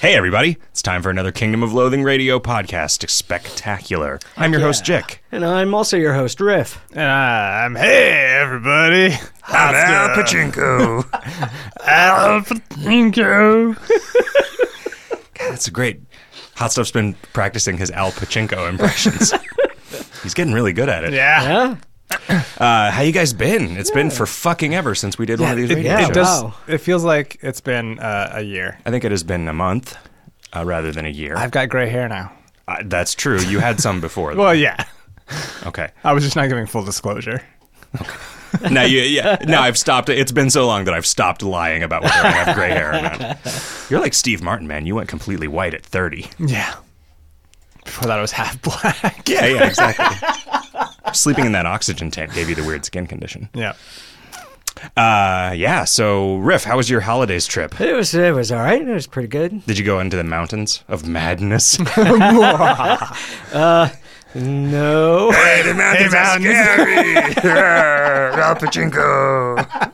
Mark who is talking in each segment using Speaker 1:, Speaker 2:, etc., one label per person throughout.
Speaker 1: Hey, everybody. It's time for another Kingdom of Loathing radio podcast, Spectacular. I'm your host, Jick.
Speaker 2: And I'm also your host, Riff.
Speaker 3: And I'm hey everybody.
Speaker 1: Hasta Pachinko.
Speaker 3: Al Pachinko.
Speaker 1: That's a great. Hot Stuff's been practicing his Al Pachinko impressions. He's getting really good at it.
Speaker 3: Yeah.
Speaker 2: Yeah?
Speaker 1: Uh, how you guys been? It's been for fucking ever since we did one of these radio
Speaker 2: yeah,
Speaker 1: shows.
Speaker 3: It does.
Speaker 2: Wow.
Speaker 3: It feels like it's been uh, a year.
Speaker 1: I think it has been a month uh, rather than a year.
Speaker 3: I've got gray hair now.
Speaker 1: Uh, that's true. You had some before.
Speaker 3: Well, yeah.
Speaker 1: okay.
Speaker 3: I was just not giving full disclosure.
Speaker 1: Now you, yeah. Now I've stopped. It's been so long that I've stopped lying about whether I have gray hair or not. You're like Steve Martin, man. You went completely white at 30.
Speaker 3: Yeah. Before that, I was half black.
Speaker 1: Yeah, yeah, exactly. Sleeping in that oxygen tank gave you the weird skin condition.
Speaker 3: yeah.
Speaker 1: Uh, yeah. So, Riff, how was your holidays trip?
Speaker 2: It was it was all right. It was pretty good.
Speaker 1: Did you go into the mountains of madness?
Speaker 2: No.
Speaker 1: hey, the mountains are scary. Al Pachinko.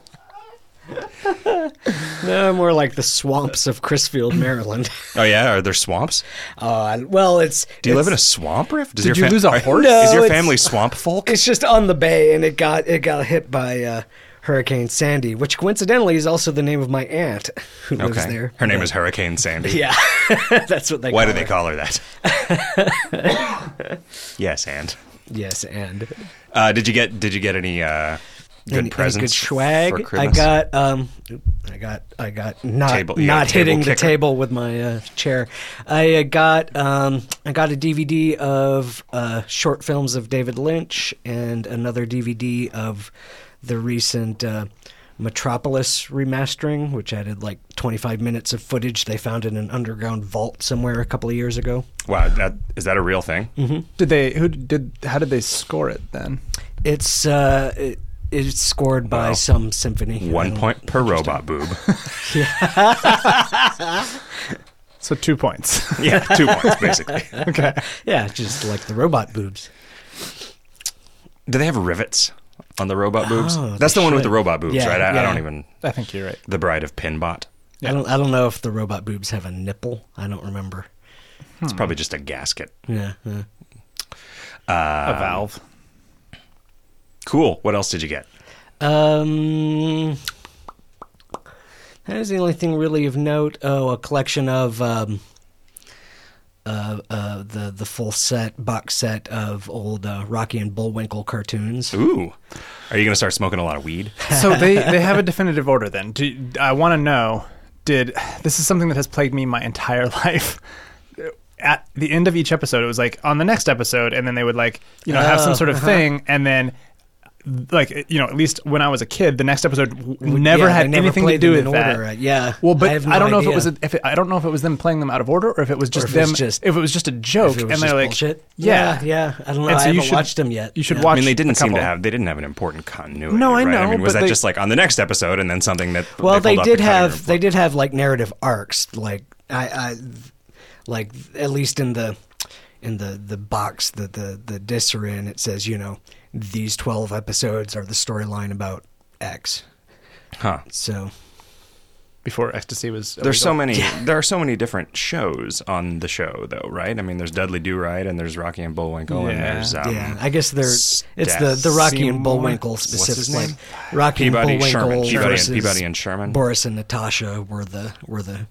Speaker 2: no, more like the swamps of Chrisfield, Maryland.
Speaker 1: Oh yeah, are there swamps?
Speaker 2: Uh, well, it's.
Speaker 1: Do you live in a swamp, Riff? Does your
Speaker 3: you lose a
Speaker 1: are-
Speaker 3: horse?
Speaker 1: is
Speaker 2: No,
Speaker 1: your
Speaker 2: it's-
Speaker 1: family swamp folk?
Speaker 2: It's just on the bay, and it got it got hit by uh, Hurricane Sandy, which coincidentally is also the name of my aunt who lives there.
Speaker 1: Her name is Hurricane Sandy.
Speaker 2: Yeah, that's what they.
Speaker 1: Why do
Speaker 2: call
Speaker 1: they
Speaker 2: her.
Speaker 1: call her that? yes, and
Speaker 2: Yes, and
Speaker 1: uh, did you get did you get any uh, good
Speaker 2: Any- any
Speaker 1: presents?
Speaker 2: good swag.
Speaker 1: For
Speaker 2: I
Speaker 1: Christmas?
Speaker 2: got um, I got I got not
Speaker 1: Table- yeah,
Speaker 2: not
Speaker 1: table
Speaker 2: hitting the
Speaker 1: kicker.
Speaker 2: table with my uh, chair. I uh, got um, I got a DVD of uh, short films of David Lynch and another DVD of the recent. Uh, Metropolis remastering, which added like 25 minutes of footage they found in an underground vault somewhere a couple of years ago.
Speaker 1: Wow, that, is that a real thing?
Speaker 2: Mm-hmm.
Speaker 3: Did they? Who did? How did they score it then?
Speaker 2: It's uh, it, it's scored by
Speaker 1: Wow.
Speaker 2: some symphony. I
Speaker 1: One
Speaker 2: don't-
Speaker 1: point per robot boob.
Speaker 3: So two points.
Speaker 1: yeah, two points basically.
Speaker 3: okay.
Speaker 2: Yeah, just like the robot boobs.
Speaker 1: Do they have rivets on the robot boobs?
Speaker 2: Oh,
Speaker 1: That's the
Speaker 2: they
Speaker 1: one with the
Speaker 2: should.
Speaker 1: robot boobs,
Speaker 2: Yeah,
Speaker 1: right? I, I
Speaker 2: yeah.
Speaker 1: don't even.
Speaker 3: I think you're right.
Speaker 1: The Bride of Pinbot.
Speaker 2: I don't. I don't know if the robot boobs have a nipple. I don't remember.
Speaker 1: It's
Speaker 2: Hmm.
Speaker 1: probably just a gasket.
Speaker 2: Yeah. yeah.
Speaker 3: a valve.
Speaker 1: Cool. What else did you get?
Speaker 2: Um. That is the only thing really of note. Oh, a collection of um, uh, uh, the the full set box set of old uh, Rocky and Bullwinkle cartoons.
Speaker 1: Ooh. Are you going to start smoking a lot of weed?
Speaker 3: so they they have a definitive order then do i want to know did this is something that has plagued me my entire life at the end of each episode it was like on the next episode and then they would like you know have some sort
Speaker 2: Oh, uh-huh.
Speaker 3: of thing and then like you know at least when i was a kid the next episode w- never
Speaker 2: yeah,
Speaker 3: had
Speaker 2: they never
Speaker 3: anything to
Speaker 2: played
Speaker 3: do
Speaker 2: them
Speaker 3: with
Speaker 2: in
Speaker 3: that
Speaker 2: order, right? Yeah.
Speaker 3: well but
Speaker 2: I
Speaker 3: i,
Speaker 2: have no
Speaker 3: don't know if it
Speaker 2: idea.
Speaker 3: was a, if it, i don't know if it was them playing them out of order or if it was just
Speaker 2: if it was
Speaker 3: them
Speaker 2: just-
Speaker 3: if it was just a joke
Speaker 2: If it was
Speaker 3: and
Speaker 2: just
Speaker 3: they're like
Speaker 2: bullshit.
Speaker 3: yeah
Speaker 2: yeah, yeah. I don't know.
Speaker 3: And
Speaker 2: I
Speaker 3: so you
Speaker 2: haven't
Speaker 3: should-
Speaker 2: watched them yet.
Speaker 3: you should
Speaker 2: Yeah.
Speaker 3: watch
Speaker 1: I mean, they didn't
Speaker 3: a
Speaker 1: seem to
Speaker 3: couple.
Speaker 1: have. They didn't have an important continuity.
Speaker 3: No, I
Speaker 1: right? I
Speaker 3: know,
Speaker 1: mean, was
Speaker 3: but
Speaker 1: that
Speaker 3: they-
Speaker 1: just like on the next episode and then something that?
Speaker 2: well they,
Speaker 1: pulled off the
Speaker 2: did
Speaker 1: cutting
Speaker 2: have
Speaker 1: room
Speaker 2: they did have like narrative arcs like I, I like at least in the in the the box that the the discs are in it says you know these 12 episodes are the storyline about x
Speaker 1: Huh.
Speaker 2: so
Speaker 3: before ecstasy was
Speaker 1: There's so
Speaker 3: illegal.
Speaker 1: many. There are so many different shows on the show, though, right? I mean, there's Dudley Do Right, and there's Rocky and Bullwinkle, and
Speaker 3: Yeah.
Speaker 1: there's um,
Speaker 2: yeah i guess there's it's the
Speaker 1: Stas-
Speaker 2: the rocky and
Speaker 3: Seymour?
Speaker 2: bullwinkle
Speaker 3: What's
Speaker 1: his
Speaker 2: specific
Speaker 1: name?
Speaker 2: like rocky
Speaker 1: Peabody
Speaker 2: and bullwinkle
Speaker 1: Sherman, Peabody and,
Speaker 2: versus
Speaker 1: Peabody and Sherman.
Speaker 2: boris and natasha were the were the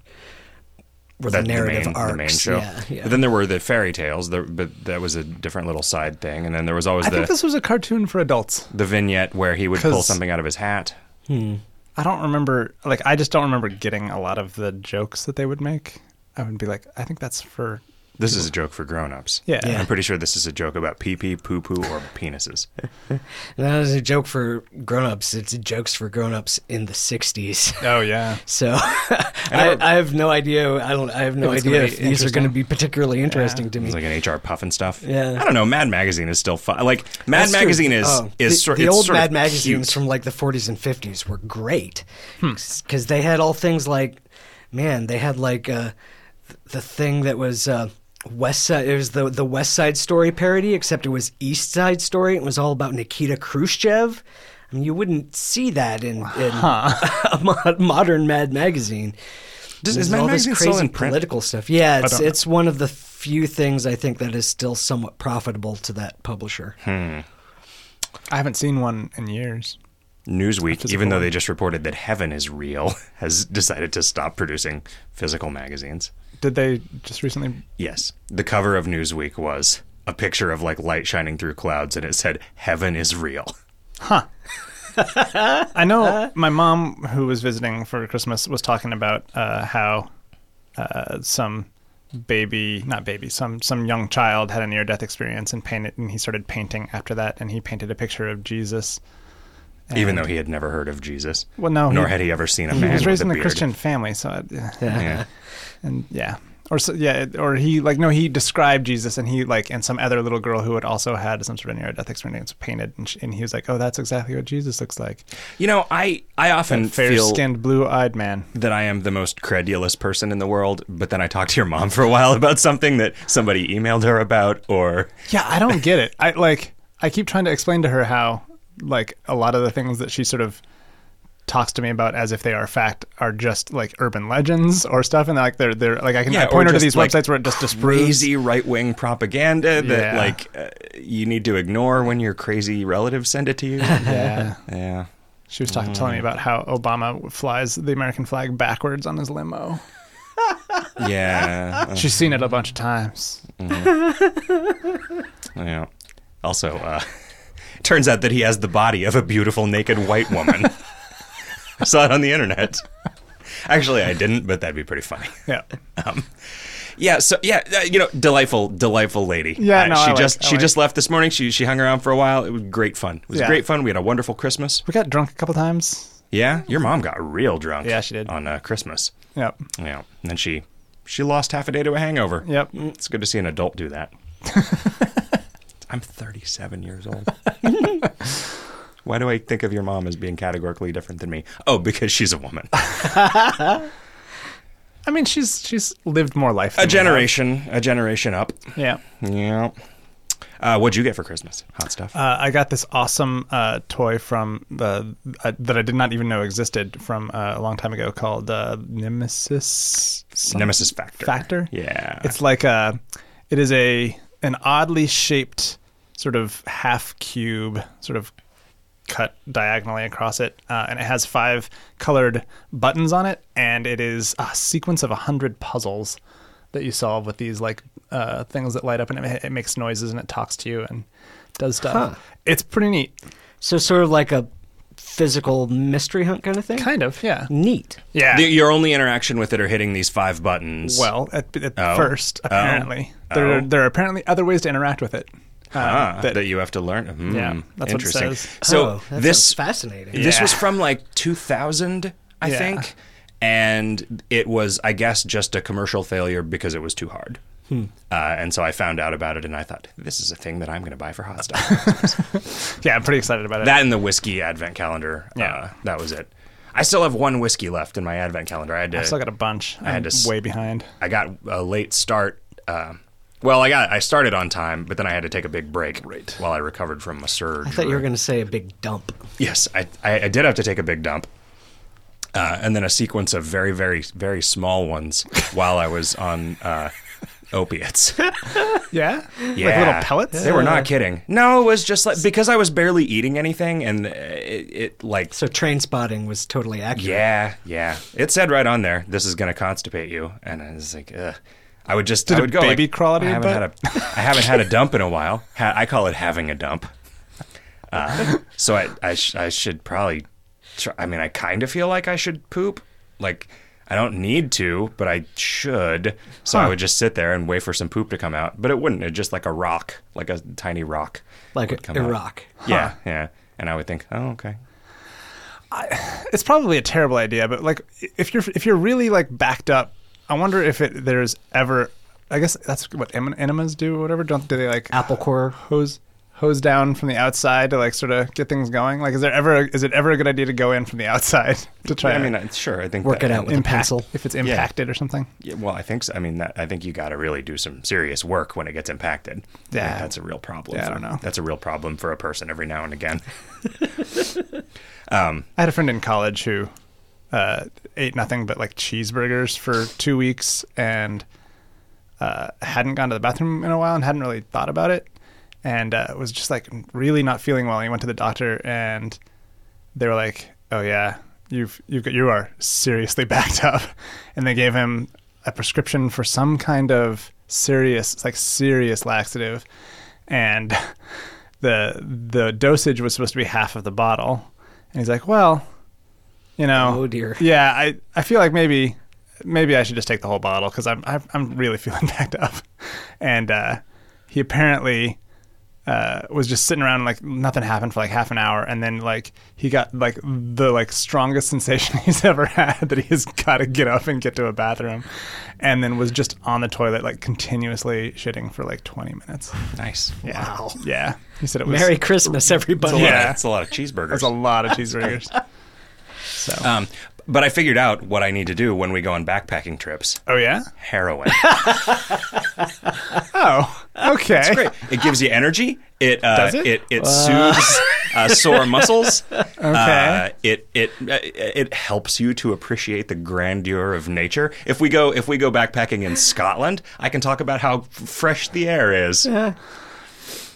Speaker 2: were the
Speaker 1: That's
Speaker 2: narrative
Speaker 1: main,
Speaker 2: arcs
Speaker 1: the main show.
Speaker 2: yeah, yeah.
Speaker 1: But then there were the fairy tales, there, but that was a different little side thing. And then there was always
Speaker 3: i
Speaker 1: the
Speaker 3: think this was a cartoon for adults
Speaker 1: the vignette where he would pull
Speaker 3: 'Cause-
Speaker 1: something out of his hat.
Speaker 3: I don't remember. Like, I just don't remember getting a lot of the jokes that they would make. I would be like, I think that's for
Speaker 1: This is a joke for grown-ups.
Speaker 3: Yeah. Yeah.
Speaker 1: I'm pretty sure this is a joke about pee pee, poo poo, or penises.
Speaker 2: That was a joke for grown-ups. It's jokes for grown-ups in the '60s.
Speaker 3: oh yeah,
Speaker 2: So I, I have no idea. I don't. I have no
Speaker 3: If it's
Speaker 2: idea
Speaker 3: gonna
Speaker 2: if
Speaker 3: be
Speaker 2: these are
Speaker 3: interesting.
Speaker 2: going to be particularly interesting to me.
Speaker 1: It's like an HR puff and stuff.
Speaker 2: Yeah.
Speaker 1: I don't know. Mad Magazine is still fun. Like Mad
Speaker 2: That's true.
Speaker 1: Magazine is
Speaker 2: Oh,
Speaker 1: is
Speaker 2: the,
Speaker 1: sort
Speaker 2: the
Speaker 1: it's
Speaker 2: old
Speaker 1: sort
Speaker 2: Mad
Speaker 1: of
Speaker 2: magazines
Speaker 1: cute.
Speaker 2: from like the 40s and 50s were great
Speaker 1: Hmm.
Speaker 2: because they had all things like, man, they had like uh, th- the thing that was uh, West Side. It was the the West Side Story parody, except it was East Side Story. It was all about Nikita Khrushchev. I mean, you wouldn't see that in, in a mo- modern Mad magazine.
Speaker 1: Does,
Speaker 2: There's
Speaker 1: is Mad
Speaker 2: all this
Speaker 1: Magazine still
Speaker 2: crazy
Speaker 1: in print?
Speaker 2: political stuff. Yeah, it's
Speaker 3: don't know.
Speaker 2: it's one of the few things I think that is still somewhat profitable to that publisher.
Speaker 3: I haven't seen one in years.
Speaker 1: Newsweek, even though
Speaker 3: one.
Speaker 1: they just reported that Heaven is real, has decided to stop producing physical magazines.
Speaker 3: Did they just recently?
Speaker 1: Yes. The cover of Newsweek was a picture of like light shining through clouds and it said heaven is real.
Speaker 3: Huh. I
Speaker 1: Uh,
Speaker 3: know my mom, who was visiting for Christmas, was talking about uh, how uh, some baby, not baby, some some young child had a near death experience and painted, and he started painting after that, and he painted a picture of Jesus.
Speaker 1: Even
Speaker 3: And-
Speaker 1: though he had never heard of Jesus.
Speaker 3: Well, no,
Speaker 1: Nor
Speaker 3: he-
Speaker 1: had he ever seen a
Speaker 3: he
Speaker 1: man
Speaker 3: was raised
Speaker 1: with a
Speaker 3: in a
Speaker 1: beard.
Speaker 3: Christian family, so uh, I,
Speaker 2: Yeah.
Speaker 1: Yeah.
Speaker 3: and yeah or so, yeah it- or he like no he described jesus and he like and some other little girl who had also had some sort of near death experience painted and, she, and he was like oh that's exactly what jesus looks like
Speaker 1: You know, I I often
Speaker 3: fair
Speaker 1: feel
Speaker 3: skinned blue eyed man
Speaker 1: that I am the most credulous person in the world, but then I talked to your mom for a while about something that somebody emailed her about or
Speaker 3: yeah i don't get it i like i keep trying to explain to her how like a lot of the things that she sort of talks to me about as if they are fact are just like urban legends or stuff and like they're they're like i can I
Speaker 1: or
Speaker 3: point her to
Speaker 1: just,
Speaker 3: these
Speaker 1: like,
Speaker 3: websites where it just disproves
Speaker 1: crazy right wing propaganda that
Speaker 3: Yeah.
Speaker 1: like uh, you need to ignore when your crazy relatives send it to you. yeah.
Speaker 3: yeah She was talking,
Speaker 1: Mm.
Speaker 3: telling me about how Obama flies the American flag backwards on his limo.
Speaker 1: Yeah.
Speaker 3: She's seen it a bunch of times.
Speaker 1: yeah. Also, uh, turns out that he has the body of a beautiful naked white woman. I saw it on the internet. Actually, I didn't, but that'd be pretty funny.
Speaker 3: Yeah,
Speaker 1: Yeah, so yeah, uh, you know, delightful, delightful lady.
Speaker 3: Yeah, no, I
Speaker 1: she
Speaker 3: like-
Speaker 1: just
Speaker 3: I
Speaker 1: she
Speaker 3: like-
Speaker 1: just left this morning. She she hung around for a while. It was great fun. It was
Speaker 3: Yeah.
Speaker 1: great fun. We had a wonderful Christmas.
Speaker 3: we got drunk a couple times.
Speaker 1: Yeah, your mom got real drunk.
Speaker 3: Yeah, she did.
Speaker 1: on uh, Christmas.
Speaker 3: Yep,
Speaker 1: Yeah, and then she she lost half a day to a hangover. Mm,
Speaker 3: yep.
Speaker 1: It's good to see an adult do that. I'm 37 years old. Why do I think of your mom as being categorically different than me? Oh, because she's a woman.
Speaker 3: I mean, she's she's lived more life.
Speaker 1: A
Speaker 3: than we have.
Speaker 1: generation, a generation up.
Speaker 3: Yeah.
Speaker 1: Yeah. Uh, what'd you get for Christmas? Hot stuff.
Speaker 3: Uh, I got this awesome uh, toy from the uh, that I did not even know existed from uh, a long time ago called uh, Nemesis. some-
Speaker 1: Nemesis Factor.
Speaker 3: Factor.
Speaker 1: Yeah.
Speaker 3: It's like a, it is a an oddly shaped sort of half cube, sort of cut diagonally across it, uh, and it has five colored buttons on it, and it is a sequence of a hundred puzzles that you solve with these like uh, things that light up, and it, it makes noises and it talks to you and does stuff.
Speaker 2: Huh.
Speaker 3: It's pretty neat,
Speaker 2: So sort of like a physical mystery hunt kind of thing.
Speaker 3: kind of, yeah,
Speaker 2: Neat.
Speaker 3: yeah.
Speaker 1: The- your only interaction with it are hitting these five buttons.
Speaker 3: Well, at, at
Speaker 1: Oh.
Speaker 3: first,
Speaker 1: Oh.
Speaker 3: apparently, there are,
Speaker 1: Oh.
Speaker 3: there are apparently other ways to interact with it. um,
Speaker 1: Ah, that,
Speaker 3: that-
Speaker 1: you have to learn. Hmm,
Speaker 3: Yeah, that's what it
Speaker 1: interesting.
Speaker 3: says.
Speaker 1: So
Speaker 2: Oh, that sounds
Speaker 1: this
Speaker 2: fascinating.
Speaker 1: This
Speaker 3: Yeah.
Speaker 1: was from like 2000, I
Speaker 3: Yeah.
Speaker 1: think. And it was, I guess, just a commercial failure because it was too hard.
Speaker 3: Hmm.
Speaker 1: Uh, and so I found out about it and I thought, this is a thing that I'm going to buy for hot stuff.
Speaker 3: Yeah, I'm pretty excited about it.
Speaker 1: that and the whiskey advent calendar. Uh,
Speaker 3: Yeah.
Speaker 1: that was it. I still have one whiskey left in my advent calendar. I had to,
Speaker 3: I still got a bunch. I'm
Speaker 1: had to s-
Speaker 3: way behind.
Speaker 1: I got a late start. Uh, well, I got I started on time, but then I had to take a big break while I recovered from a surge.
Speaker 2: I thought you were going to say a big dump.
Speaker 1: Yes, I, I, I did have to take a big dump. Uh, and then a sequence of very, very, very small ones while I was on uh, opiates.
Speaker 3: Yeah,
Speaker 1: Yeah.
Speaker 3: like little pellets.
Speaker 1: They were not kidding. No, it was just like because I was barely eating anything and uh, it, it like.
Speaker 2: So train spotting was totally accurate.
Speaker 1: Yeah, yeah. It said right on there, this is going to constipate you. And I was like, ugh. I would just, I
Speaker 3: a
Speaker 1: would go.
Speaker 3: baby
Speaker 1: like,
Speaker 3: crawl out
Speaker 1: I
Speaker 3: of your
Speaker 1: haven't, had a, I haven't had a dump in a while. Ha- I call it having a dump. Uh, so I, I, sh- I should probably, try, I mean, I kind of feel like I should poop. Like, I don't need to, but I should. So I
Speaker 3: Huh.
Speaker 1: would just sit there and wait for some poop to come out. But it wouldn't. It just like a rock, like a tiny rock. would
Speaker 2: Like
Speaker 1: come out.
Speaker 2: Iraq.
Speaker 1: Yeah, yeah. And I would think, oh, okay.
Speaker 3: It's probably a terrible idea, but like if you're if you're really like backed up, I wonder if it there's ever. I guess that's what em- enemas do or whatever. Don't do they like
Speaker 2: Apple Corps.
Speaker 3: hose hose down from the outside to like sort of get things going? Like, is there ever is it ever a good idea to go in from the outside to try?
Speaker 1: I mean, uh,
Speaker 3: to
Speaker 1: I- sure. I think
Speaker 2: Work
Speaker 1: that-
Speaker 2: it out with a
Speaker 3: impact
Speaker 2: pencil.
Speaker 3: if it's impacted or something.
Speaker 1: Yeah, well, I think so. I mean, that, I think you got to really do some serious work when it gets impacted. I think
Speaker 3: Yeah.
Speaker 1: that's a real problem.
Speaker 3: Yeah, I
Speaker 1: for-
Speaker 3: don't know.
Speaker 1: That's a real problem for a person every now and again.
Speaker 3: I had a friend in college who uh, ate nothing but like cheeseburgers for two weeks and uh, hadn't gone to the bathroom in a while and hadn't really thought about it and uh, was just like really not feeling well. And he went to the doctor and they were like, "Oh yeah, you've you've got you are seriously backed up," and they gave him a prescription for some kind of serious like serious laxative, and the the dosage was supposed to be half of the bottle, and he's like, "Well, you know,
Speaker 2: Oh, dear.
Speaker 3: yeah, I I feel like maybe." Maybe I should just take the whole bottle because I'm I'm- I'm really feeling backed up, and uh, he apparently uh, was just sitting around and, like nothing happened for like half an hour and then like he got like the like strongest sensation he's ever had that he has got to get up and get to a bathroom and then was just on the toilet like continuously shitting for like 20 minutes
Speaker 1: Nice.
Speaker 3: yeah. wow yeah he said it was
Speaker 2: Merry Christmas,
Speaker 1: That's a,
Speaker 2: everybody.
Speaker 1: lot,
Speaker 3: Yeah.
Speaker 1: that's a lot of cheeseburgers.
Speaker 3: that's a lot of cheeseburgers so
Speaker 1: um, but I figured out what I need to do when we go on backpacking trips.
Speaker 3: oh yeah
Speaker 1: Heroin.
Speaker 3: oh okay that's
Speaker 1: Great. It gives you energy. It uh,
Speaker 3: Does it?
Speaker 1: it soothes uh, sore muscles. Uh,
Speaker 3: Okay.
Speaker 1: it it uh, it helps you to appreciate the grandeur of nature. If we go if we go backpacking in Scotland, I can talk about how f- fresh the air is.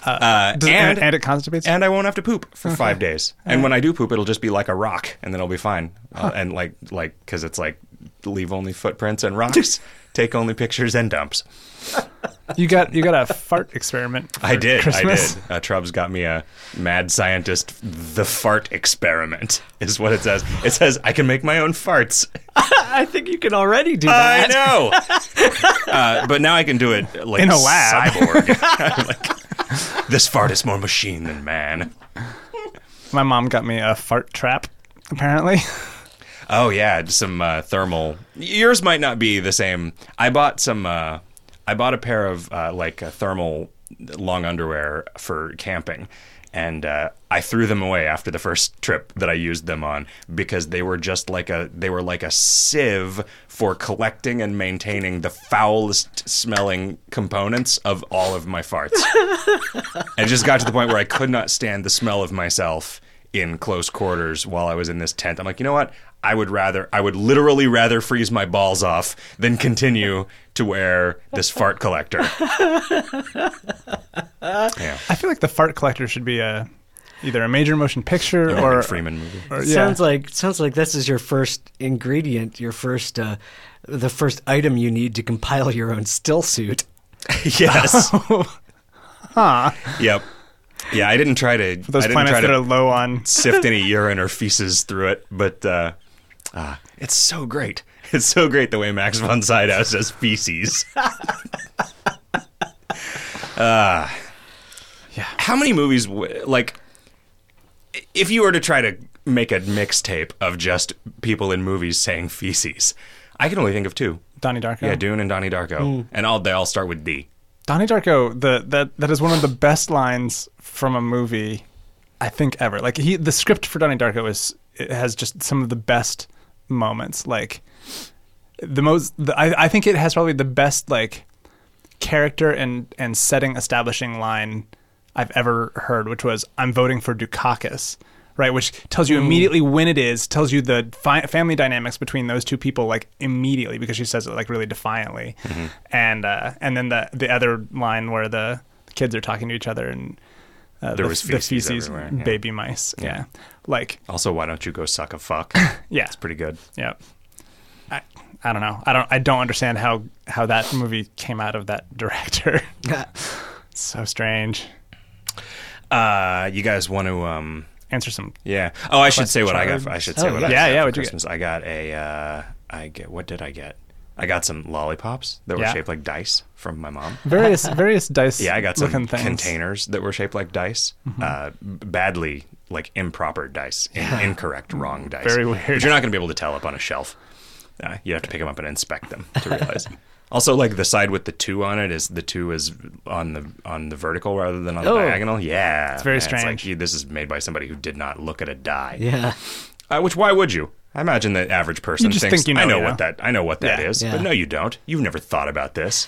Speaker 1: Uh,
Speaker 3: and,
Speaker 1: and,
Speaker 3: and it constipates
Speaker 1: and I won't have to poop for five days. And when I do poop, it'll just be like a rock, and then I'll be fine. Uh, and like like because it's like leave only footprints and rocks, take only pictures and dumps.
Speaker 3: you got you got a fart experiment for
Speaker 1: I did.
Speaker 3: Christmas.
Speaker 1: I did. Uh, Trub's got me a mad scientist, the fart experiment is what it says. It says I can make my own farts.
Speaker 2: I think you can already do
Speaker 1: I
Speaker 2: that.
Speaker 1: know, uh, but now I can do it like
Speaker 3: In a lab.
Speaker 1: Cyborg. Like, this fart is more machine than man.
Speaker 3: my mom got me a fart trap apparently
Speaker 1: Oh yeah, some uh, thermal. Yours might not be the same. I bought some. Uh, I bought a pair of uh, like uh, thermal long underwear for camping, and uh, I threw them away after the first trip that I used them on because they were just like a they were like a sieve for collecting and maintaining the foulest smelling components of all of my farts. I just got to the point where I could not stand the smell of myself in close quarters while I was in this tent. I'm like, you know what? I would rather, I would literally rather freeze my balls off than continue to wear this fart collector. yeah.
Speaker 3: I feel like the fart collector should be a either a major motion picture
Speaker 1: Morgan
Speaker 3: or,
Speaker 1: Freeman movie.
Speaker 3: or-
Speaker 2: It
Speaker 3: yeah.
Speaker 2: Sounds like sounds like this is your first ingredient, your first uh, the first item you need to compile your own still suit.
Speaker 1: yes.
Speaker 3: huh.
Speaker 1: yep. Yeah, I didn't try to.
Speaker 3: Those
Speaker 1: I didn't
Speaker 3: planets
Speaker 1: try
Speaker 3: that
Speaker 1: to
Speaker 3: are low on
Speaker 1: sift any urine or feces through it, but uh, uh, it's so great. It's so great the way Max von Sydow says feces. uh, yeah. How many movies, w- like, if you were to try to make a mixtape of just people in movies saying feces, I can only think of two.
Speaker 3: Donnie Darko.
Speaker 1: Yeah, Dune and Donnie Darko. And all they all start with D.
Speaker 3: Donnie Darko. The that that is one of the best lines from a movie, I think ever. Like he, the script for Donnie Darko is it has just some of the best moments. Like the most. The, I I think it has probably the best like character and and setting establishing line I've ever heard, which was "I'm voting for Dukakis," right? Which tells you
Speaker 1: Mm.
Speaker 3: immediately when it is, tells you the fi- family dynamics between those two people, like immediately, because she says it like really defiantly,
Speaker 1: Mm-hmm.
Speaker 3: and uh, and then the the other line where the kids are talking to each other and. Uh,
Speaker 1: There
Speaker 3: the,
Speaker 1: was
Speaker 3: the
Speaker 1: feces
Speaker 3: feces,
Speaker 1: everywhere, yeah.
Speaker 3: baby mice. Yeah. like
Speaker 1: Also, why don't you go suck a fuck?
Speaker 3: yeah,
Speaker 1: It's pretty good.
Speaker 3: yeah. I, I don't know. I don't. I don't understand how how that movie came out of that director. so strange.
Speaker 1: Uh, you guys want to um,
Speaker 3: Answer some.
Speaker 1: Yeah. Oh, I should say what I got.
Speaker 3: Charms.
Speaker 1: I should say
Speaker 2: Oh,
Speaker 1: what
Speaker 2: yeah.
Speaker 1: I
Speaker 3: Yeah,
Speaker 1: got
Speaker 3: yeah,
Speaker 1: for
Speaker 3: what'd you get?
Speaker 1: Christmas. I got a. Uh, I get. What did I get? I got some lollipops that were
Speaker 3: Yeah.
Speaker 1: shaped like dice from my mom.
Speaker 3: Various various dice.
Speaker 1: Yeah, I got some
Speaker 3: looking things. Mm-hmm.
Speaker 1: containers that were shaped like dice. Uh, b- badly, like improper dice, in- incorrect, wrong dice.
Speaker 3: Very weird.
Speaker 1: But you're not going to be able to tell up on a shelf. Uh, you have to pick them up and inspect them to realize. also, like the side with the two on it is the two is on the on the vertical rather than on the
Speaker 2: Oh.
Speaker 1: diagonal. Yeah, it's
Speaker 3: very
Speaker 1: like,
Speaker 3: strange.
Speaker 1: you- this is made by somebody who did not look at a die.
Speaker 2: Yeah.
Speaker 1: Uh, which why would you? I imagine the average person
Speaker 3: You just
Speaker 1: thinks
Speaker 3: think you know,
Speaker 1: I know
Speaker 3: you
Speaker 1: what
Speaker 3: know."
Speaker 1: that I know what that is,
Speaker 3: Yeah.
Speaker 2: Yeah.
Speaker 1: but no, you don't. You've never thought about this.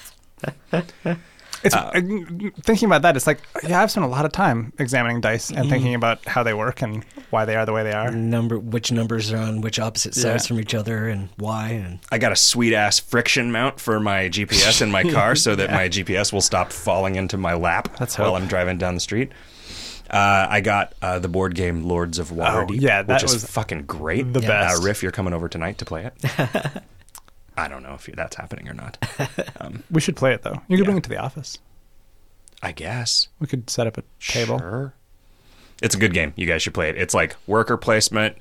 Speaker 3: It's uh, thinking about that. It's like yeah, I've spent a lot of time examining dice and thinking about how they work and why they are the way they
Speaker 1: Mm-hmm.
Speaker 3: are.
Speaker 2: number which numbers are on which opposite sides from each other and why and
Speaker 1: I got a sweet ass friction mount for my GPS in my car so that my GPS will stop falling into my lap
Speaker 3: Let's hope.
Speaker 1: while I'm driving down the street. Uh, I got uh, the board game Lords of Waterdeep,
Speaker 3: Oh, yeah, that
Speaker 1: which is
Speaker 3: was
Speaker 1: fucking great.
Speaker 3: the
Speaker 1: Yeah.
Speaker 3: best.
Speaker 1: Uh, Riff, you're coming over tonight to play it. I don't know if you that's happening or not.
Speaker 3: We should play it though. You could
Speaker 1: Yeah.
Speaker 3: bring it to the office.
Speaker 1: I guess.
Speaker 3: We could set up a table.
Speaker 1: Sure. It's a good game. You guys should play it. It's like worker placement,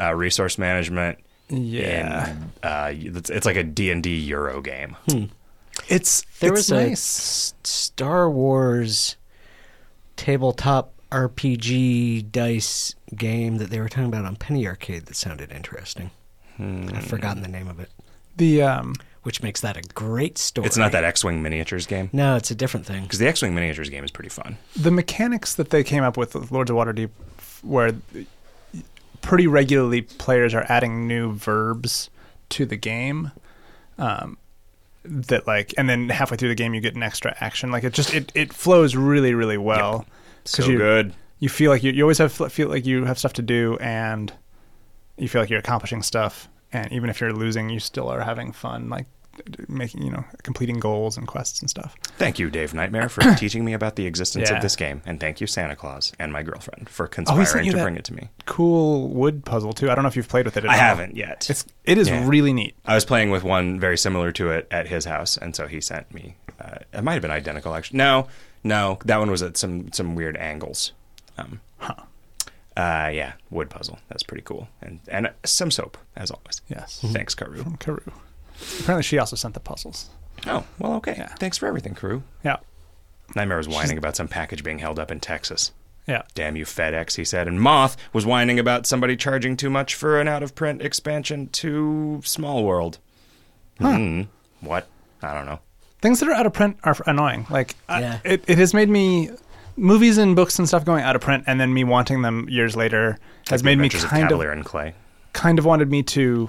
Speaker 1: uh, resource management.
Speaker 3: Yeah, Hmm.
Speaker 1: And, uh, it's, it's like a D&D Euro game.
Speaker 3: it's
Speaker 2: there was
Speaker 3: it's nice.
Speaker 2: a S- Star Wars tabletop RPG dice game that they were talking about on Penny Arcade that sounded interesting.
Speaker 3: Hmm.
Speaker 2: I've forgotten the name of it,
Speaker 3: the um
Speaker 2: which makes that a great story.
Speaker 1: It's not that X-Wing miniatures game.
Speaker 2: No, it's a different thing.
Speaker 1: Because the X-Wing miniatures game is pretty fun.
Speaker 3: the mechanics that they came up with with Lords of Waterdeep, where pretty regularly players are adding new verbs to the game, um, that like, and then halfway through the game you get an extra action. Like it just it it flows really really well. 'Cause
Speaker 1: So
Speaker 3: you,
Speaker 1: good.
Speaker 3: You feel like you you always have feel like you have stuff to do, and you feel like you're accomplishing stuff. And even if you're losing, you still are having fun, like making you know completing goals and quests and stuff.
Speaker 1: Thank you, Dave Nightmare, for teaching me about the existence
Speaker 3: Yeah. Oh,
Speaker 1: of this game. And thank you, Santa Claus, and my girlfriend for
Speaker 3: he sent
Speaker 1: conspiring
Speaker 3: you
Speaker 1: to
Speaker 3: that-
Speaker 1: bring it to me.
Speaker 3: Cool wood puzzle too. I don't know if you've played with it. At
Speaker 1: I
Speaker 3: all.
Speaker 1: haven't yet.
Speaker 3: It's it is
Speaker 1: Yeah.
Speaker 3: really neat.
Speaker 1: I was playing with one very similar to it at his house, and so he sent me. Uh, it might have been identical, actually. No, no, that one was at some some weird angles. Um,
Speaker 3: Huh.
Speaker 1: uh, yeah, wood puzzle. That's pretty cool, and and uh, some soap as always.
Speaker 3: Yes.
Speaker 1: Thanks, Karu.
Speaker 3: From Karu. Mm-hmm. Apparently, she also sent the puzzles.
Speaker 1: Oh well, okay.
Speaker 3: Yeah.
Speaker 1: Thanks for everything, Karu.
Speaker 3: Yeah.
Speaker 1: Nightmare was whining about some package being held up in Texas.
Speaker 3: Yeah.
Speaker 1: Damn you, FedEx, he said. And Moth was whining about somebody charging too much for an out of print expansion to Small World. Hmm. What? I don't know.
Speaker 3: Things that are out of print are f- annoying. Like,
Speaker 2: Yeah.
Speaker 3: I, it, it has made me movies and books and stuff going out of print, and then me wanting them years later has made me
Speaker 1: Adventures of
Speaker 3: kind of,
Speaker 1: Cavalier and Clay.
Speaker 3: kind of wanted me to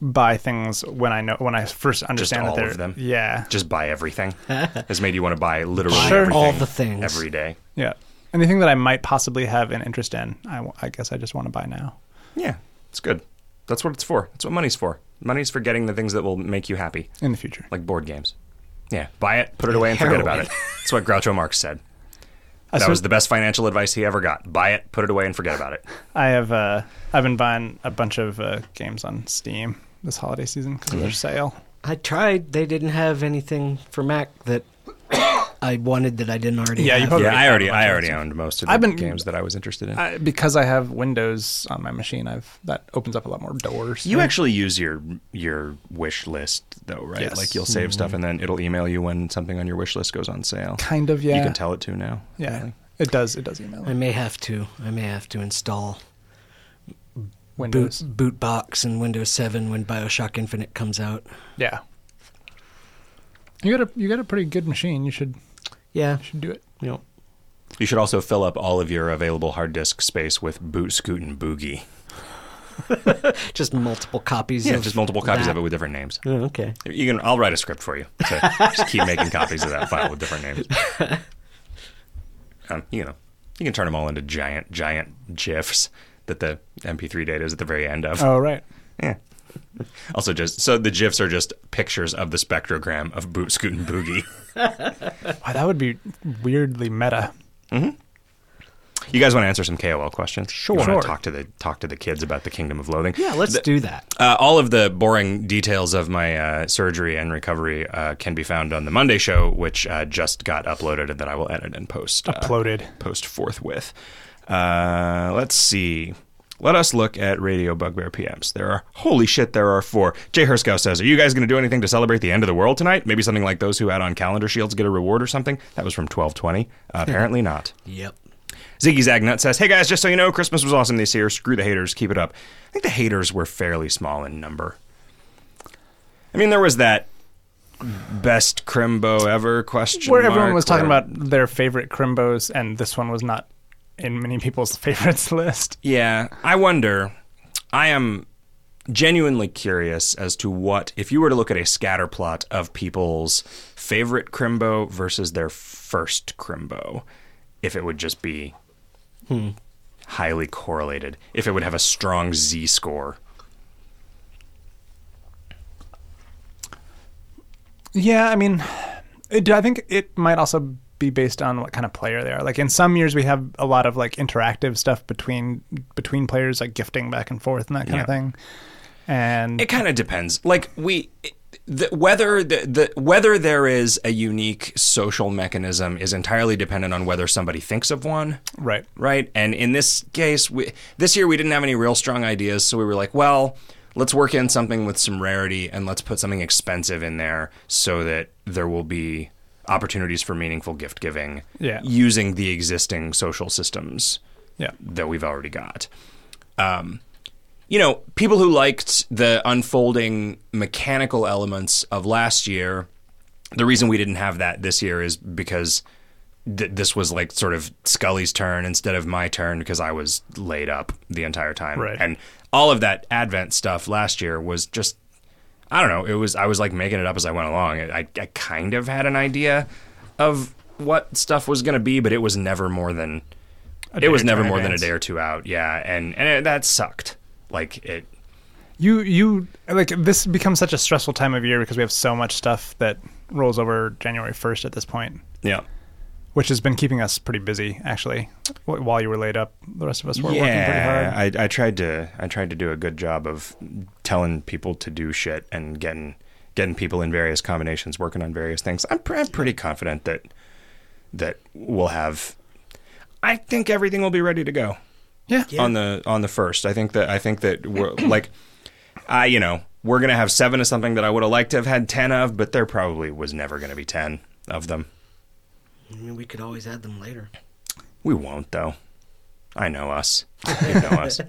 Speaker 3: buy things when I know when I first understand
Speaker 1: all
Speaker 3: that they're
Speaker 1: of them?
Speaker 3: Yeah.
Speaker 1: Just buy everything. Has made you want to buy literally
Speaker 3: Sure.
Speaker 1: everything
Speaker 2: All the things.
Speaker 1: every day.
Speaker 3: Yeah. Anything that I might possibly have an interest in, I, w- I guess I just want to buy now.
Speaker 1: Yeah, it's good. That's what it's for. That's what money's for. Money's for getting the things that will make you happy,
Speaker 3: In the future,
Speaker 1: like board games. Yeah, buy it, put it away, and forget about
Speaker 2: Heroin.
Speaker 1: it. That's what Groucho Marx said.
Speaker 3: I
Speaker 1: That
Speaker 3: sort-
Speaker 1: was the best financial advice he ever got. Buy it, put it away, and forget about it.
Speaker 3: I have uh, I've been buying a bunch of uh, games on Steam this holiday season because of their sale.
Speaker 2: I tried. They didn't have anything for Mac that I wanted that I didn't already
Speaker 3: Yeah, you
Speaker 2: have.
Speaker 3: probably-
Speaker 1: Yeah, I already, I
Speaker 3: Yeah.
Speaker 1: already owned most of the
Speaker 3: I've been-
Speaker 1: games that I was interested in.
Speaker 3: I, because I have Windows on my machine, I've that opens up a lot more doors.
Speaker 1: you actually use your your wish list though, right?
Speaker 3: Yes. Hmm.
Speaker 1: Like you'll save stuff, and then it'll email you when something on your wish list goes on sale.
Speaker 3: kind of yeah.
Speaker 1: You can tell it to now.
Speaker 3: Yeah,
Speaker 1: apparently.
Speaker 3: it does. It does email
Speaker 2: I may have to. I may have to install boot,
Speaker 3: Windows.
Speaker 2: boot box and Windows 7 when BioShock Infinite comes out.
Speaker 3: Yeah. You got a you got a pretty good machine. You should
Speaker 2: Yeah.
Speaker 3: should do it.
Speaker 2: You know,
Speaker 1: You should also fill up all of your available hard disk space with Boot Scoot and Boogie.
Speaker 2: just multiple copies
Speaker 1: Yeah,
Speaker 2: of
Speaker 1: just multiple copies
Speaker 2: that.
Speaker 1: of it with different names.
Speaker 2: Oh, okay.
Speaker 1: You can. I'll write a script for you. To just keep making copies of that file with different names. Um, you know, you can turn them all into giant, giant gifs that the MP3 data is at the very end of.
Speaker 3: Oh right.
Speaker 1: Yeah. Also, just so the gifs are just pictures of the spectrogram of Boot Scoot and Boogie.
Speaker 3: Wow, that would be weirdly meta.
Speaker 1: You guys want to answer some KOL questions?
Speaker 3: Sure.
Speaker 1: You want
Speaker 3: Sure.
Speaker 1: to talk to the talk to the kids about the Kingdom of Loathing?
Speaker 2: Yeah, let's do that.
Speaker 1: Uh, all of the boring details of my uh, surgery and recovery uh, can be found on the Monday show, which uh, just got uploaded and that I will edit and post uh,
Speaker 3: Uploaded.
Speaker 1: post forthwith. Uh, let's see. Let us look at Radio Bugbear PMs. There are holy shit. There are four. Jay Herskow says, "Are you guys going to do anything to celebrate the end of the world tonight? Maybe something like those who add on calendar shields get a reward or something." That was from twelve twenty. Uh, apparently not.
Speaker 2: Yep.
Speaker 1: Ziggy Zagnut says, Hey guys, just so you know, Christmas was awesome this year. Screw the haters. Keep it up. I think the haters were fairly small in number. I mean, there was that best Crimbo ever question.
Speaker 3: Where everyone
Speaker 1: mark,
Speaker 3: was talking
Speaker 1: where-
Speaker 3: about their favorite crimbos, and this one was not in many people's favorites list.
Speaker 1: Yeah. I wonder. I am genuinely curious as to what if you were to look at a scatter plot of people's favorite crimbo versus their first crimbo if it would just be highly correlated if it would have a strong z score
Speaker 3: Yeah, I mean, it, I think it might also be based on what kind of player they are. Like in some years, we have a lot of like interactive stuff between between players, like gifting back and forth and that kind
Speaker 1: Yeah.
Speaker 3: of thing. And
Speaker 1: It kind of depends. Like we, the, whether the, the whether there is a unique social mechanism is entirely dependent on whether somebody thinks of one,
Speaker 3: right,
Speaker 1: right? And in this case, we, this year we didn't have any real strong ideas, so we were like, well, let's work in something with some rarity and let's put something expensive in there so that there will be opportunities for meaningful gift giving
Speaker 3: Yeah.
Speaker 1: using the existing social systems
Speaker 3: yeah,
Speaker 1: that we've already got. Um, you know, people who liked the unfolding mechanical elements of last year, the reason we didn't have that this year is because th- this was like sort of Scully's turn instead of my turn because I was laid up the entire time.
Speaker 3: Right.
Speaker 1: And all of that Advent stuff last year was just. I don't know. It was I was like making it up as I went along. I, I kind of had an idea of what stuff was going to be, but it was never more than
Speaker 3: day
Speaker 1: it was
Speaker 3: or
Speaker 1: never
Speaker 3: two in
Speaker 1: more than a
Speaker 3: advance.
Speaker 1: day or two out. Yeah, and and it, that sucked. Like it.
Speaker 3: you you like this becomes such a stressful time of year because we have so much stuff that rolls over January first at this point,
Speaker 1: Yeah.
Speaker 3: which has been keeping us pretty busy actually. Wh- While you were laid up, the rest of us were working pretty hard.
Speaker 1: I, I tried to I tried to do a good job of telling people to do shit and getting getting people in various combinations working on various things. I'm, pre- I'm pretty confident that that we'll have. I think everything will be ready to go.
Speaker 3: yeah,
Speaker 1: on the on the first. I think that I think that we're like, I you know we're gonna have seven of something that I would have liked to have had ten of, but there probably was never gonna be ten of them.
Speaker 2: I mean, we could always add them later.
Speaker 1: We won't though. I know us. You know us.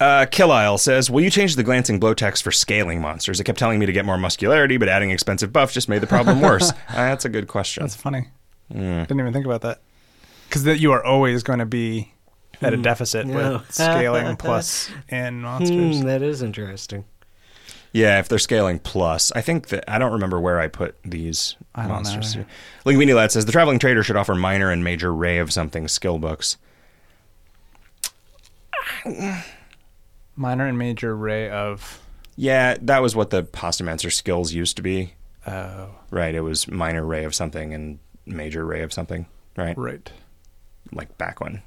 Speaker 1: Uh, Kill Isle says, "Will you change the glancing blow text for scaling monsters? It kept telling me to get more muscularity, but adding expensive buff just made the problem worse." Uh, that's a good question.
Speaker 3: That's funny. Didn't even think about that. Because that you are always going to be at a deficit
Speaker 2: No.
Speaker 3: with scaling plus in monsters.
Speaker 2: Hmm, that is interesting.
Speaker 1: Yeah, if they're scaling plus, I think that I don't remember where I put these
Speaker 3: I don't know
Speaker 1: monsters.
Speaker 3: either.
Speaker 1: Linguini Lad says the traveling trader should offer minor and major ray of something skill books.
Speaker 3: Minor and major ray of.
Speaker 1: Yeah, that was what the postumancer skills used to be,
Speaker 3: Oh,
Speaker 1: right? It was minor ray of something and major ray of something, right?
Speaker 3: right.
Speaker 1: Like back when,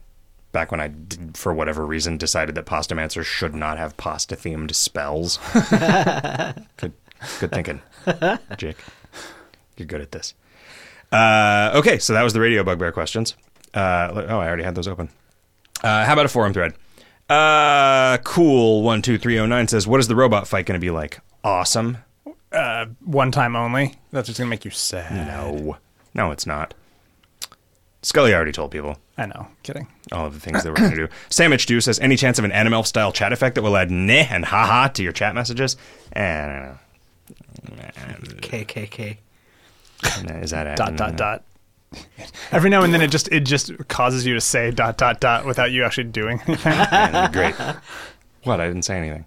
Speaker 1: back when I did, for whatever reason decided that postumancer should not have pasta themed spells. good, good thinking, Jake. You're good at this. Uh, okay, so that was the radio bugbear questions. Uh, le- oh, I already had those open. Uh, how about a forum thread? Uh, cool. One two three oh nine says, "What is the robot fight going to be like? Awesome.
Speaker 3: Uh, one time only. That's just going to make you sad.
Speaker 1: No, no, it's not. Scully already told people
Speaker 3: I know. Kidding.
Speaker 1: all of the things that we're going to do. Samich Dew says, "Any chance of an animal style chat effect that will add neh and haha to your chat messages? Eh, I
Speaker 2: KKK.
Speaker 1: don't know. Is that
Speaker 3: Dot, dot, dot. Every now and then it just it just causes you to say dot, dot, dot without you actually doing anything.
Speaker 1: Man, that'd be great. What? I didn't say anything.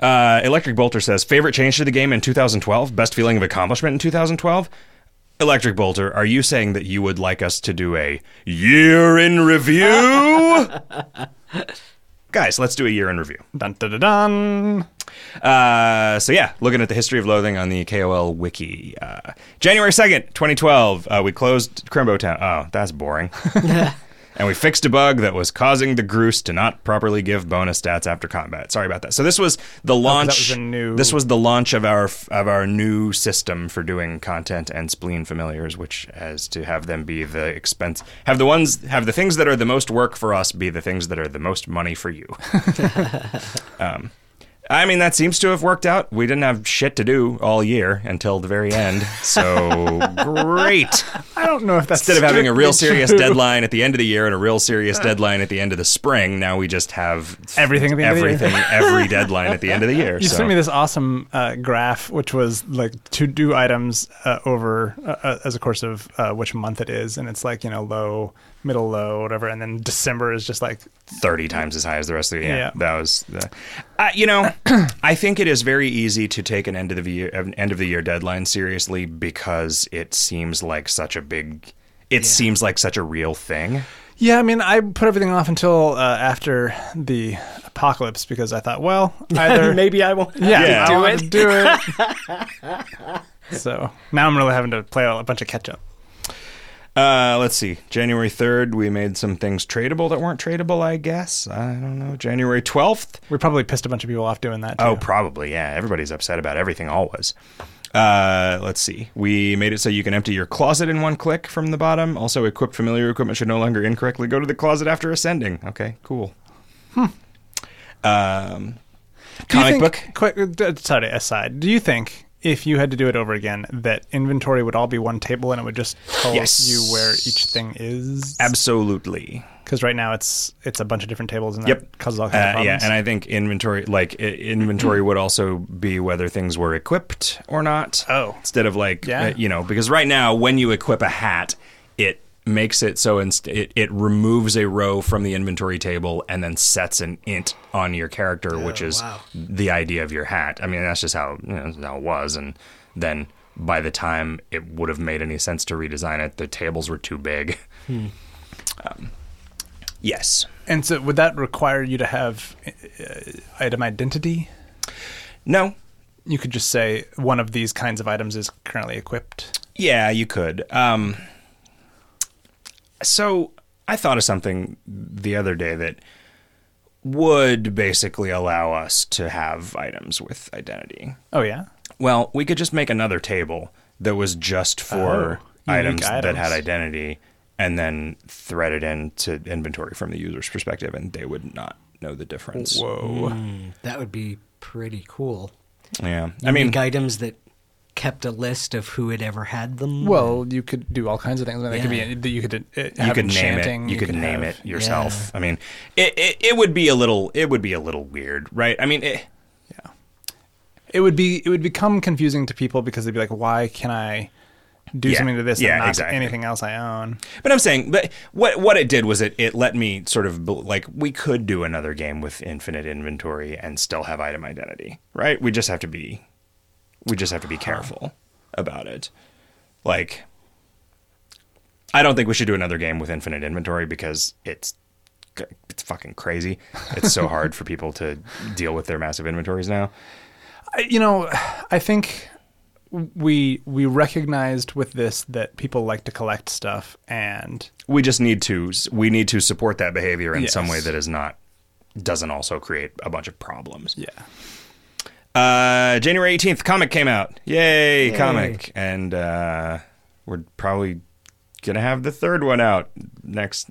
Speaker 1: Uh, Electric Bolter says favorite change to the game in 2012. Best feeling of accomplishment in 2012. Electric Bolter, are you saying that you would like us to do a year in review? Guys, let's do a year in review.
Speaker 3: dun, dun, dun, dun.
Speaker 1: Uh, so yeah, looking at the history of loathing on the KOL wiki, uh, January second, twenty twelve, uh, we closed Crimbo Town. Oh, that's boring. and we fixed a bug that was causing the Groose to not properly give bonus stats after combat. Sorry about that. So this was the launch.
Speaker 3: Oh, was a new-
Speaker 1: This was the launch of our of our new system for doing content and spleen familiars, which has to have them be the expense have the ones have the things that are the most work for us be the things that are the most money for you. I mean, that seems to have worked out. We didn't have shit to do all year until the very end. So great.
Speaker 3: I don't know if that's
Speaker 1: Instead of having a real
Speaker 3: strictly
Speaker 1: serious
Speaker 3: true. Uh.
Speaker 1: deadline at the end of the year and a real serious deadline at the end of the spring, now we just have
Speaker 3: Everything at the end of the year.
Speaker 1: everything, every deadline at the end of the year.
Speaker 3: You
Speaker 1: so.
Speaker 3: sent me this awesome uh, graph, which was like to do items uh, over uh, uh, as a course of uh, which month it is, and it's like you know low, middle, low, whatever, and then December is just like
Speaker 1: 30 times as high as the rest of the year.
Speaker 3: Yeah.
Speaker 1: That was the, uh, you know, I think it is very easy to take an end of the year an end of the year deadline seriously because it seems like such a big it seems like such a real thing.
Speaker 3: Yeah, I mean, I put everything off until uh, after the apocalypse because I thought, well, either
Speaker 2: Maybe I won't.
Speaker 3: yeah,
Speaker 1: Yeah.
Speaker 3: I
Speaker 1: Do
Speaker 3: wanted to do it. so now I'm really having to play a bunch of catch up.
Speaker 1: Uh, let's see. January 3rd, we made some things tradable that weren't tradable, I guess. I don't know. January 12th,
Speaker 3: We probably pissed a bunch of people off doing that. Too.
Speaker 1: Oh, probably. Yeah. Everybody's upset about everything always. Uh, let's see. We made it so you can empty your closet in one click from the bottom. Also, equipped familiar equipment should no longer incorrectly go to the closet after ascending. Okay, cool. Hmm. Um,
Speaker 3: Do you
Speaker 1: comic
Speaker 3: think-
Speaker 1: book.
Speaker 3: Quick, uh, sorry, aside. Do you think if you had to do it over again, that inventory would all be one table and it would just tell
Speaker 1: Yes.
Speaker 3: you where each thing is?
Speaker 1: Absolutely.
Speaker 3: Because right now it's it's a bunch of different tables and that
Speaker 1: Yep.
Speaker 3: causes all kinds of
Speaker 1: Uh, yeah,
Speaker 3: problems.
Speaker 1: and I think inventory, like i- inventory, would also be whether things were equipped or not.
Speaker 3: Oh.
Speaker 1: instead of like,
Speaker 3: Yeah.
Speaker 1: uh, you know, because right now when you equip a hat, it makes it so inst- it, it removes a row from the inventory table and then sets an int on your character,
Speaker 3: Oh,
Speaker 1: which is
Speaker 2: wow.
Speaker 1: the idea of your hat. I mean, that's just how you know, that's how it was, and then by the time it would have made any sense to redesign it, the tables were too big. Um,
Speaker 3: Hmm.
Speaker 1: yes.
Speaker 3: And so, would that require you to have uh, item identity?
Speaker 1: No.
Speaker 3: You could just say one of these kinds of items is currently equipped.
Speaker 1: Yeah, you could. Um, so I thought of something the other day that would basically allow us to have items with identity.
Speaker 3: Oh yeah,
Speaker 1: Well, we could just make another table that was just for
Speaker 3: Oh, unique
Speaker 1: items, that
Speaker 3: items.
Speaker 1: had identity and then thread it into inventory from the user's perspective and they would not know the difference.
Speaker 3: Whoa.
Speaker 2: That would be pretty cool.
Speaker 1: Yeah. I mean,
Speaker 2: Unique items that kept a list of who had ever had them.
Speaker 3: Well, you could do all kinds of things. I mean,
Speaker 2: Yeah.
Speaker 3: That could be you could uh, have
Speaker 1: you could name
Speaker 3: enchanting,
Speaker 1: it. You, could, name
Speaker 3: have-
Speaker 1: it yourself. I mean, it, it it would be a little it would be a little weird, right? I mean, it,
Speaker 3: It would be it would become confusing to people because they'd be like, why can I do
Speaker 1: Yeah.
Speaker 3: something to this
Speaker 1: Yeah,
Speaker 3: and not to
Speaker 1: exactly.
Speaker 3: anything else I own?
Speaker 1: but I'm saying, but what what it did was it it let me sort of bel- like we could do another game with infinite inventory and still have item identity, right? We just have to be we just have to be careful about it. Like, I don't think we should do another game with infinite inventory because it's it's fucking crazy. It's so hard for people to deal with their massive inventories now.
Speaker 3: I- you know, I think we we recognized with this that people like to collect stuff and
Speaker 1: we just need to we need to support that behavior in
Speaker 3: Yes.
Speaker 1: some way that is not doesn't also create a bunch of problems.
Speaker 3: yeah.
Speaker 1: Uh, January eighteenth, comic came out. Yay, comic! And uh, we're probably gonna have the third one out next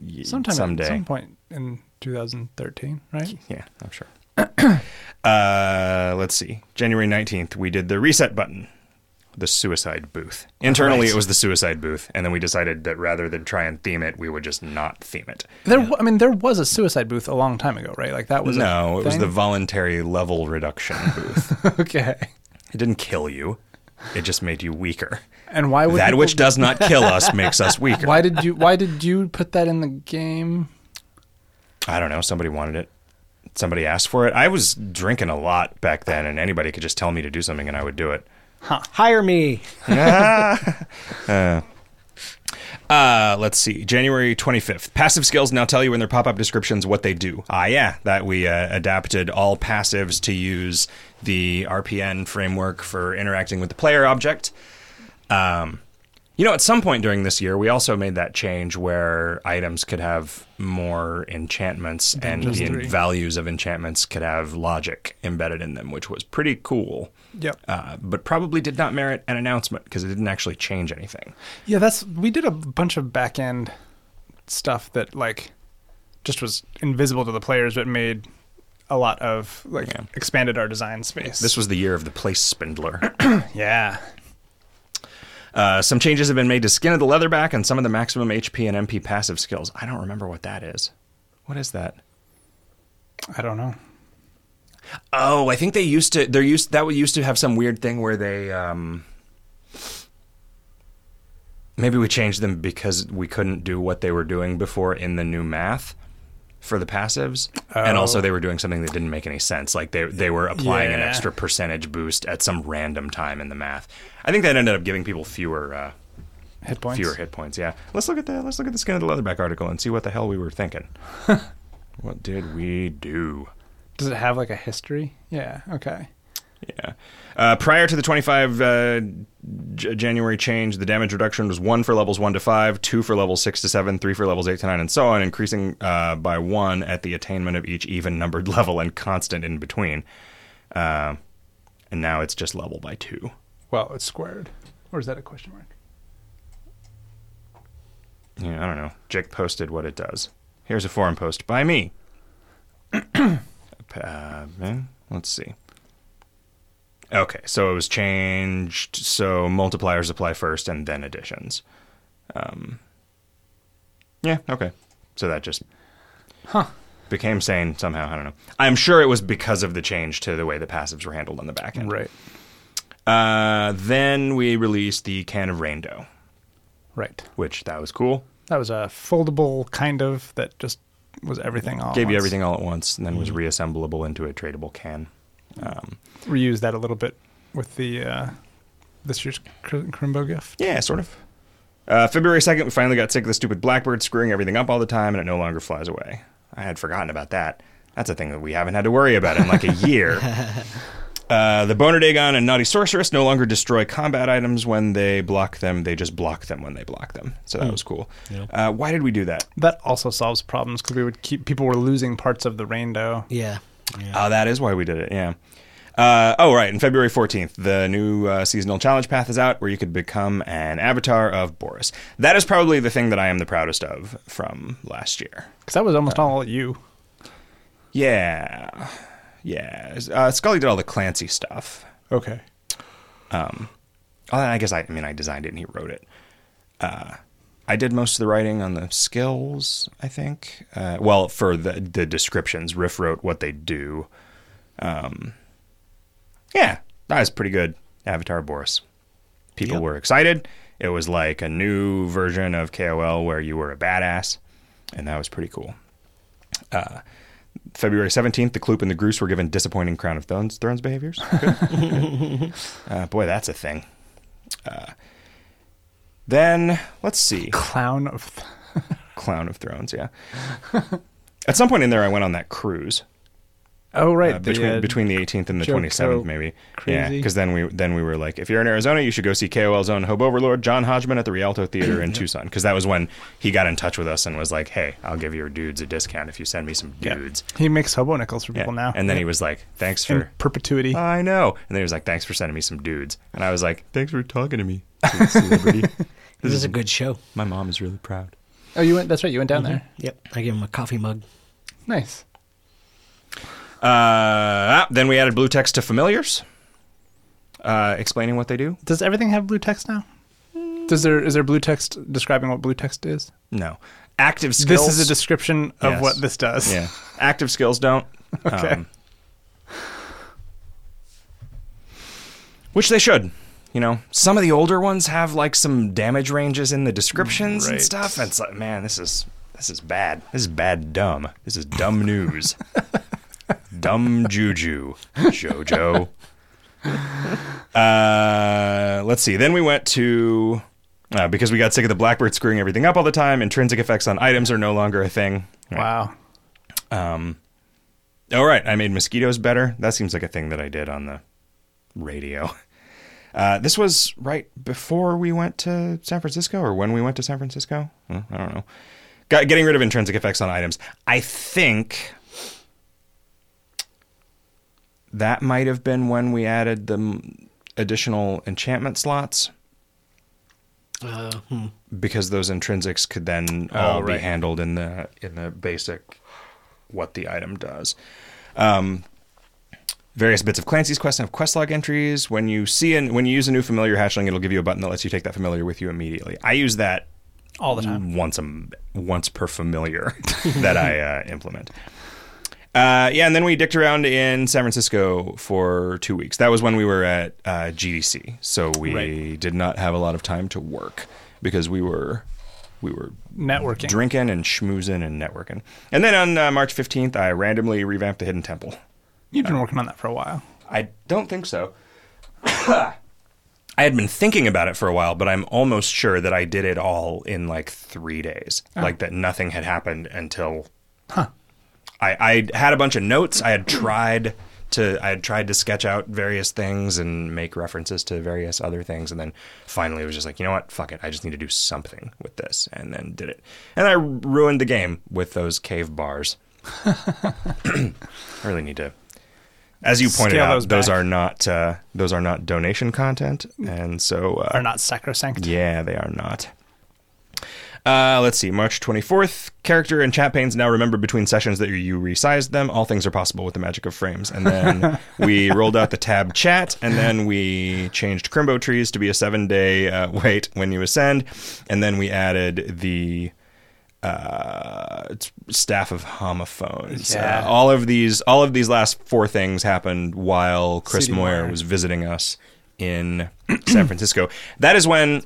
Speaker 1: y-
Speaker 3: sometime
Speaker 1: someday.
Speaker 3: at some point in 2013, right?
Speaker 1: Yeah, I'm sure. uh, let's see. January 19th, we did the reset button, the suicide booth. Internally, it was the suicide booth, and then we decided that rather than try and theme it, we would just not theme it.
Speaker 3: There, wa- I mean, there was a suicide booth a long time ago, right? Like that was a
Speaker 1: no, it was the
Speaker 3: thing?
Speaker 1: voluntary level reduction booth.
Speaker 3: okay.
Speaker 1: it didn't kill you; it just made you weaker.
Speaker 3: And why would
Speaker 1: That
Speaker 3: people-
Speaker 1: which does not kill us makes us weaker.
Speaker 3: Why did you? Why did you put that in the game?
Speaker 1: I don't know. Somebody wanted it. Somebody asked for it. I was drinking a lot back then, and anybody could just tell me to do something, and I would do it.
Speaker 2: hire me.
Speaker 1: Uh, let's see. January 25th. Passive skills now tell you in their pop up descriptions what they do. Ah, yeah. That we uh, adapted all passives to use the RPN framework for interacting with the player object. Um, you know, at some point during this year, we also made that change where items could have more enchantments and the
Speaker 3: three.
Speaker 1: values of enchantments could have logic embedded in them, which was pretty cool.
Speaker 3: Yep.
Speaker 1: Uh, but probably did not merit an announcement because it didn't actually change anything.
Speaker 3: Yeah, that's we did a bunch of back end stuff that like just was invisible to the players, but made a lot of like
Speaker 1: Yeah.
Speaker 3: expanded our design space.
Speaker 1: This was the year of the place spindler.
Speaker 3: yeah.
Speaker 1: Uh, some changes have been made to skin of the leatherback and some of the maximum HP and MP passive skills. I don't remember what that is. What is that?
Speaker 3: I don't know.
Speaker 1: Oh, I think they used to. They're used that would used to have some weird thing where they. Um, maybe we changed them because we couldn't do what they were doing before in the new math for the passives, and
Speaker 3: Oh.
Speaker 1: also they were doing something that didn't make any sense. Like they they were applying an
Speaker 3: Yeah.
Speaker 1: extra percentage boost at some random time in the math. I think that ended up giving people fewer. Uh,
Speaker 3: Hit points.
Speaker 1: Fewer hit points. Yeah. Let's look at the let's look at the skin of the leatherback article and see what the hell we were thinking. what did we do?
Speaker 3: Does it have like a history? Yeah. Okay.
Speaker 1: Yeah. Uh, prior to the 25 uh, J- January change, the damage reduction was one for levels one to five, two for levels six to seven, three for levels eight to nine, and so on, increasing uh, by one at the attainment of each even numbered level and constant in between. Uh, and now it's just level by two.
Speaker 3: Well, it's squared. Or is that a question mark?
Speaker 1: Yeah, I don't know. Jake posted what it does. Here's a forum post by me. uh, eh, let's see. Okay, so it was changed. So multipliers apply first and then additions. Um, yeah, okay. So that just
Speaker 3: Huh.
Speaker 1: became sane somehow. I don't know. I'm sure it was because of the change to the way the passives were handled on the back end.
Speaker 3: Right.
Speaker 1: Uh, then we released the Can of Raindow,
Speaker 3: Right.
Speaker 1: which that was cool.
Speaker 3: That was a foldable kind of that just was everything all. at
Speaker 1: gave you
Speaker 3: once.
Speaker 1: everything all at once Mm-hmm. and then was reassemblable into a tradable can. Um,
Speaker 3: Reuse that a little bit with the uh, this year's Cr- Crimbo gift.
Speaker 1: yeah, sort of. Uh, February 2nd, we finally got sick of the stupid blackbird screwing everything up all the time and it no longer flies away. I had forgotten about that. That's a thing that we haven't had to worry about in like a year. Uh, the Boner Dagon and Naughty Sorceress no longer destroy combat items when they block them. They just block them when they block them. So that was cool. Uh, why did we do that?
Speaker 3: That also solves problems because we would keep people were losing parts of the rainbow.
Speaker 2: Yeah. yeah.
Speaker 1: Oh, that is why we did it. Yeah. Uh, oh, right. And February 14th, the new uh, seasonal challenge path is out where you could become an avatar of Boris. That is probably the thing that I am the proudest of from last year.
Speaker 3: Because that was
Speaker 1: Uh.
Speaker 3: almost all you.
Speaker 1: Yeah. Yeah. Uh, Scully did all the Clancy stuff.
Speaker 3: Okay.
Speaker 1: Oh, and I guess I, I mean, I designed it and he wrote it. Uh, I did most of the writing on the skills, I think. Uh, well, for the, the descriptions, Riff wrote what they do. Um, yeah, that was pretty good. Avatar Boris. People were excited. It was like a new version of KOL where you were a badass, and that was pretty cool. Uh, February 17th, the Kloop and the Groose were given disappointing Crown of Thrones, Thrones behaviors. Good. uh, boy, that's a thing. Uh, then, let's see.
Speaker 3: Clown of. Th-
Speaker 1: Clown of Thrones, yeah. At some point in there, I went on that cruise
Speaker 3: oh right.
Speaker 1: uh,
Speaker 3: the,
Speaker 1: between
Speaker 3: uh,
Speaker 1: between the 18th and the
Speaker 3: Joe
Speaker 1: 27th,
Speaker 3: Coe
Speaker 1: maybe. Yeah,
Speaker 3: crazy.
Speaker 1: because then we then we were like, if you're in Arizona, you should go see KOL's own Hobo Overlord John Hodgman at the Rialto Theater in Tucson, because that was when he got in touch with us and was like, hey, I'll give your dudes a discount if you send me some
Speaker 3: yeah.
Speaker 1: dudes.
Speaker 3: He makes hobo nickels for people now.
Speaker 1: And then he was like, thanks
Speaker 3: in
Speaker 1: for.
Speaker 3: perpetuity.
Speaker 1: I know. And then he was like, thanks for sending me some dudes. And I was like, thanks for talking to me, celebrity.
Speaker 2: It was a good show.
Speaker 1: My mom is really proud.
Speaker 3: oh, you went. That's right. You went down there.
Speaker 2: Yep. I gave him a coffee mug.
Speaker 3: Nice.
Speaker 1: Uh, ah, then we added blue text to familiars, uh, explaining what they do.
Speaker 3: Does everything have blue text now? Does there is there blue text describing what blue text is?
Speaker 1: No. Active skills.
Speaker 3: This is a description of
Speaker 1: Yes.
Speaker 3: what this does.
Speaker 1: Yeah. Active skills don't. Um,
Speaker 3: Okay.
Speaker 1: which they should. You know, some of the older ones have like some damage ranges in the descriptions and
Speaker 3: Right.
Speaker 1: stuff. And it's like, man, this is this is bad. This is bad dumb. This is dumb news. dumb juju. Jojo. Uh, let's see. Then we went to uh, because we got sick of the blackbird screwing everything up all the time. Intrinsic effects on items are no longer a thing.
Speaker 3: Wow.
Speaker 1: All right, I made mosquitoes better. That seems like a thing that I did on the radio. Uh, this was right before we went to San Francisco, or when we went to San Francisco. Hmm, I don't know. Got, getting rid of intrinsic effects on items. I think that might have been when we added the m- additional enchantment slots
Speaker 2: Uh, hmm. Oh,
Speaker 1: because those intrinsics could then all
Speaker 3: right.
Speaker 1: be handled in the in the basic what the item does. Um, various bits of Clancy's quest and of quest log entries. When you see and when you use a new familiar hatchling, it'll give you a button that lets you take that familiar with you immediately. I use that
Speaker 3: all the time.
Speaker 1: once a m- once per familiar that I uh, implement. Uh, yeah, and then we dicked around in San Francisco for two weeks. That was when we were at uh, GDC, so we
Speaker 3: Right.
Speaker 1: did not have a lot of time to work because we were we were
Speaker 3: Networking.
Speaker 1: drinking and schmoozing and networking. And then on uh, March fifteenth, I randomly revamped the Hidden Temple.
Speaker 3: You've been working on that for a while.
Speaker 1: I don't think so. I had been thinking about it for a while, but I'm almost sure that I did it all in like three days.
Speaker 3: Oh.
Speaker 1: Like that nothing had happened until I, I had a bunch of notes. I had tried to I had tried to sketch out various things and make references to various other things, and then finally it was just like, you know what, fuck it, I just need to do something with this, and then did it. And I ruined the game with those cave bars. I really need to. As you pointed
Speaker 3: Scale
Speaker 1: out,
Speaker 3: those
Speaker 1: those,
Speaker 3: back.
Speaker 1: are not uh, those are not donation content, and so uh,
Speaker 3: Mm. Are not sacrosanct.
Speaker 1: yeah, they are not. Uh, let's see. March 24th. Character and chat panes now remember between sessions that you resized them. All things are possible with the magic of frames. And then we rolled out the tab chat, and then we changed Crimbo trees to be a seven day uh, wait when you ascend. And then we added the uh, it's staff of homophones. Uh,
Speaker 3: Yeah.
Speaker 1: all of these, all of these last four things happened while Chris
Speaker 3: CD
Speaker 1: Moyer
Speaker 3: Moyer.
Speaker 1: was visiting us in San Francisco. That is when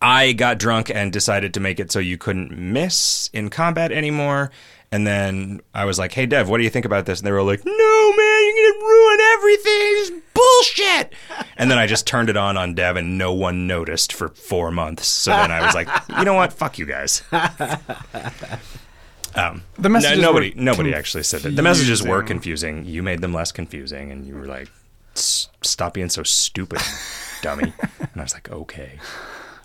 Speaker 1: I got drunk and decided to make it so you couldn't miss in combat anymore. And then I was like, "Hey, Dev, what do you think about this?" And they were like, "No, man, you're gonna ruin everything. This is bullshit." And then I just turned it on on Dev, and no one noticed for four months. So then I was like, "You know what? Fuck you guys." Um, no-
Speaker 3: The messages
Speaker 1: nobody,
Speaker 3: were
Speaker 1: nobody actually said that. The messages were
Speaker 3: confusing.
Speaker 1: confusing. You made them less confusing, and you were like, "S- "Stop being so stupid, dummy." And I was like, "Okay."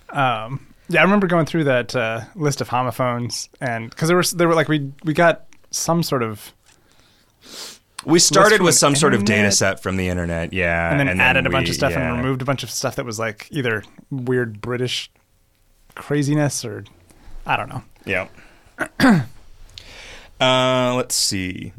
Speaker 3: Um, yeah, I remember going through that uh, list of homophones, and because there was there were like we we got some sort of
Speaker 1: We started
Speaker 3: from
Speaker 1: with
Speaker 3: the
Speaker 1: some sort of data
Speaker 3: internet?
Speaker 1: set from the internet, yeah,
Speaker 3: and then added a
Speaker 1: we-
Speaker 3: bunch of stuff
Speaker 1: yeah.
Speaker 3: and removed a bunch of stuff that was like either weird British craziness or I don't know.
Speaker 1: Yeah. uh, let's see.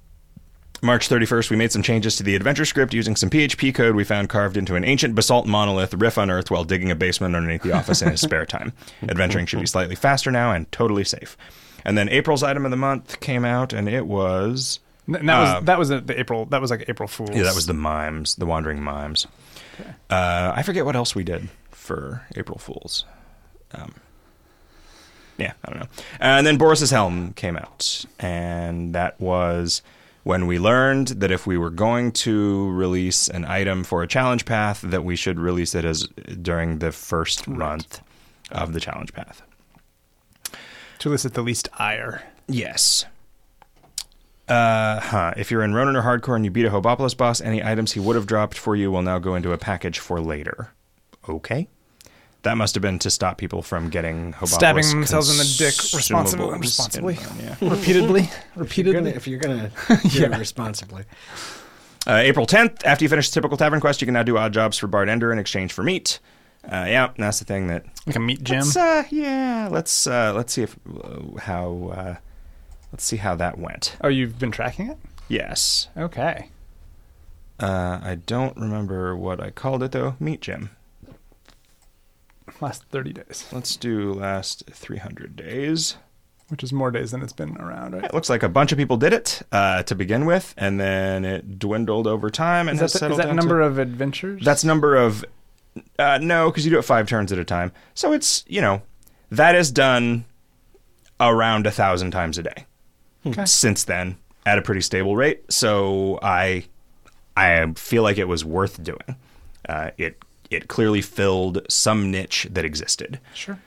Speaker 1: March 31st, we made some changes to the adventure script using some PHP code we found carved into an ancient basalt monolith Riff unearthed while digging a basement underneath the office in his spare time. Adventuring should be slightly faster now and totally safe. And then April's item of the month came out, and it was.
Speaker 3: N- and that was
Speaker 1: Uh,
Speaker 3: that was the April that was like April Fool's.
Speaker 1: Yeah, that was the mimes, the wandering mimes. Uh, I forget what else we did for April Fools. Um, yeah, I don't know. And then Boris's Helm came out, and that was when we learned that if we were going to release an item for a challenge path, that we should release it as during the first month of the challenge path.
Speaker 3: to elicit the least ire.
Speaker 1: Yes. Uh huh. If you're in Ronin or Hardcore and you beat a Hobopolis boss, any items he would have dropped for you will now go into a package for later. Okay. That must have been to stop people from getting Hobopolis
Speaker 3: Stabbing themselves in the dick responsible-
Speaker 1: responsibles.
Speaker 3: responsibly.
Speaker 1: Yeah.
Speaker 3: Repeatedly,
Speaker 2: If you're gonna,
Speaker 3: repeatedly.
Speaker 2: if you're gonna do it responsibly,
Speaker 1: Uh, April 10th, after you finish the typical tavern quest, you can now do odd jobs for Bard Ender in exchange for meat. Uh, yeah, that's the thing that
Speaker 3: Like a meat gym.
Speaker 1: Let's, uh, yeah, let's uh, let's see if uh, how uh, let's see how that went.
Speaker 3: Oh, you've been tracking it?
Speaker 1: Yes,
Speaker 3: Okay.
Speaker 1: Uh, I don't remember what I called it though. Meat Gym.
Speaker 3: Last 30 days,
Speaker 1: Let's do last 300 days.
Speaker 3: which is more days than it's been around, right?
Speaker 1: It looks like a bunch of people did it uh, to begin with, and then it dwindled over time. And
Speaker 3: Is that, the, is that number of adventures?
Speaker 1: That's number of. Uh, no, because you do it five turns at a time. So it's you know that is done around a thousand times a day
Speaker 3: Okay.
Speaker 1: since then at a pretty stable rate. So I I feel like it was worth doing. Uh, it it clearly filled some niche that existed.
Speaker 3: sure.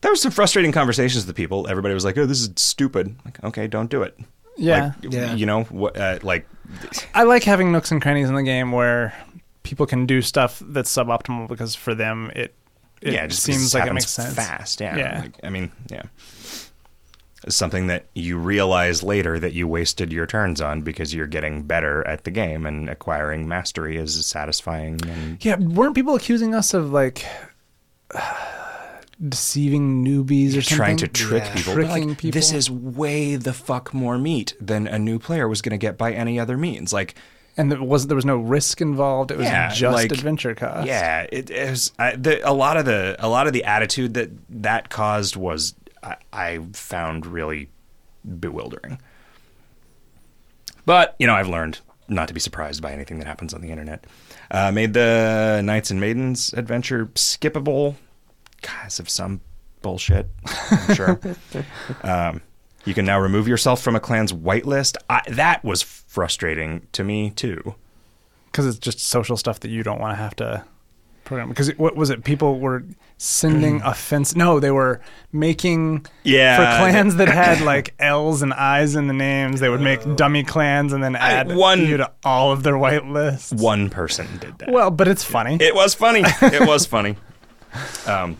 Speaker 1: There was some frustrating conversations with the people. Everybody was like, "Oh, this is stupid." Like, okay, don't do it.
Speaker 3: Yeah.
Speaker 1: Like,
Speaker 2: Yeah.
Speaker 1: You know what? Uh, like,
Speaker 3: I like having nooks and crannies in the game where people can do stuff that's suboptimal because for them it it
Speaker 1: yeah, it just
Speaker 3: seems
Speaker 1: just
Speaker 3: like it
Speaker 1: happens
Speaker 3: makes sense.
Speaker 1: fast. Yeah.
Speaker 3: Yeah.
Speaker 1: Like, I mean, yeah. It's something that you realize later that you wasted your turns on because you're getting better at the game and acquiring mastery is satisfying. And
Speaker 3: Yeah, weren't people accusing us of like deceiving newbies or something.
Speaker 1: trying to trick
Speaker 2: Yeah.
Speaker 1: people. but,
Speaker 3: Tricking
Speaker 1: like,
Speaker 3: people.
Speaker 1: This is way the fuck more meat than a new player was going to get by any other means. Like,
Speaker 3: and there was there was no risk involved. It was
Speaker 1: yeah,
Speaker 3: just
Speaker 1: like-
Speaker 3: adventure cost.
Speaker 1: Yeah, it, it was I, the, a lot of the a lot of the attitude that that caused was I, I found really bewildering. But you know, I've learned not to be surprised by anything that happens on the internet. Uh, made the Knights and Maidens adventure skippable because of some bullshit. I'm sure. um, you can now remove yourself from a clan's whitelist. I, that was frustrating to me too.
Speaker 3: because it's just social stuff that you don't want to have to program. Because it- what was it? People were sending offense. No, they were making
Speaker 1: Mm. Yeah,
Speaker 3: for
Speaker 1: they-
Speaker 3: clans that had like L's and I's in the names. They would make
Speaker 1: Uh,
Speaker 3: dummy clans and then add
Speaker 1: one-
Speaker 3: you to all of their white lists.
Speaker 1: One person did that.
Speaker 3: Well, but it's funny.
Speaker 1: It was funny. It was funny. Um,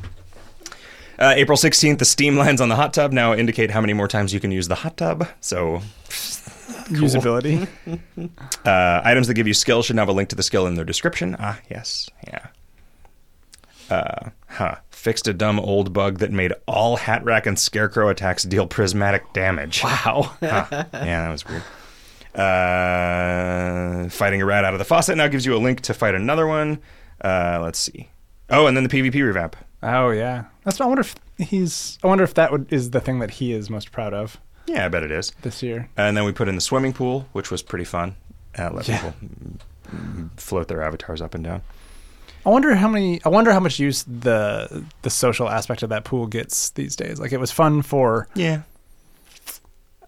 Speaker 1: uh, April 16th, the steam lines on the hot tub now indicate how many more times you can use the hot tub. So,
Speaker 3: Usability.
Speaker 1: uh, items that give you skill should now have a link to the skill in their description. Ah, yes. Yeah. Uh, huh. Fixed a dumb old bug that made all hat rack and scarecrow attacks deal prismatic damage.
Speaker 3: Wow.
Speaker 1: Huh. Yeah, that was weird. Uh, fighting a rat out of the faucet now gives you a link to fight another one. Uh, let's see. Oh, and then the PvP revamp.
Speaker 3: Oh yeah. That's. I wonder if he's. I wonder if that would, is the thing that he is most proud of
Speaker 1: Yeah, I bet it is.
Speaker 3: this year.
Speaker 1: And then we put in the swimming pool, which was pretty fun. Uh, let
Speaker 3: Yeah.
Speaker 1: people mm, mm, float their avatars up and down.
Speaker 3: I wonder how many. I wonder how much use the the social aspect of that pool gets these days. Like it was fun for
Speaker 1: Yeah.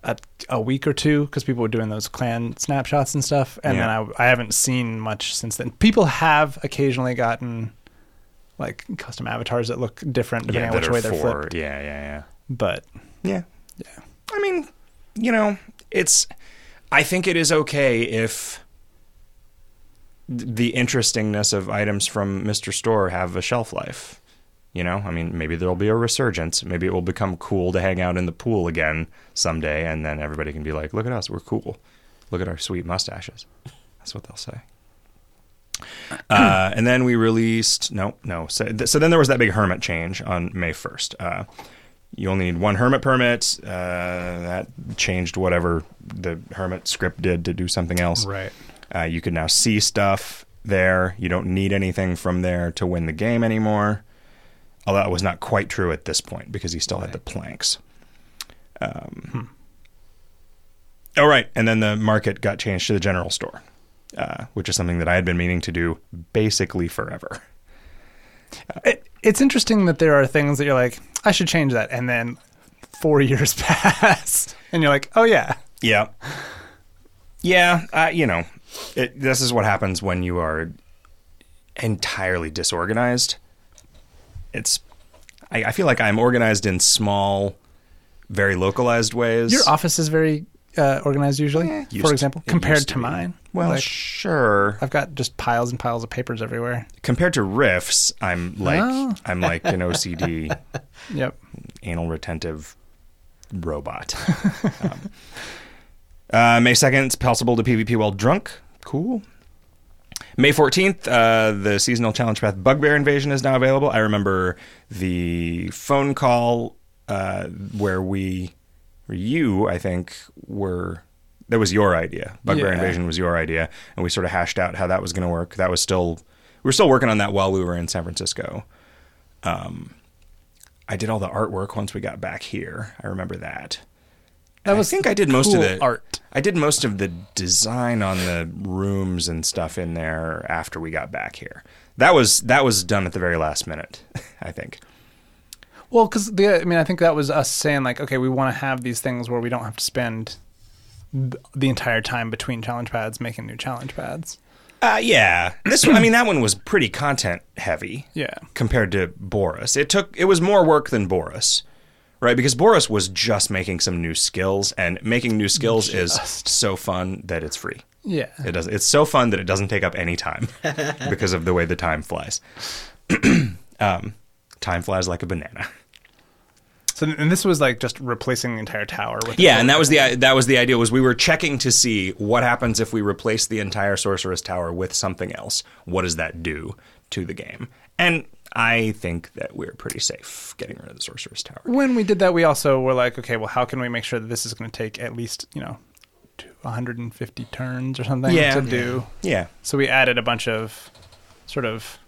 Speaker 3: a, a week or two because people were doing those clan snapshots and stuff, and
Speaker 1: Yeah.
Speaker 3: then I I haven't seen much since then. People have occasionally gotten like custom avatars that look different depending
Speaker 1: Yeah,
Speaker 3: on
Speaker 1: that
Speaker 3: which
Speaker 1: are
Speaker 3: way they're
Speaker 1: for-
Speaker 3: flipped.
Speaker 1: Yeah, yeah,
Speaker 3: But
Speaker 1: yeah. Yeah.
Speaker 3: Yeah.
Speaker 1: I mean, you know, it's. I think it is okay if th- the interestingness of items from Mr. Store have a shelf life. You know, I mean, maybe there'll be a resurgence. Maybe it will become cool to hang out in the pool again someday, and then everybody can be like, look at us, we're cool. Look at our sweet mustaches. That's what they'll say. uh, and then we released no, no. So, th- so then there was that big hermit change on May first. Uh, you only need one hermit permit. Uh, that changed whatever the hermit script did to do something else.
Speaker 3: right,
Speaker 1: Uh, you can now see stuff there. You don't need anything from there to win the game anymore. Although that was not quite true at this point because he still had the planks. Um, All right. And then the market got changed to the general store, uh, which is something that I had been meaning to do basically forever.
Speaker 3: it, it's interesting that there are things that you're like, I should change that, and then four years pass, and you're like, oh yeah,
Speaker 1: Yeah. Yeah, uh, you know, it, this is what happens when you are entirely disorganized. It's, I, I feel like I'm organized in small, very localized ways.
Speaker 3: your office is very uh, organized usually.
Speaker 1: used-
Speaker 3: for example,
Speaker 1: it
Speaker 3: compared
Speaker 1: used
Speaker 3: to,
Speaker 1: to be.
Speaker 3: mine,
Speaker 1: Well,
Speaker 3: Like,
Speaker 1: sure.
Speaker 3: I've got just piles and piles of papers everywhere.
Speaker 1: Compared to riffs, I'm like
Speaker 3: Oh.
Speaker 1: I'm like an OCD,
Speaker 3: Yep.
Speaker 1: anal retentive robot. Um, uh, May second, it's possible to PvP while drunk. Cool. May 14th, uh, the seasonal challenge path Bugbear Invasion is now available. I remember the phone call uh, where we, or you, I think, were. That was your idea. Bugbear
Speaker 3: Yeah.
Speaker 1: Invasion was your idea, and we sort of hashed out how that was going to work. That was still, we were still working on that while we were in San Francisco. Um, I did all the artwork once we got back here. I remember that.
Speaker 3: That
Speaker 1: I
Speaker 3: was
Speaker 1: think I did most of
Speaker 3: cool
Speaker 1: the
Speaker 3: art.
Speaker 1: I did most of the design on the rooms and stuff in there after we got back here. That was that was done at the very last minute, I think.
Speaker 3: Well, because the I mean, I think that was us saying like, okay, we want to have these things where we don't have to spend th- the entire time between challenge pads making new challenge pads.
Speaker 1: Uh, yeah, this one, I mean that one was pretty content heavy.
Speaker 3: Yeah.
Speaker 1: compared to Boris, it took it was more work than Boris, right? Because Boris was just making some new skills, and making new skills is so fun that it's free.
Speaker 3: Yeah.
Speaker 1: It does. It's so fun that it doesn't take up any time because of the way the time flies. um, time flies like a banana.
Speaker 3: So and this was like just replacing the entire tower with
Speaker 1: Yeah, and that was the that was the idea was we were checking to see what happens if we replace the entire sorceress tower with something else. What does that do to the game? And I think that we're pretty safe getting rid of the Sorcerer's Tower.
Speaker 3: When we did that, we also were like, okay, well, how can we make sure that this is going to take at least you know, 150 turns or something
Speaker 1: Yeah.
Speaker 3: to do?
Speaker 1: Yeah,
Speaker 3: So we added a bunch of sort of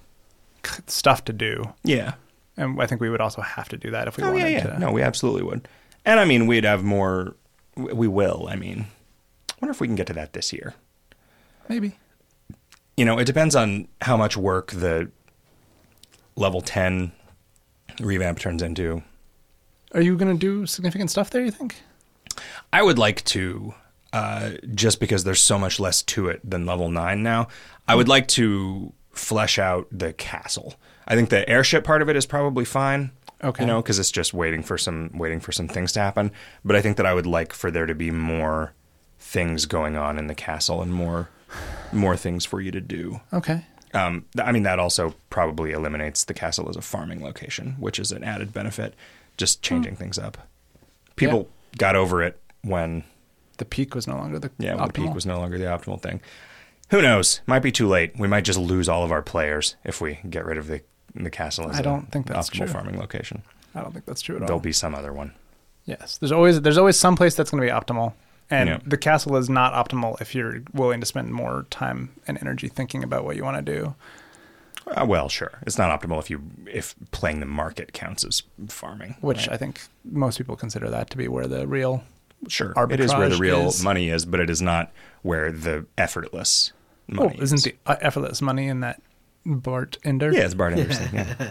Speaker 3: stuff to do,
Speaker 1: yeah.
Speaker 3: and I think we would also have to do that if we
Speaker 1: Oh
Speaker 3: wanted
Speaker 1: yeah, yeah.
Speaker 3: to.
Speaker 1: No, we absolutely would. And I mean, we'd have more. We we will. I mean, I wonder if we can get to that this year.
Speaker 3: Maybe.
Speaker 1: you know, it depends on how much work the level 10 revamp turns into.
Speaker 3: Are you going to do significant stuff there? You think?
Speaker 1: I would like to, uh, just because there's so much less to it than level 9 now, I would like to flesh out the castle. I think the airship part of it is probably fine.
Speaker 3: Okay.
Speaker 1: You know, because it's just waiting for some waiting for some things to happen. But I think that I would like for there to be more things going on in the castle and more more things for you to do.
Speaker 3: Okay.
Speaker 1: Um, th- I mean, that also probably eliminates the castle as a farming location, which is an added benefit, just changing
Speaker 3: Hmm.
Speaker 1: things up. People got over it when,
Speaker 3: The peak was no longer the
Speaker 1: yeah, when the peak
Speaker 3: optimal.
Speaker 1: was no longer the optimal thing. Who knows? Might be too late. We might just lose all of our players if we get rid of the, the castle as
Speaker 3: I
Speaker 1: a
Speaker 3: don't think that's
Speaker 1: optimal
Speaker 3: true.
Speaker 1: farming location.
Speaker 3: I don't think that's true at all.
Speaker 1: There'll be some other one.
Speaker 3: Yes, there's always there's always some place that's going to be optimal, and
Speaker 1: Yeah.
Speaker 3: the castle is not optimal if you're willing to spend more time and energy thinking about what you want to do.
Speaker 1: Uh, well, sure. It's not optimal if you if playing the market counts as farming,
Speaker 3: Which I think most people consider that to be where the real
Speaker 1: sure it is where the
Speaker 3: arbitrage
Speaker 1: real
Speaker 3: is-
Speaker 1: money is, but it is not where the effortless
Speaker 3: oh,
Speaker 1: money is.
Speaker 3: isn't the uh, effortless money in that Bart Ender?
Speaker 1: Yeah, it's Bart Anderson. Yeah.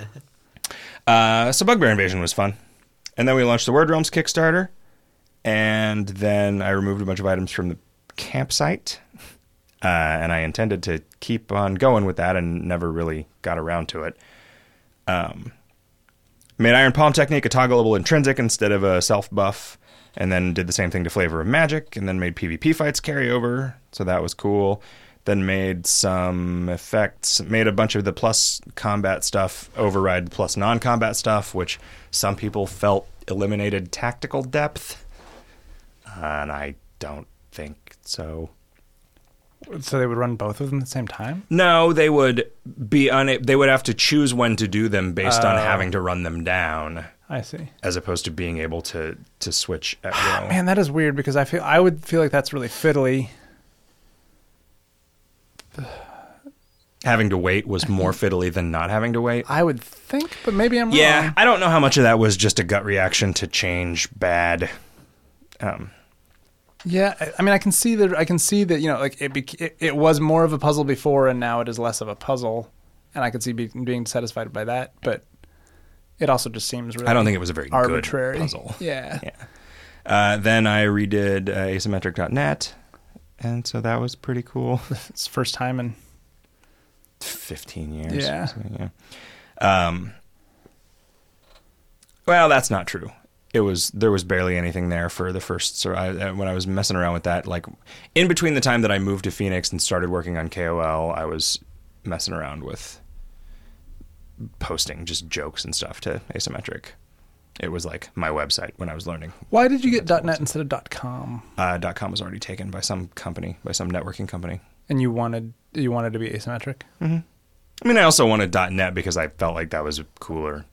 Speaker 1: Uh, so Bugbear Invasion was fun, and then we launched the Word Realms Kickstarter, and then I removed a bunch of items from the campsite, uh, and I intended to keep on going with that, and never really got around to it. Made Iron Palm Technique a toggleable intrinsic instead of a self buff, and then did the same thing to Flavor of Magic, and then made PvP fights carry over, so that was cool. Then made some effects, made a bunch of the plus combat stuff override plus non combat stuff, which some people felt eliminated tactical depth, and I don't think so.
Speaker 3: So they would run both of them at the same time.
Speaker 1: No, they would be una- They would have to choose when to do them based on having to run them down
Speaker 3: I see.
Speaker 1: as opposed to being able to to switch at will.
Speaker 3: Man, that is weird because I feel I would feel like that's really fiddly.
Speaker 1: Having to wait was more fiddly than not having to wait.
Speaker 3: I would think, but maybe I'm
Speaker 1: Yeah,
Speaker 3: wrong.
Speaker 1: I don't know how much of that was just a gut reaction to change bad. Um,
Speaker 3: Yeah, I- I mean, I can see that. I can see that you know, like it, bec- it. It was more of a puzzle before, and now it is less of a puzzle, and I could see be- being satisfied by that. But it also just seems really.
Speaker 1: I don't think it was a very
Speaker 3: arbitrary
Speaker 1: good puzzle.
Speaker 3: Yeah.
Speaker 1: Yeah. Uh, then I redid uh, asymmetric.net, and so that was pretty cool.
Speaker 3: it's first time, and
Speaker 1: 15 years.
Speaker 3: Yeah.
Speaker 1: or something, yeah. Um, well, that's not true. It was there was barely anything there for the first. So I, uh, when I was messing around with that, like in between the time that I moved to Phoenix and started working on KOL, I was messing around with posting just jokes and stuff to asymmetric. It was like my website when I was learning.
Speaker 3: why did you get .net instead of .com?
Speaker 1: Uh, dot com was already taken by some company, by some networking company.
Speaker 3: And you wanted you wanted to be asymmetric.
Speaker 1: I mean, I also wanted .net because I felt like that was a cooler,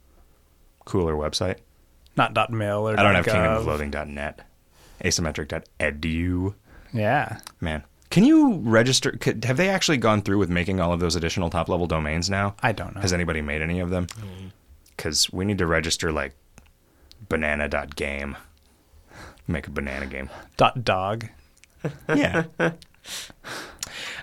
Speaker 1: cooler website.
Speaker 3: Not dot .mil or
Speaker 1: I don't have
Speaker 3: dot
Speaker 1: kingdom
Speaker 3: gov.
Speaker 1: of loathing.net, asymmetric.edu.
Speaker 3: Yeah.
Speaker 1: Man, can you register? Could, have they actually gone through with making all of those additional top level domains now?
Speaker 3: I don't know.
Speaker 1: Has anybody made any of them? Because we need to register like banana.game. Make a banana game.
Speaker 3: Dot .dog.
Speaker 1: Yeah. uh,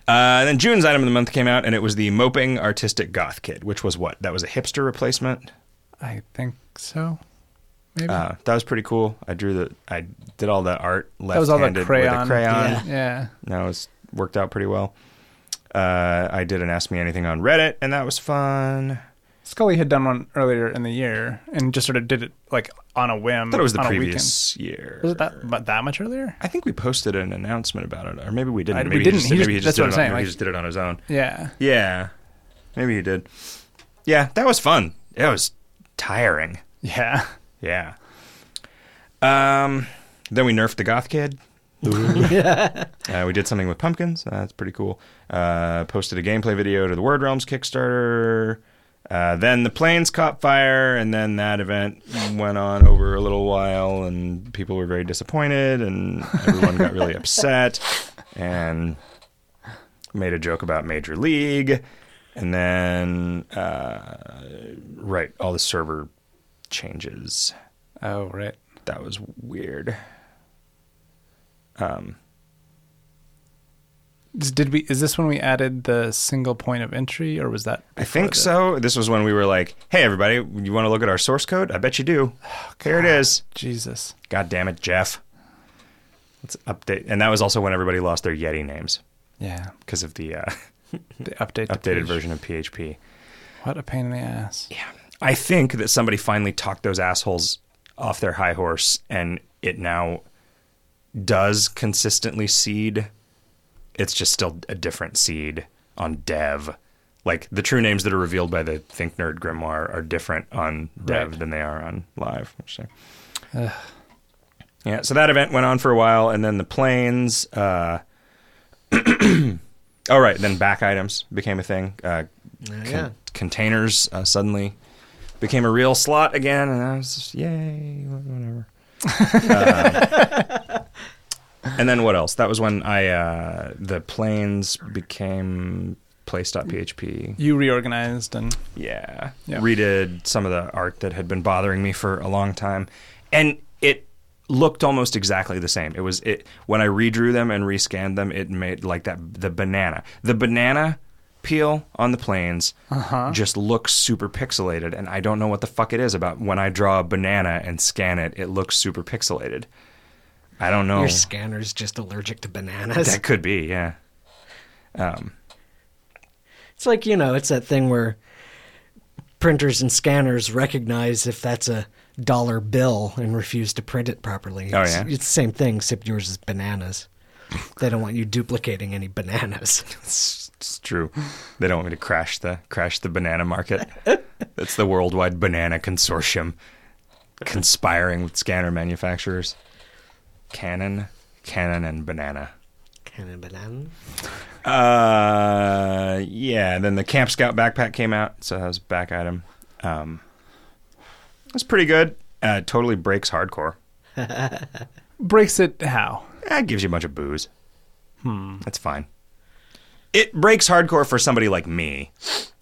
Speaker 1: then June's item of the month came out, and it was the moping artistic goth kid, which was what? That was a hipster replacement.
Speaker 3: I think so. Maybe.
Speaker 1: Uh, that was pretty cool. I drew the, I did all the art left-handed
Speaker 3: that was all the
Speaker 1: with
Speaker 3: crayon.
Speaker 1: a crayon.
Speaker 2: Yeah.
Speaker 3: yeah.
Speaker 1: No, it's worked out pretty well. Uh, I did an Ask Me Anything on Reddit, and that was fun.
Speaker 3: Scully had done one earlier in the year and just sort of did it like on a whim.
Speaker 1: I thought it was the
Speaker 3: on
Speaker 1: previous year.
Speaker 3: A weekend. Was it that but that much earlier?
Speaker 1: I think we posted an announcement about it, or maybe we didn't.
Speaker 3: I- we
Speaker 1: maybe He
Speaker 3: didn't.
Speaker 1: just,
Speaker 3: He just-
Speaker 1: maybe he
Speaker 3: that's
Speaker 1: just did it
Speaker 3: what I'm
Speaker 1: on,
Speaker 3: saying,
Speaker 1: maybe
Speaker 3: like-
Speaker 1: he just did it on his own.
Speaker 3: Yeah.
Speaker 1: Yeah, maybe he did. Yeah, that was fun. It was tiring.
Speaker 3: Yeah.
Speaker 1: Yeah. Um, then we nerfed the goth kid. uh, we did something with Uh, pumpkins. That's pretty cool. Uh, posted a gameplay video to the Word Realms Kickstarter. Uh, then the planes caught fire, and then that event went on over a little while, and people were very disappointed, and everyone got really upset, and made a joke about Major League, and then uh, right, all the server changes.
Speaker 3: Oh, right.
Speaker 1: That was weird.
Speaker 3: Did we? Is this when we added the single point of entry, or was that?
Speaker 1: I
Speaker 3: before
Speaker 1: think
Speaker 3: that?
Speaker 1: so. This was when we were like, "Hey, everybody, you want to look at our source code? I bet you do. Here it is.
Speaker 3: Jesus.
Speaker 1: God damn it, Jeff. Let's update." And that was also when everybody lost their Yeti names
Speaker 3: Yeah.
Speaker 1: because of the uh,
Speaker 3: The update. to
Speaker 1: updated
Speaker 3: page.
Speaker 1: version of PHP.
Speaker 3: What a pain in the ass.
Speaker 1: Yeah, I think that somebody finally talked those assholes off their high horse, and it now does consistently seed. It's just still a different seed on Dev. Like the true names that are revealed by the Think Nerd Grimoire are different on Dev
Speaker 3: Right.
Speaker 1: than they are on Live. So. Yeah, so that event went on for a while, and then the planes. Uh, all right, then back items became a thing. Uh,
Speaker 2: Uh,
Speaker 1: con-
Speaker 2: yeah.
Speaker 1: containers uh, suddenly became a real slot again, and I was just yay, whatever. Um, and then what else? That was when I uh, the planes became place.php.
Speaker 3: You reorganized and
Speaker 1: Yeah.
Speaker 3: Yeah.
Speaker 1: Redid some of the art that had been bothering me for a long time. And it looked almost exactly the same. It was it when I redrew them and rescanned them, it made like that the banana. The banana peel on the planes just looks super pixelated and I don't know what the fuck it is about when I draw a banana and scan it, it looks super pixelated. I don't know.
Speaker 2: Your scanner's just allergic to bananas.
Speaker 1: Oh. that could be, yeah.
Speaker 2: It's like, you know, it's that thing where printers and scanners recognize if that's a dollar bill and refuse to print it properly.
Speaker 1: Oh,
Speaker 2: It's-
Speaker 1: yeah?
Speaker 2: It's the same thing, except yours is bananas. they don't want you duplicating any bananas.
Speaker 1: It's, it's true. They don't want me to crash the crash the banana market. That's the worldwide banana consortium conspiring with scanner manufacturers. Canon, Canon, and banana.
Speaker 2: Can a banana?
Speaker 1: Uh, yeah. and Then the Camp Scout backpack came out, so that was a back item. Um, it's pretty good. Uh, totally breaks hardcore.
Speaker 3: breaks it. How?
Speaker 1: That gives you a bunch of booze. Hmm. That's fine. It breaks hardcore for somebody like me,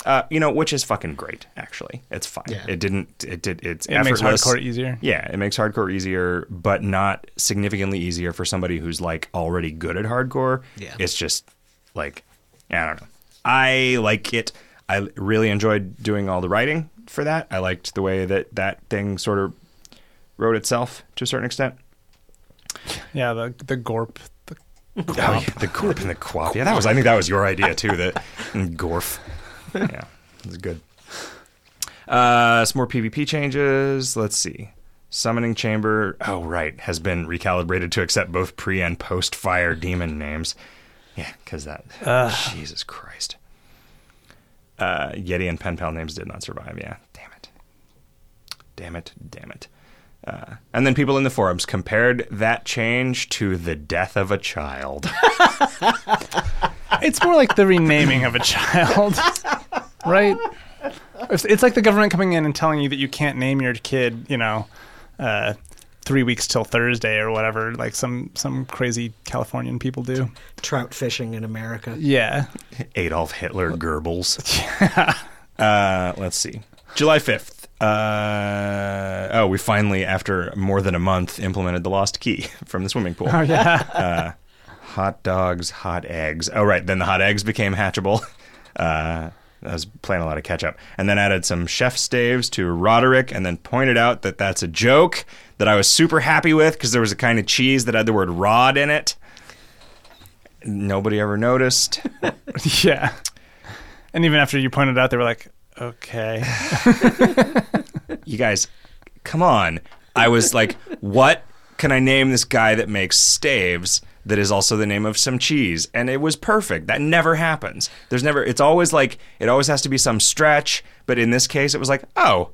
Speaker 1: uh, you know, which is fucking great. Actually, it's fine.
Speaker 2: Yeah.
Speaker 1: It didn't. It did. It's
Speaker 3: It
Speaker 1: effortless.
Speaker 3: makes hardcore easier.
Speaker 1: Yeah, it makes hardcore easier, but not significantly easier for somebody who's like already good at hardcore.
Speaker 2: Yeah.
Speaker 1: It's just like I don't know. I like it. I really enjoyed doing all the writing for that. I liked the way that that thing sort of wrote itself to a certain extent.
Speaker 3: Yeah. The the gorp. The,
Speaker 1: Oh, yeah, the gorp and the quap. Yeah, that was. I think that was your idea too. That and gorf. Yeah, it was good. Uh, some more PvP changes. Let's see. Summoning chamber. Oh right, has been recalibrated to accept both pre and post fire demon names. Yeah, because that. Jesus Christ. Uh, Yeti and pen pal names did not survive. Yeah, damn it. Damn it. Damn it. Uh, and then people in the forums compared that change to the death of a child.
Speaker 3: it's more like the renaming of a child, right? It's, it's like the government coming in and telling you that you can't name your kid. You know. Uh, Three weeks till Thursday or whatever, like some some crazy Californian people do.
Speaker 2: Trout fishing in America.
Speaker 3: Yeah,
Speaker 1: Adolf Hitler Goebbels. Uh, let's see. July 5th. Uh, oh, we finally, after more than a month, implemented the lost key from the swimming pool. Uh, Hot dogs, hot eggs. Oh, right. Then the hot eggs became hatchable. Uh, I was playing a lot of catch up. And then added some chef staves to Roderick and then pointed out that that's a joke that I was super happy with because there was a kind of cheese that had the word rod in it. Nobody ever noticed.
Speaker 3: yeah. And even after you pointed out, they were like, "Okay,
Speaker 1: you guys, come on. I was like, what can I name this guy that makes staves that is also the name of some cheese? And it was perfect. That never happens. There's never, it's always like, it always has to be some stretch. But in this case, it was like, oh,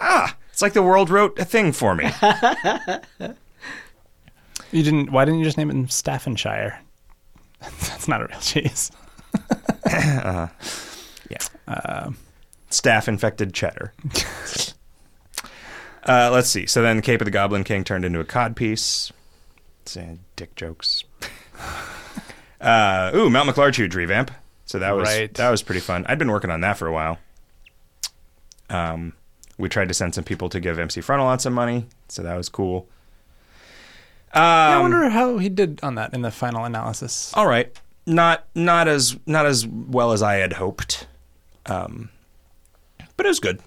Speaker 1: ah, it's like the world wrote a thing for me.
Speaker 3: you didn't. Why didn't you just name it in Staffordshire? That's not a real cheese."
Speaker 1: yeah. staff infected cheddar. uh, let's see. So then, Cape of the Goblin King turned into a codpiece. It's, uh, dick jokes. uh, ooh, Mount McLartude revamp. So that was
Speaker 3: Right.
Speaker 1: that was pretty fun. I'd been working on that for a while. Um, we tried to send some people to give MC Frontal on some money, so that was cool.
Speaker 3: I
Speaker 1: Um,
Speaker 3: wonder how he did on that in the final analysis.
Speaker 1: all right not not as not as well as i had hoped um but it was good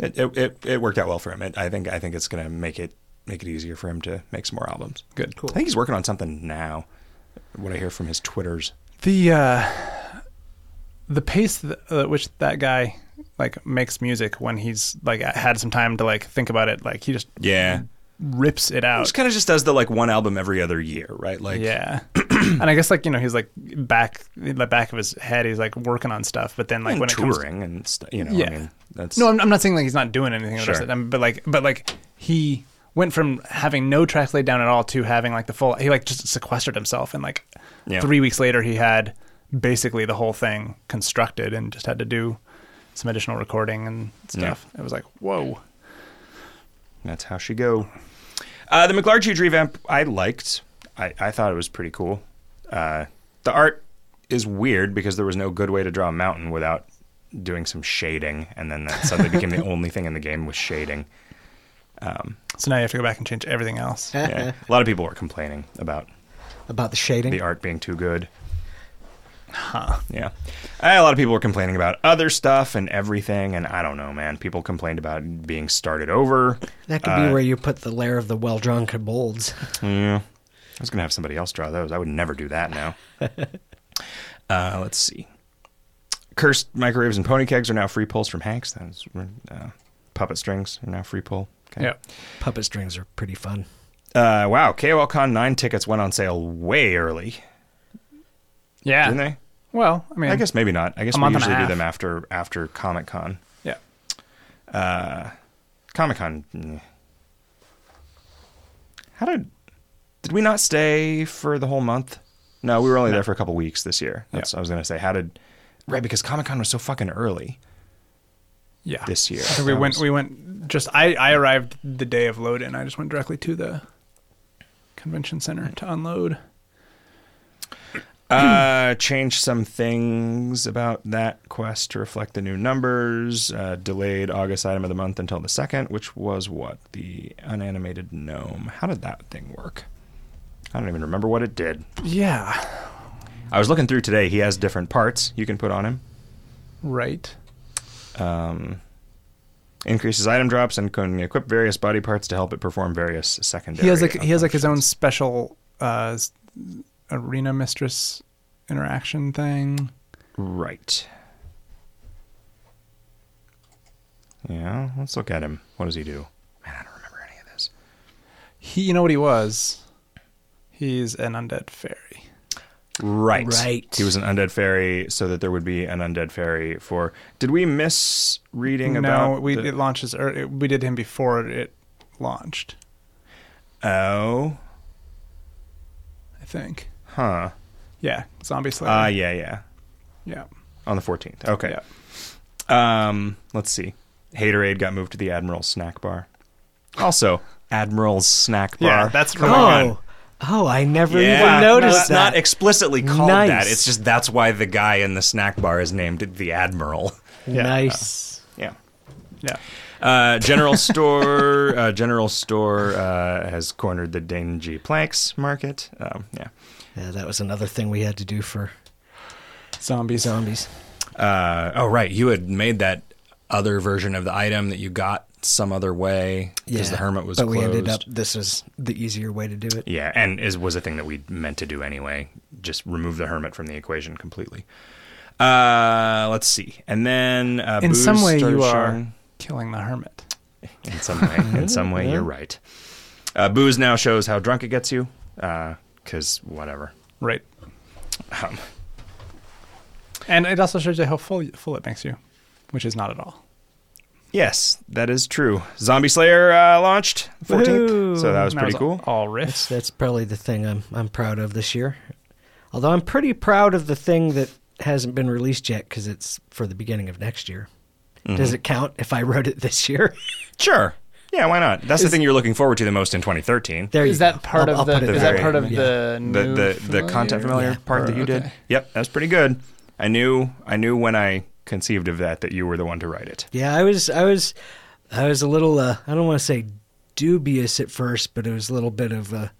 Speaker 1: it it, it, it worked out well for him it, i think i think it's gonna make it make it easier for him to make some more albums
Speaker 3: Good.
Speaker 1: i think he's working on something now what i hear from his twitters
Speaker 3: the uh the pace th- at which that guy like makes music when he's like had some time to like think about it like he just
Speaker 1: yeah
Speaker 3: rips it out
Speaker 1: just kind of just does the like one album every other year right like
Speaker 3: yeah and i guess like you know he's like back in the back of his head he's like working on stuff but then like
Speaker 1: and
Speaker 3: when it comes
Speaker 1: Hmm, touring and st- you know
Speaker 3: Yeah.
Speaker 1: i mean that's
Speaker 3: no I'm, I'm not saying like he's not doing anything the rest
Speaker 1: Sure.
Speaker 3: of the time, but like but like he went from having no tracks laid down at all to having like the full he like just sequestered himself and like
Speaker 1: Yeah.
Speaker 3: three weeks later he had basically the whole thing constructed and just had to do some additional recording and stuff it was like whoa
Speaker 1: That's how she go. Uh, the McLarge revamp I liked. I, I thought it was pretty cool. Uh, the art is weird because there was no good way to draw a mountain without doing some shading, and then that suddenly became the only thing in the game was shading.
Speaker 3: so now you have to go back and change everything else
Speaker 1: Yeah. a lot of people were complaining about
Speaker 2: About the shading.
Speaker 1: the art being too good. Huh. Yeah. Uh, A lot of people were complaining about other stuff and everything, and I don't know, man. People complained about being started over.
Speaker 2: that could
Speaker 1: uh,
Speaker 2: be where you put the layer of the well drawn kobolds.
Speaker 1: Yeah. I was going to have somebody else draw those. I would never do that now. uh, let's see. Cursed microwaves and pony kegs are now free pulls from Hanks. That was, uh, puppet strings are now free pull. Okay.
Speaker 3: yeah
Speaker 2: Puppet strings are pretty fun.
Speaker 1: Uh, wow. KOLCon 9 tickets went on sale way early,
Speaker 3: yeah
Speaker 1: didn't they?
Speaker 3: well i mean
Speaker 1: I guess maybe not. I guess
Speaker 3: A
Speaker 1: we
Speaker 3: month and a
Speaker 1: usually do
Speaker 3: half.
Speaker 1: them after after Comic Con.
Speaker 3: yeah
Speaker 1: Comic Con. mm. How did did we not stay for the whole month? No, we were only there for a couple weeks this year. That's I was gonna say. How did right because Comic Con was so fucking early.
Speaker 3: yeah
Speaker 1: This year.
Speaker 3: I think we
Speaker 1: That
Speaker 3: went
Speaker 1: was-
Speaker 3: we went just i i arrived the day of load in i just went directly to the convention center to unload
Speaker 1: Uh, changed some things about that quest to reflect the new numbers. Uh, delayed August item of the month until the second, which was what the unanimated gnome. How did that thing work? I don't even remember what it did.
Speaker 3: yeah
Speaker 1: I was looking through today. He has different parts you can put on him.
Speaker 3: Right.
Speaker 1: increases item drops and can equip various body parts to help it perform various secondary.
Speaker 3: He has like he has like his own special uh, s- arena mistress interaction thing.
Speaker 1: right. Yeah, let's look at him. What does he do? Man, I don't remember any of this.
Speaker 3: He, you know what he was? He's an undead fairy.
Speaker 1: Right,
Speaker 2: Right.
Speaker 1: He was an undead fairy, so that there would be an undead fairy for. Did we miss reading
Speaker 3: No,
Speaker 1: about?
Speaker 3: we
Speaker 1: the-
Speaker 3: it launches or it, we did him before it launched.
Speaker 1: Oh,
Speaker 3: I think.
Speaker 1: huh.
Speaker 3: Yeah, zombie slayer.
Speaker 1: Ah, yeah, yeah.
Speaker 3: yeah.
Speaker 1: On the fourteenth. Okay.
Speaker 3: Yeah.
Speaker 1: Um, let's see. Haterade got moved to the Admiral's snack bar. Also, Admiral's snack bar.
Speaker 3: Yeah, that's
Speaker 1: Come
Speaker 3: right.
Speaker 1: on.
Speaker 2: oh, oh, I never
Speaker 1: Wow.
Speaker 2: even noticed
Speaker 1: No,
Speaker 2: that.
Speaker 1: Not explicitly called that.
Speaker 2: Nice.
Speaker 1: It's just that's why the guy in the snack bar is named the Admiral.
Speaker 3: Yeah.
Speaker 2: Nice.
Speaker 1: Yeah.
Speaker 3: Yeah.
Speaker 1: Uh, General Store. Uh, General Store uh, has cornered the dingy planks market. Um, yeah.
Speaker 2: Yeah, that was another thing we had to do for
Speaker 3: Zombies.
Speaker 2: zombies.
Speaker 1: Uh, oh right, you had made that other version of the item that you got some other way because the hermit was
Speaker 2: But
Speaker 1: closed.
Speaker 2: we ended up. This was the easier way to do it.
Speaker 1: Yeah, and is was a thing that we meant to do anyway. Just remove the hermit from the equation completely. Uh, let's see, and then uh,
Speaker 3: In
Speaker 1: Booze
Speaker 3: some way,
Speaker 1: started
Speaker 3: you are
Speaker 1: showing-
Speaker 3: killing the hermit.
Speaker 1: In some way, in some way, you're right. Uh, booze now shows how drunk it gets you, because whatever.
Speaker 3: Right.
Speaker 1: Um,
Speaker 3: And it also shows you how full full it makes you, which is not at all.
Speaker 1: yes, that is true. Zombie Slayer uh, launched the 14th, so that was
Speaker 3: And
Speaker 1: pretty cool.
Speaker 3: All riffs.
Speaker 2: That's that's probably the thing I'm I'm proud of this year. Although I'm pretty proud of the thing that hasn't been released yet because it's for the beginning of next year.
Speaker 1: Mm-hmm.
Speaker 2: Does it count if I wrote it this year?
Speaker 1: Sure. Yeah, why not? That's the thing you're looking forward to the most in 2013.
Speaker 2: there you
Speaker 4: Is that
Speaker 2: go.
Speaker 4: part
Speaker 2: I'll-
Speaker 4: of
Speaker 2: I'll
Speaker 4: the,
Speaker 2: put it
Speaker 4: is
Speaker 1: there.
Speaker 4: that part of
Speaker 2: Yeah.
Speaker 4: the
Speaker 1: the
Speaker 4: new
Speaker 1: the, the content familiar
Speaker 2: Yeah.
Speaker 1: part that
Speaker 4: Or-
Speaker 1: you did.
Speaker 4: okay.
Speaker 1: Yep, that's pretty good. I knew I knew when I conceived of that that you were the one to write it.
Speaker 2: Yeah, I was, I was, I was a little. Uh, I don't want to say dubious at first, but it was a little bit of a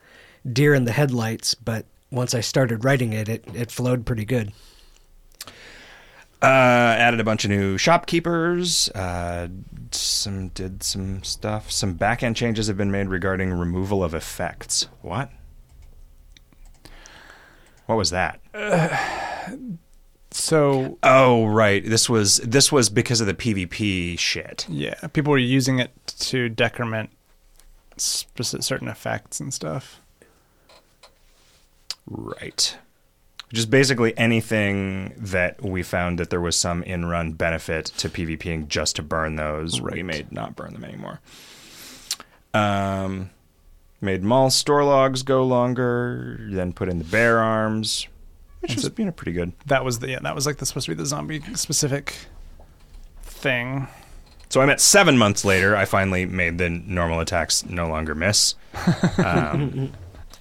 Speaker 2: deer in the headlights. But once I started writing it, it it flowed pretty good.
Speaker 1: Uh, added a bunch of new shopkeepers. Uh, some did some stuff. Some back end changes have been made regarding removal of effects. What? What was that?
Speaker 3: So
Speaker 1: Oh right, this was this was because of the PvP shit.
Speaker 3: yeah, people were using it to decrement speci certain effects and stuff.
Speaker 1: Right. Just basically anything that we found that there was some in run benefit to PvPing just to burn those, we
Speaker 3: Right.
Speaker 1: made not burn them anymore. Um, made mall store logs go longer, then put in the bear arms, which was you know, pretty good.
Speaker 3: That was the yeah, that was like the supposed to be the zombie specific thing.
Speaker 1: So I met seven months later. I finally made the normal attacks no longer miss. Um,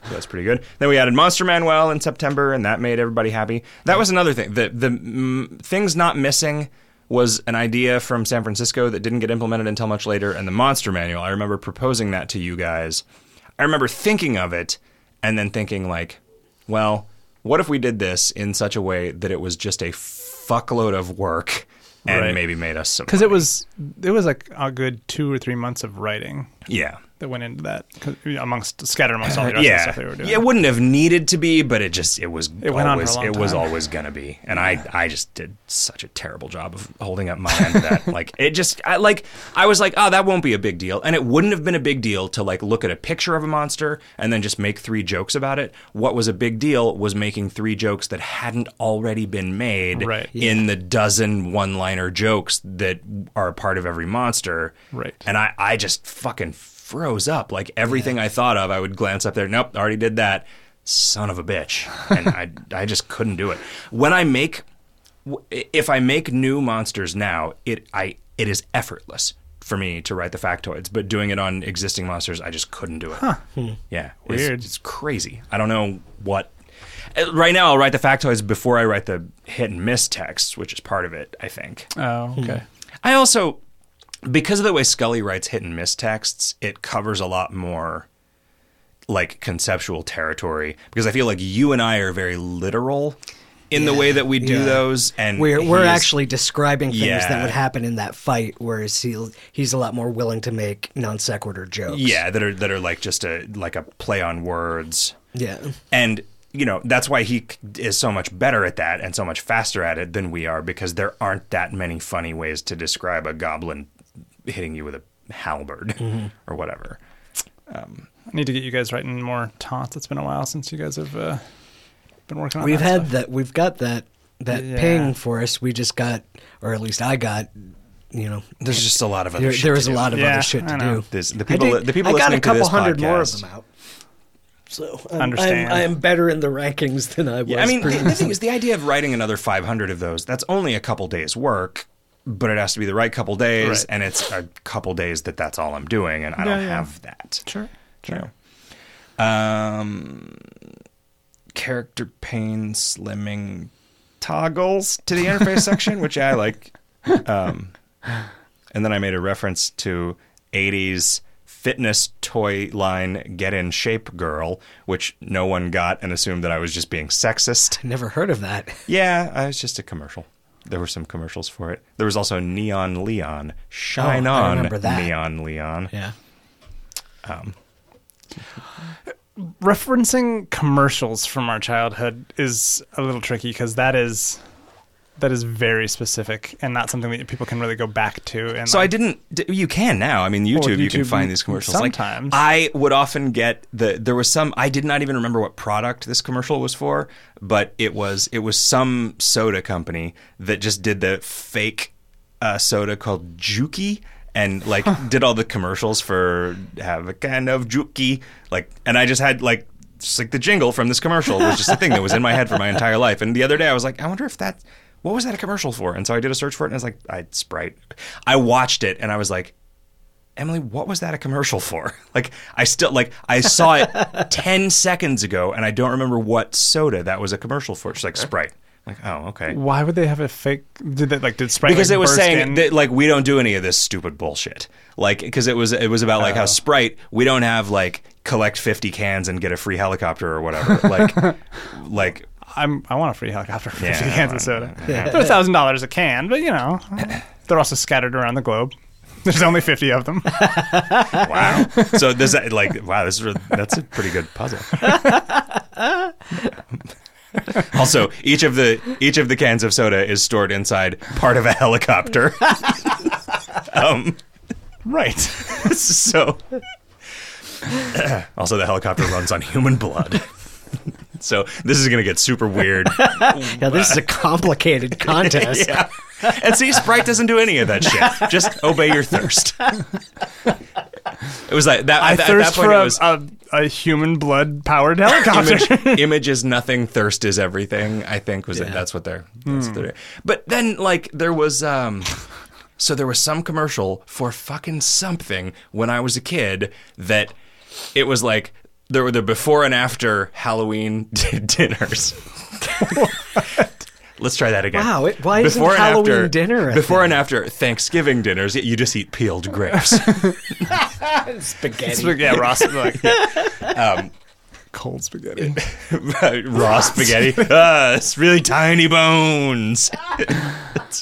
Speaker 1: so that's pretty good. Then we added Monster Manuel in September, and that made everybody happy. That was another thing. The the mm, things not missing was an idea from San Francisco that didn't get implemented until much later. And the Monster Manual, I remember proposing that to you guys. I remember thinking of it, and then thinking like, well, what if we did this in such a way that it was just a fuckload of work and
Speaker 3: Right.
Speaker 1: maybe made us some
Speaker 3: because it was it was like a good two or three months of writing
Speaker 1: yeah.
Speaker 3: that went into that 'cause, you know, amongst scattered amongst all the rest of the
Speaker 1: yeah.
Speaker 3: stuff they were doing.
Speaker 1: Yeah, it wouldn't have needed to be, but it just it was
Speaker 3: It went on for a
Speaker 1: always
Speaker 3: long
Speaker 1: it was
Speaker 3: time.
Speaker 1: always gonna be. And I I just did such a terrible job of holding up my end of that. Like it just I like I was like, oh that won't be a big deal. And it wouldn't have been a big deal to like look at a picture of a monster and then just make three jokes about it. What was a big deal was making three jokes that hadn't already been made
Speaker 3: Right.
Speaker 1: in the dozen one liner jokes that are a part of every monster.
Speaker 3: Right.
Speaker 1: And I, I just fucking froze up. Like everything I thought of, I would glance up there. Nope, already did that. Son of a bitch. And I, I just couldn't do it. When I make, w- if I make new monsters now, it, I, it is effortless for me to write the factoids. But doing it on existing monsters, I just couldn't do it. Yeah, it's-
Speaker 3: Weird.
Speaker 1: It's, crazy. I don't know what. uh, Right now, I'll write the factoids before I write the hit and miss texts, which is part of it, I think.
Speaker 3: Oh, okay.
Speaker 1: I also, because of the way Scully writes hit and miss texts, it covers a lot more like conceptual territory because I feel like you and I are very literal in the way that we do
Speaker 2: yeah.
Speaker 1: those, and
Speaker 2: We're we're
Speaker 1: Mm, he's-
Speaker 2: actually describing things that
Speaker 1: Yeah.
Speaker 2: would happen in that fight, whereas he he's a lot more willing to make non sequitur jokes.
Speaker 1: yeah that are that are like just a like a play on words.
Speaker 2: yeah.
Speaker 1: And you know that's why he c- is so much better at that and so much faster at it than we are because there aren't that many funny ways to describe a goblin hitting you with a halberd
Speaker 2: Mm-hmm.
Speaker 1: or whatever.
Speaker 3: I need to get you guys writing more taunts. It's been a while since you guys have uh, been working on.
Speaker 2: We've
Speaker 3: that
Speaker 2: had
Speaker 3: stuff.
Speaker 2: that. We've got that that
Speaker 3: Yeah.
Speaker 2: ping for us. We just got, or at least I got. You know,
Speaker 1: There's just a lot of other
Speaker 2: there,
Speaker 1: shit
Speaker 2: there
Speaker 1: to
Speaker 2: was a
Speaker 1: do.
Speaker 2: lot of
Speaker 3: Yeah,
Speaker 2: other shit
Speaker 3: I
Speaker 2: to
Speaker 3: know.
Speaker 2: do.
Speaker 1: This, the
Speaker 2: I
Speaker 1: people,
Speaker 2: did-
Speaker 1: the people
Speaker 2: I got a
Speaker 1: listening to
Speaker 2: couple
Speaker 1: this
Speaker 2: hundred
Speaker 1: podcast,
Speaker 2: more of them out. So um, I'm,
Speaker 3: Understand.
Speaker 2: I'm, I am better in the rankings than I was.
Speaker 1: Yeah, I mean, the, the
Speaker 2: previously.
Speaker 1: thing is, the idea of writing another 500 of those, that's only a couple days' work, but it has to be the right couple days,
Speaker 3: Right.
Speaker 1: and it's a couple days that that's all I'm doing, and I don't
Speaker 3: Yeah, yeah.
Speaker 1: have that.
Speaker 3: Sure.
Speaker 1: you know. Um, character pane slimming toggles to the interface section, which I like. Um, and then I made a reference to 80s fitness toy line get in shape girl which no one got and assumed that i was just being sexist
Speaker 2: never heard of that.
Speaker 1: yeah i was just a commercial there were some commercials for it there was also neon leon shine
Speaker 2: Oh, I
Speaker 1: on
Speaker 2: remember that.
Speaker 1: neon leon
Speaker 2: Yeah,
Speaker 3: Referencing commercials from our childhood is a little tricky because that is that is very specific and not something that people can really go back to. And
Speaker 1: So I
Speaker 3: like,
Speaker 1: didn't. d- You can now. I mean, YouTube, you can
Speaker 3: YouTube,
Speaker 1: find these commercials.
Speaker 3: sometimes.
Speaker 1: Like, I would often get the. There was some. I did not even remember what product this commercial was for, but it was it was some soda company that just did the fake uh, soda called Juki. And like did all the commercials for have a kind of juki like, and I just had like just like the jingle from this commercial was just a thing that was in my head for my entire life. And the other day I was like, I wonder if that what was that a commercial for? And so I did a search for it, and I was like, I Sprite. I watched it, and I was like, Emily, what was that a commercial for? Like, I still like I saw it ten seconds ago, and I don't remember what soda that was a commercial for. She's like Sprite. I'm like, oh, okay.
Speaker 3: Why would they have a fake? Did that like did Sprite
Speaker 1: because
Speaker 3: like,
Speaker 1: it was
Speaker 3: burst
Speaker 1: saying
Speaker 3: in?
Speaker 1: that like we don't do any of this stupid bullshit like because it was it was about like how sprite we don't have like collect 50 cans and get a free helicopter or whatever like like
Speaker 3: I'm I want a free helicopter for
Speaker 1: Yeah,
Speaker 3: 50
Speaker 1: I
Speaker 3: cans of
Speaker 1: want-
Speaker 3: soda. They're thousand dollars a can, but you know they're also scattered around the globe. There's only 50 of them.
Speaker 1: wow so this like wow this is re- that's a pretty good puzzle also each of the each of the cans of soda is stored inside part of a helicopter um
Speaker 3: right.
Speaker 1: so also the helicopter runs on human blood so this is gonna get super weird
Speaker 2: Yeah, this is a complicated contest.
Speaker 1: yeah and see sprite doesn't do any of that shit just obey your thirst it was like that
Speaker 3: I
Speaker 1: at, that- at that
Speaker 3: thirst
Speaker 1: point
Speaker 3: for
Speaker 1: it
Speaker 3: a,
Speaker 1: was
Speaker 3: a, a human blood powered helicopter.
Speaker 1: image, image is nothing thirst is everything i think was it
Speaker 2: Yeah.
Speaker 1: that's what they're that's what they're but then like there was um so there was some commercial for fucking something when i was a kid that it was like there were the before and after halloween dinners Let's try that again.
Speaker 2: Wow, it- why isn't
Speaker 1: and
Speaker 2: Halloween dinner a
Speaker 1: before and after Thanksgiving dinners? You just eat peeled grapes.
Speaker 2: Spaghetti.
Speaker 3: yeah, Ross. Like, cold spaghetti.
Speaker 1: Um, Raw spaghetti. ah, it's really tiny bones.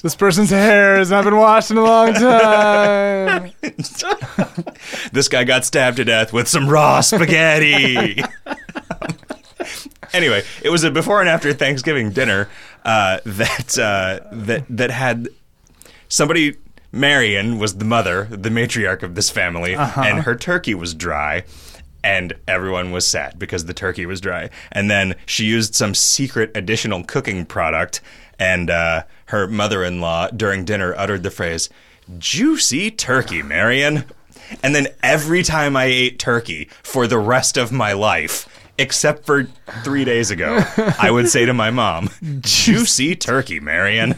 Speaker 3: This person's hair has not been washed in a long time.
Speaker 1: this guy got stabbed to death with some raw spaghetti. anyway, it was a before and after Thanksgiving dinner uh, that uh, that that had somebody. Marion was the mother, the matriarch of this family, and her turkey was dry. And everyone was sad because the turkey was dry. And then she used some secret additional cooking product. And uh, her mother in law during dinner uttered the phrase, Juicy turkey, Marion. And then every time I ate turkey for the rest of my life, except for three days ago, I would say to my mom, Juicy turkey, Marion.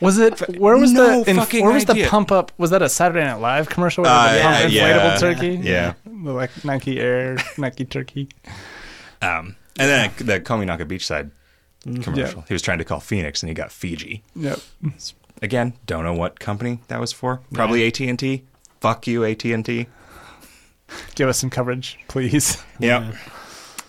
Speaker 3: Was it? Where was
Speaker 1: No
Speaker 3: the?
Speaker 1: fucking
Speaker 3: where was
Speaker 1: idea.
Speaker 3: the pump up? Was that a Saturday Night Live commercial? Where
Speaker 1: Uh,
Speaker 3: the
Speaker 1: yeah,
Speaker 3: pump
Speaker 1: yeah,
Speaker 3: inflatable turkey.
Speaker 1: yeah.
Speaker 3: The, like Nike Air, Nike Turkey.
Speaker 1: Um, and then the Kominaka Beachside commercial. He was trying to call Phoenix, and he got Fiji.
Speaker 3: Yep.
Speaker 1: Again, don't know what company that was for. Probably AT and T. Fuck you, AT and T.
Speaker 3: Give us some coverage, please.
Speaker 1: Yeah.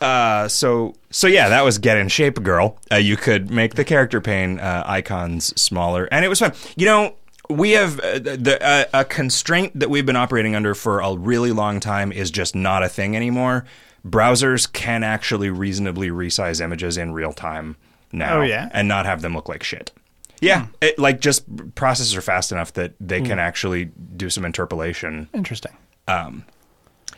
Speaker 1: Uh, so so yeah, that was get in shape, girl. Uh, you could make the character pane uh, icons smaller, and it was fun. You know, we have uh, the uh, a constraint that we've been operating under for a really long time is just not a thing anymore. Browsers can actually reasonably resize images in real time now,
Speaker 3: Oh, yeah? Hmm.
Speaker 1: and not have them look like shit. Yeah, it, like just processors are fast enough that they can actually do some interpolation
Speaker 3: Interesting.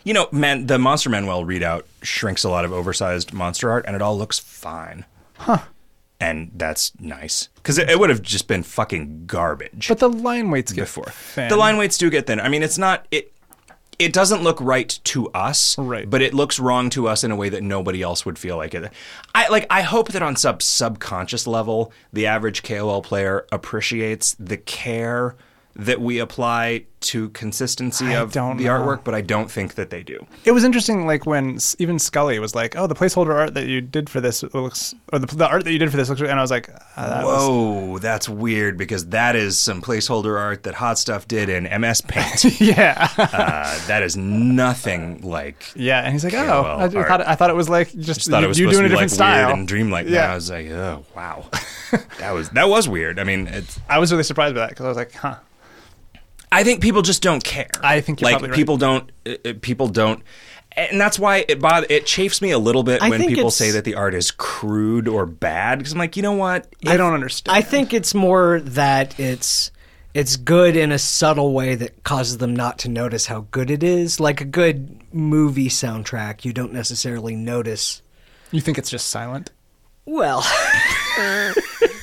Speaker 1: you know, man, the Monster Manuel readout shrinks a lot of oversized monster art, and it all looks fine. Huh. And that's nice because it, it would have just been fucking garbage
Speaker 3: But the line weights get
Speaker 1: before.
Speaker 3: thin.
Speaker 1: The line weights do get thinner. I mean, it's not it. It doesn't look right to us,
Speaker 3: Right.
Speaker 1: But it looks wrong to us in a way that nobody else would feel like it. I like. I hope that on sub subconscious level, the average KOL player appreciates the care that we apply to consistency of
Speaker 3: don't
Speaker 1: the
Speaker 3: know.
Speaker 1: artwork, but I don't think that they do.
Speaker 3: It was interesting, like when S- even Scully was like, "Oh, the placeholder art that you did for this looks, or the, the art that you did for this looks," and I was like, uh, that was-
Speaker 1: Whoa, that's weird because that is some placeholder art that Hot Stuff did in MS Paint.
Speaker 3: "Yeah,
Speaker 1: uh, that is nothing like.
Speaker 3: yeah." And he's like, "Oh,
Speaker 1: well,
Speaker 3: I, just
Speaker 1: art.
Speaker 3: thought it, I thought it was like just,
Speaker 1: Just thought
Speaker 3: you,
Speaker 1: it was
Speaker 3: you
Speaker 1: supposed
Speaker 3: doing
Speaker 1: to be
Speaker 3: a different
Speaker 1: like
Speaker 3: style."
Speaker 1: weird and dreamlike. Yeah,
Speaker 3: Yeah.
Speaker 1: I was like, oh wow, that was that was weird. I mean, it's,
Speaker 3: I was really surprised by that because I was like, "Huh."
Speaker 1: I think people just don't care.
Speaker 3: I think you're
Speaker 1: like
Speaker 3: probably right.
Speaker 1: people don't uh, uh, people don't. And that's why it bother, it chafes me a little bit
Speaker 2: I
Speaker 1: when
Speaker 2: think
Speaker 1: people
Speaker 2: it's-
Speaker 1: say that the art is crude or bad because I'm like, you know what?
Speaker 3: I don't understand.
Speaker 2: I think it's more that it's it's good in a subtle way that causes them not to notice how good it is. Like a good movie soundtrack, you don't necessarily notice.
Speaker 3: you think it's just silent.
Speaker 2: Well,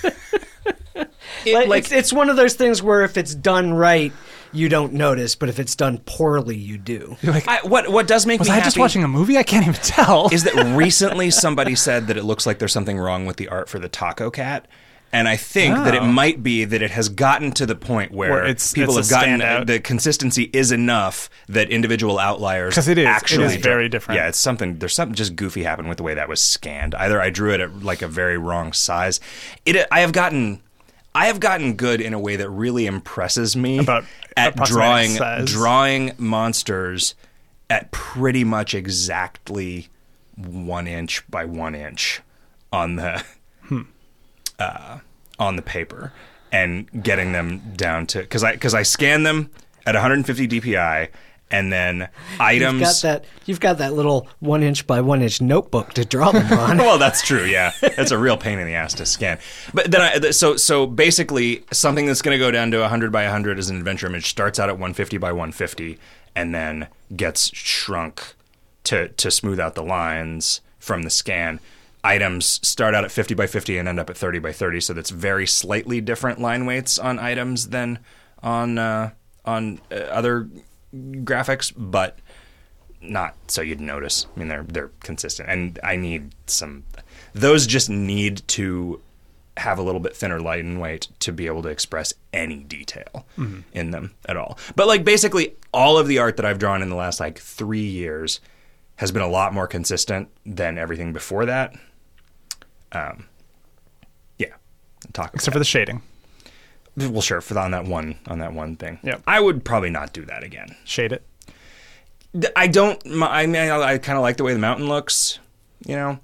Speaker 2: like, it's, it's one of those things where if it's done right, you don't notice, but if it's done poorly, you do.
Speaker 3: You're like,
Speaker 1: I, what what does make
Speaker 3: "Was
Speaker 1: me
Speaker 3: I
Speaker 1: happy
Speaker 3: just watching a movie? I can't even tell."
Speaker 1: is that recently somebody said that it looks like there's something wrong with the art for the taco cat And I think that it might be that it has gotten to the point where,
Speaker 3: Where Oh. it's-
Speaker 1: people
Speaker 3: it's a
Speaker 1: have gotten
Speaker 3: standout.
Speaker 1: the consistency is enough that individual outliers
Speaker 3: 'Cause it is- it is
Speaker 1: actually
Speaker 3: very different.
Speaker 1: Yeah, it's something. There's something just goofy happened with the way that was scanned. Either I drew it at like a very wrong size. It. I have gotten. I have gotten good in a way that really impresses me
Speaker 3: About
Speaker 1: at drawing
Speaker 3: approximating size.
Speaker 1: drawing monsters at pretty much exactly one inch by one inch on the
Speaker 3: Hmm.
Speaker 1: uh, on the paper and getting them down to because I because I scan them at 150 DPI and then
Speaker 2: You've got
Speaker 1: items.
Speaker 2: that. You've got that little one inch by one inch notebook to draw them on.
Speaker 1: well, that's true. Yeah, that's a real pain in the ass to scan. But then I th- so so basically something that's going to go down to 100 by 100 as an adventure image starts out at 150 by 150 and then gets shrunk to to smooth out the lines from the scan. Items start out at 50 by 50 and end up at 30 by 30, so that's very slightly different line weights on items than on uh, on uh, other graphics, but not so you'd notice. I mean, they're they're consistent, and I need some. Those just need to have a little bit thinner light and weight to be able to express any detail in them at all. But like basically, all of the art that I've drawn in the last like three years has been a lot more consistent than everything before that. Um, yeah, talk
Speaker 3: except for the shading.
Speaker 1: well, sure for on that one on that one thing.
Speaker 3: Yep.
Speaker 1: I would probably not do that again.
Speaker 3: Shade it.
Speaker 1: Th- I don't. mi- I mean, I, I kind of like the way the mountain looks. You know,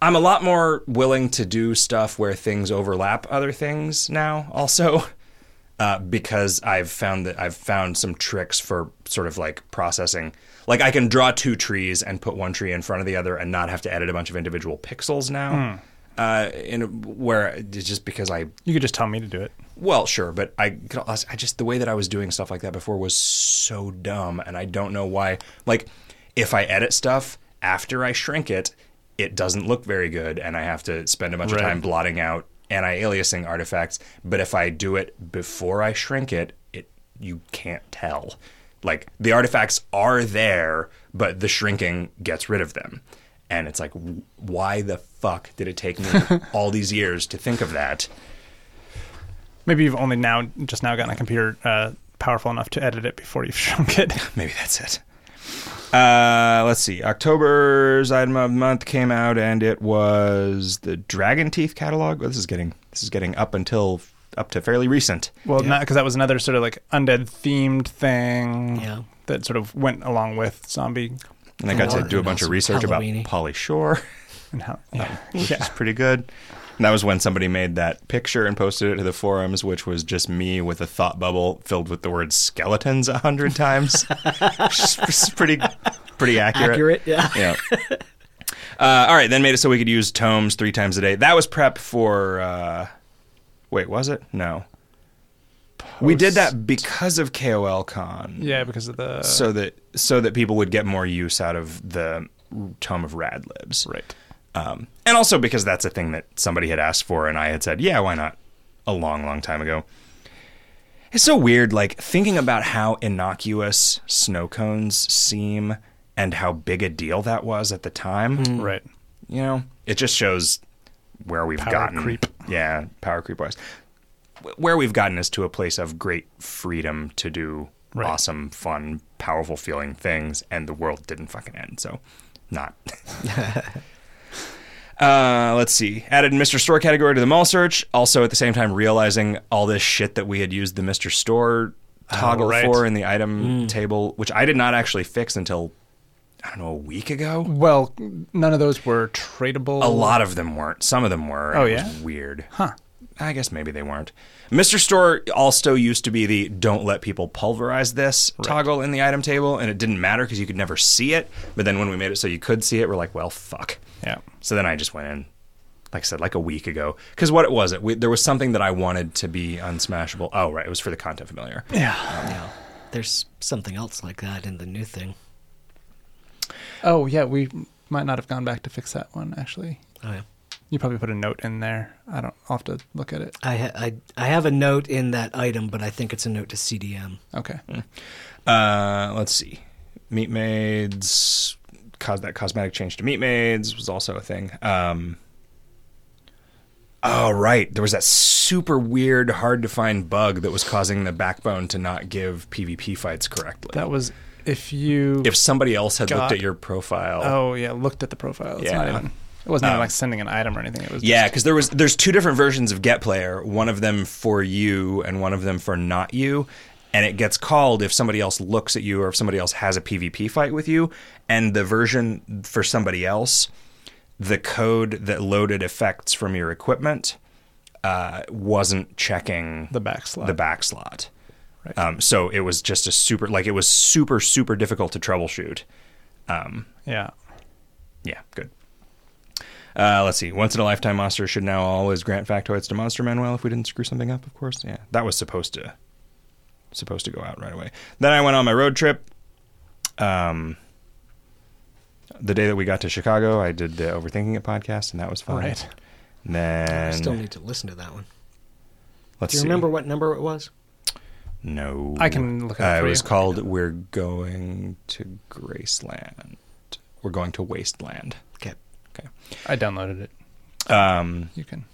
Speaker 1: I'm a lot more willing to do stuff where things overlap other things now. Also, uh, because I've found that I've found some tricks for sort of like processing. Like I can draw two trees and put one tree in front of the other and not have to edit a bunch of individual pixels now. Uh, in a, where just because I
Speaker 3: You could just tell me to do it.
Speaker 1: well, sure, but I, could also- I just the way that I was doing stuff like that before was so dumb, and I don't know why. Like, if I edit stuff after I shrink it, it doesn't look very good, and I have to spend a bunch
Speaker 3: Right.
Speaker 1: of time blotting out anti-aliasing artifacts. But if I do it before I shrink it, it you can't tell. Like the artifacts are there, but the shrinking gets rid of them. And it's like, w- why the fuck did it take me all these years to think of that?
Speaker 3: Maybe you've only now just now gotten a computer uh, powerful enough to edit it before you've shrunk it.
Speaker 1: Maybe that's it. Uh, let's see. October's item of the month came out, and it was the Dragon Teeth catalog. Oh, this is getting this is getting up until up to fairly recent.
Speaker 3: Well, not because that was another sort of like undead themed thing.
Speaker 2: Yeah.
Speaker 3: That sort of went along with zombie
Speaker 1: And I got to
Speaker 2: Oh, Lord
Speaker 1: do a bunch of
Speaker 2: knows,
Speaker 1: research
Speaker 2: Halloweeny.
Speaker 1: about Polly Shore,
Speaker 3: and how. Yeah.
Speaker 1: which is pretty good. And that was when somebody made that picture and posted it to the forums, which was just me with a thought bubble filled with the word skeletons a hundred times. which is pretty pretty
Speaker 2: Accurate. Yeah.
Speaker 1: yeah. Uh, all right, then made it so we could use tomes three times a day. That was prep for. Uh, wait, was it? No. We did that because of KOL Con,
Speaker 3: Yeah, because of the
Speaker 1: so that so that people would get more use out of the tome of rad libs,
Speaker 3: right.
Speaker 1: um, and also because that's a thing that somebody had asked for, and I had said, yeah, why not? A long, long time ago. It's so weird, like thinking about how innocuous snow cones seem and how big a deal that was at the time
Speaker 3: Right.
Speaker 1: you know, it just shows where we've
Speaker 3: Power
Speaker 1: gotten.
Speaker 3: creep.
Speaker 1: Yeah, power creep wise. Wh- Where we've gotten is to a place of great freedom to do
Speaker 3: Right.
Speaker 1: awesome, fun, powerful feeling things, and the world didn't fucking end. So, not. Uh, let's see. Added Mr. Store category to the mall search. Also, at the same time, realizing all this shit that we had used the Mr. Store toggle
Speaker 3: Oh, right.
Speaker 1: for in the item table, which I did not actually fix until, I don't know, a week ago
Speaker 3: Well, none of those were tradable.
Speaker 1: a lot of them weren't. Some of them were.
Speaker 3: Oh,
Speaker 1: It was
Speaker 3: yeah?
Speaker 1: weird. Huh. I guess maybe they weren't. Mr. Store also used to be the don't let people pulverize this toggle in the item table, and it didn't matter because you could never see it. But then when we made it so you could see it, we're like, well, fuck.
Speaker 3: Yeah.
Speaker 1: So then I just went in, like I said, like a week ago. Because what it was, it, we, there was something that I wanted to be unsmashable. Oh, right. It was for the content familiar.
Speaker 3: Yeah.
Speaker 2: Yeah. There's something else like that in the new thing.
Speaker 3: Oh yeah, we might not have gone back to fix that one actually.
Speaker 2: Oh, yeah.
Speaker 3: You probably put a note in there. I don't. I'll have to look at it.
Speaker 2: I, ha- I I have a note in that item, but I think it's a note to CDM.
Speaker 3: Okay.
Speaker 1: Hmm. Uh, let's see. Meat maids cause that cosmetic change to meat maids was also a thing. Um, Oh, right. There was that super weird, hard to find bug that was causing the backbone to not give PvP fights correctly.
Speaker 3: That was if you.
Speaker 1: if somebody else had
Speaker 3: God.
Speaker 1: looked at your profile.
Speaker 3: oh yeah, looked at the profile. It's not
Speaker 1: Yeah.
Speaker 3: even. It wasn't even
Speaker 1: Um,
Speaker 3: like sending an item or anything. It was
Speaker 1: Yeah, because there was there's two different versions of Get Player. One of them for you, and one of them for not you. And it gets called if somebody else looks at you or if somebody else has a PvP fight with you. And the version for somebody else, the code that loaded effects from your equipment uh, wasn't checking
Speaker 3: The back slot.
Speaker 1: The back slot.
Speaker 3: Right.
Speaker 1: Um, so it was just a super like it was super super difficult to troubleshoot.
Speaker 3: just- yeah.
Speaker 1: Yeah, good. Uh, let's see. Once in a lifetime monster should now always grant factoids to Monster Manuel if we didn't screw something up, of course. Yeah, that was supposed to supposed to go out right away. Then I went on my road trip. Um, the day that we got to Chicago, I did the Overthinking It podcast, and that was fun.
Speaker 3: Right.
Speaker 1: And
Speaker 2: I
Speaker 1: then
Speaker 2: still need to listen to that one.
Speaker 1: let's
Speaker 2: Do you
Speaker 1: see.
Speaker 2: remember what number it was?
Speaker 1: No,
Speaker 3: I can look it up
Speaker 1: Uh,
Speaker 3: for
Speaker 1: it was
Speaker 3: you.
Speaker 1: called "We're Going to Graceland." We're going to Wasteland.
Speaker 2: Okay.
Speaker 1: Okay.
Speaker 3: I downloaded it.
Speaker 1: Um,
Speaker 3: You can.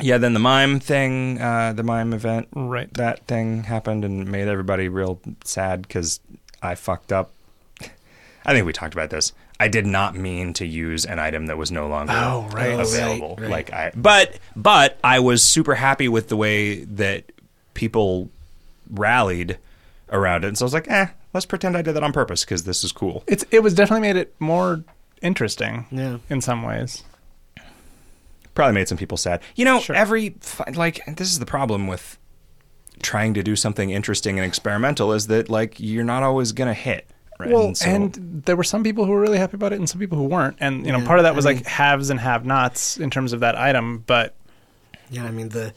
Speaker 1: yeah then the mime thing uh, the mime event
Speaker 3: Right.
Speaker 1: that thing happened and made everybody real sad because i fucked up i think we talked about this i did not mean to use an item that was no longer
Speaker 3: Oh, right.
Speaker 1: available
Speaker 2: Oh, right, right.
Speaker 1: like i but but i was super happy with the way that people rallied around it and so i was like eh let's pretend i did that on purpose because this is cool
Speaker 3: It's it was definitely made it more interesting.
Speaker 2: Yeah.
Speaker 3: In some ways.
Speaker 1: probably made some people sad. You know,
Speaker 3: Sure.
Speaker 1: every fi- like this is the problem with trying to do something interesting and experimental is that like you're not always gonna hit. Right?
Speaker 3: Well,
Speaker 1: and, so-
Speaker 3: and there were some people who were really happy about it, and some people who weren't. And you know,
Speaker 2: Yeah,
Speaker 3: part of that
Speaker 2: I
Speaker 3: was
Speaker 2: mean-
Speaker 3: like haves and have-nots in terms of that item. But
Speaker 2: Yeah, I mean the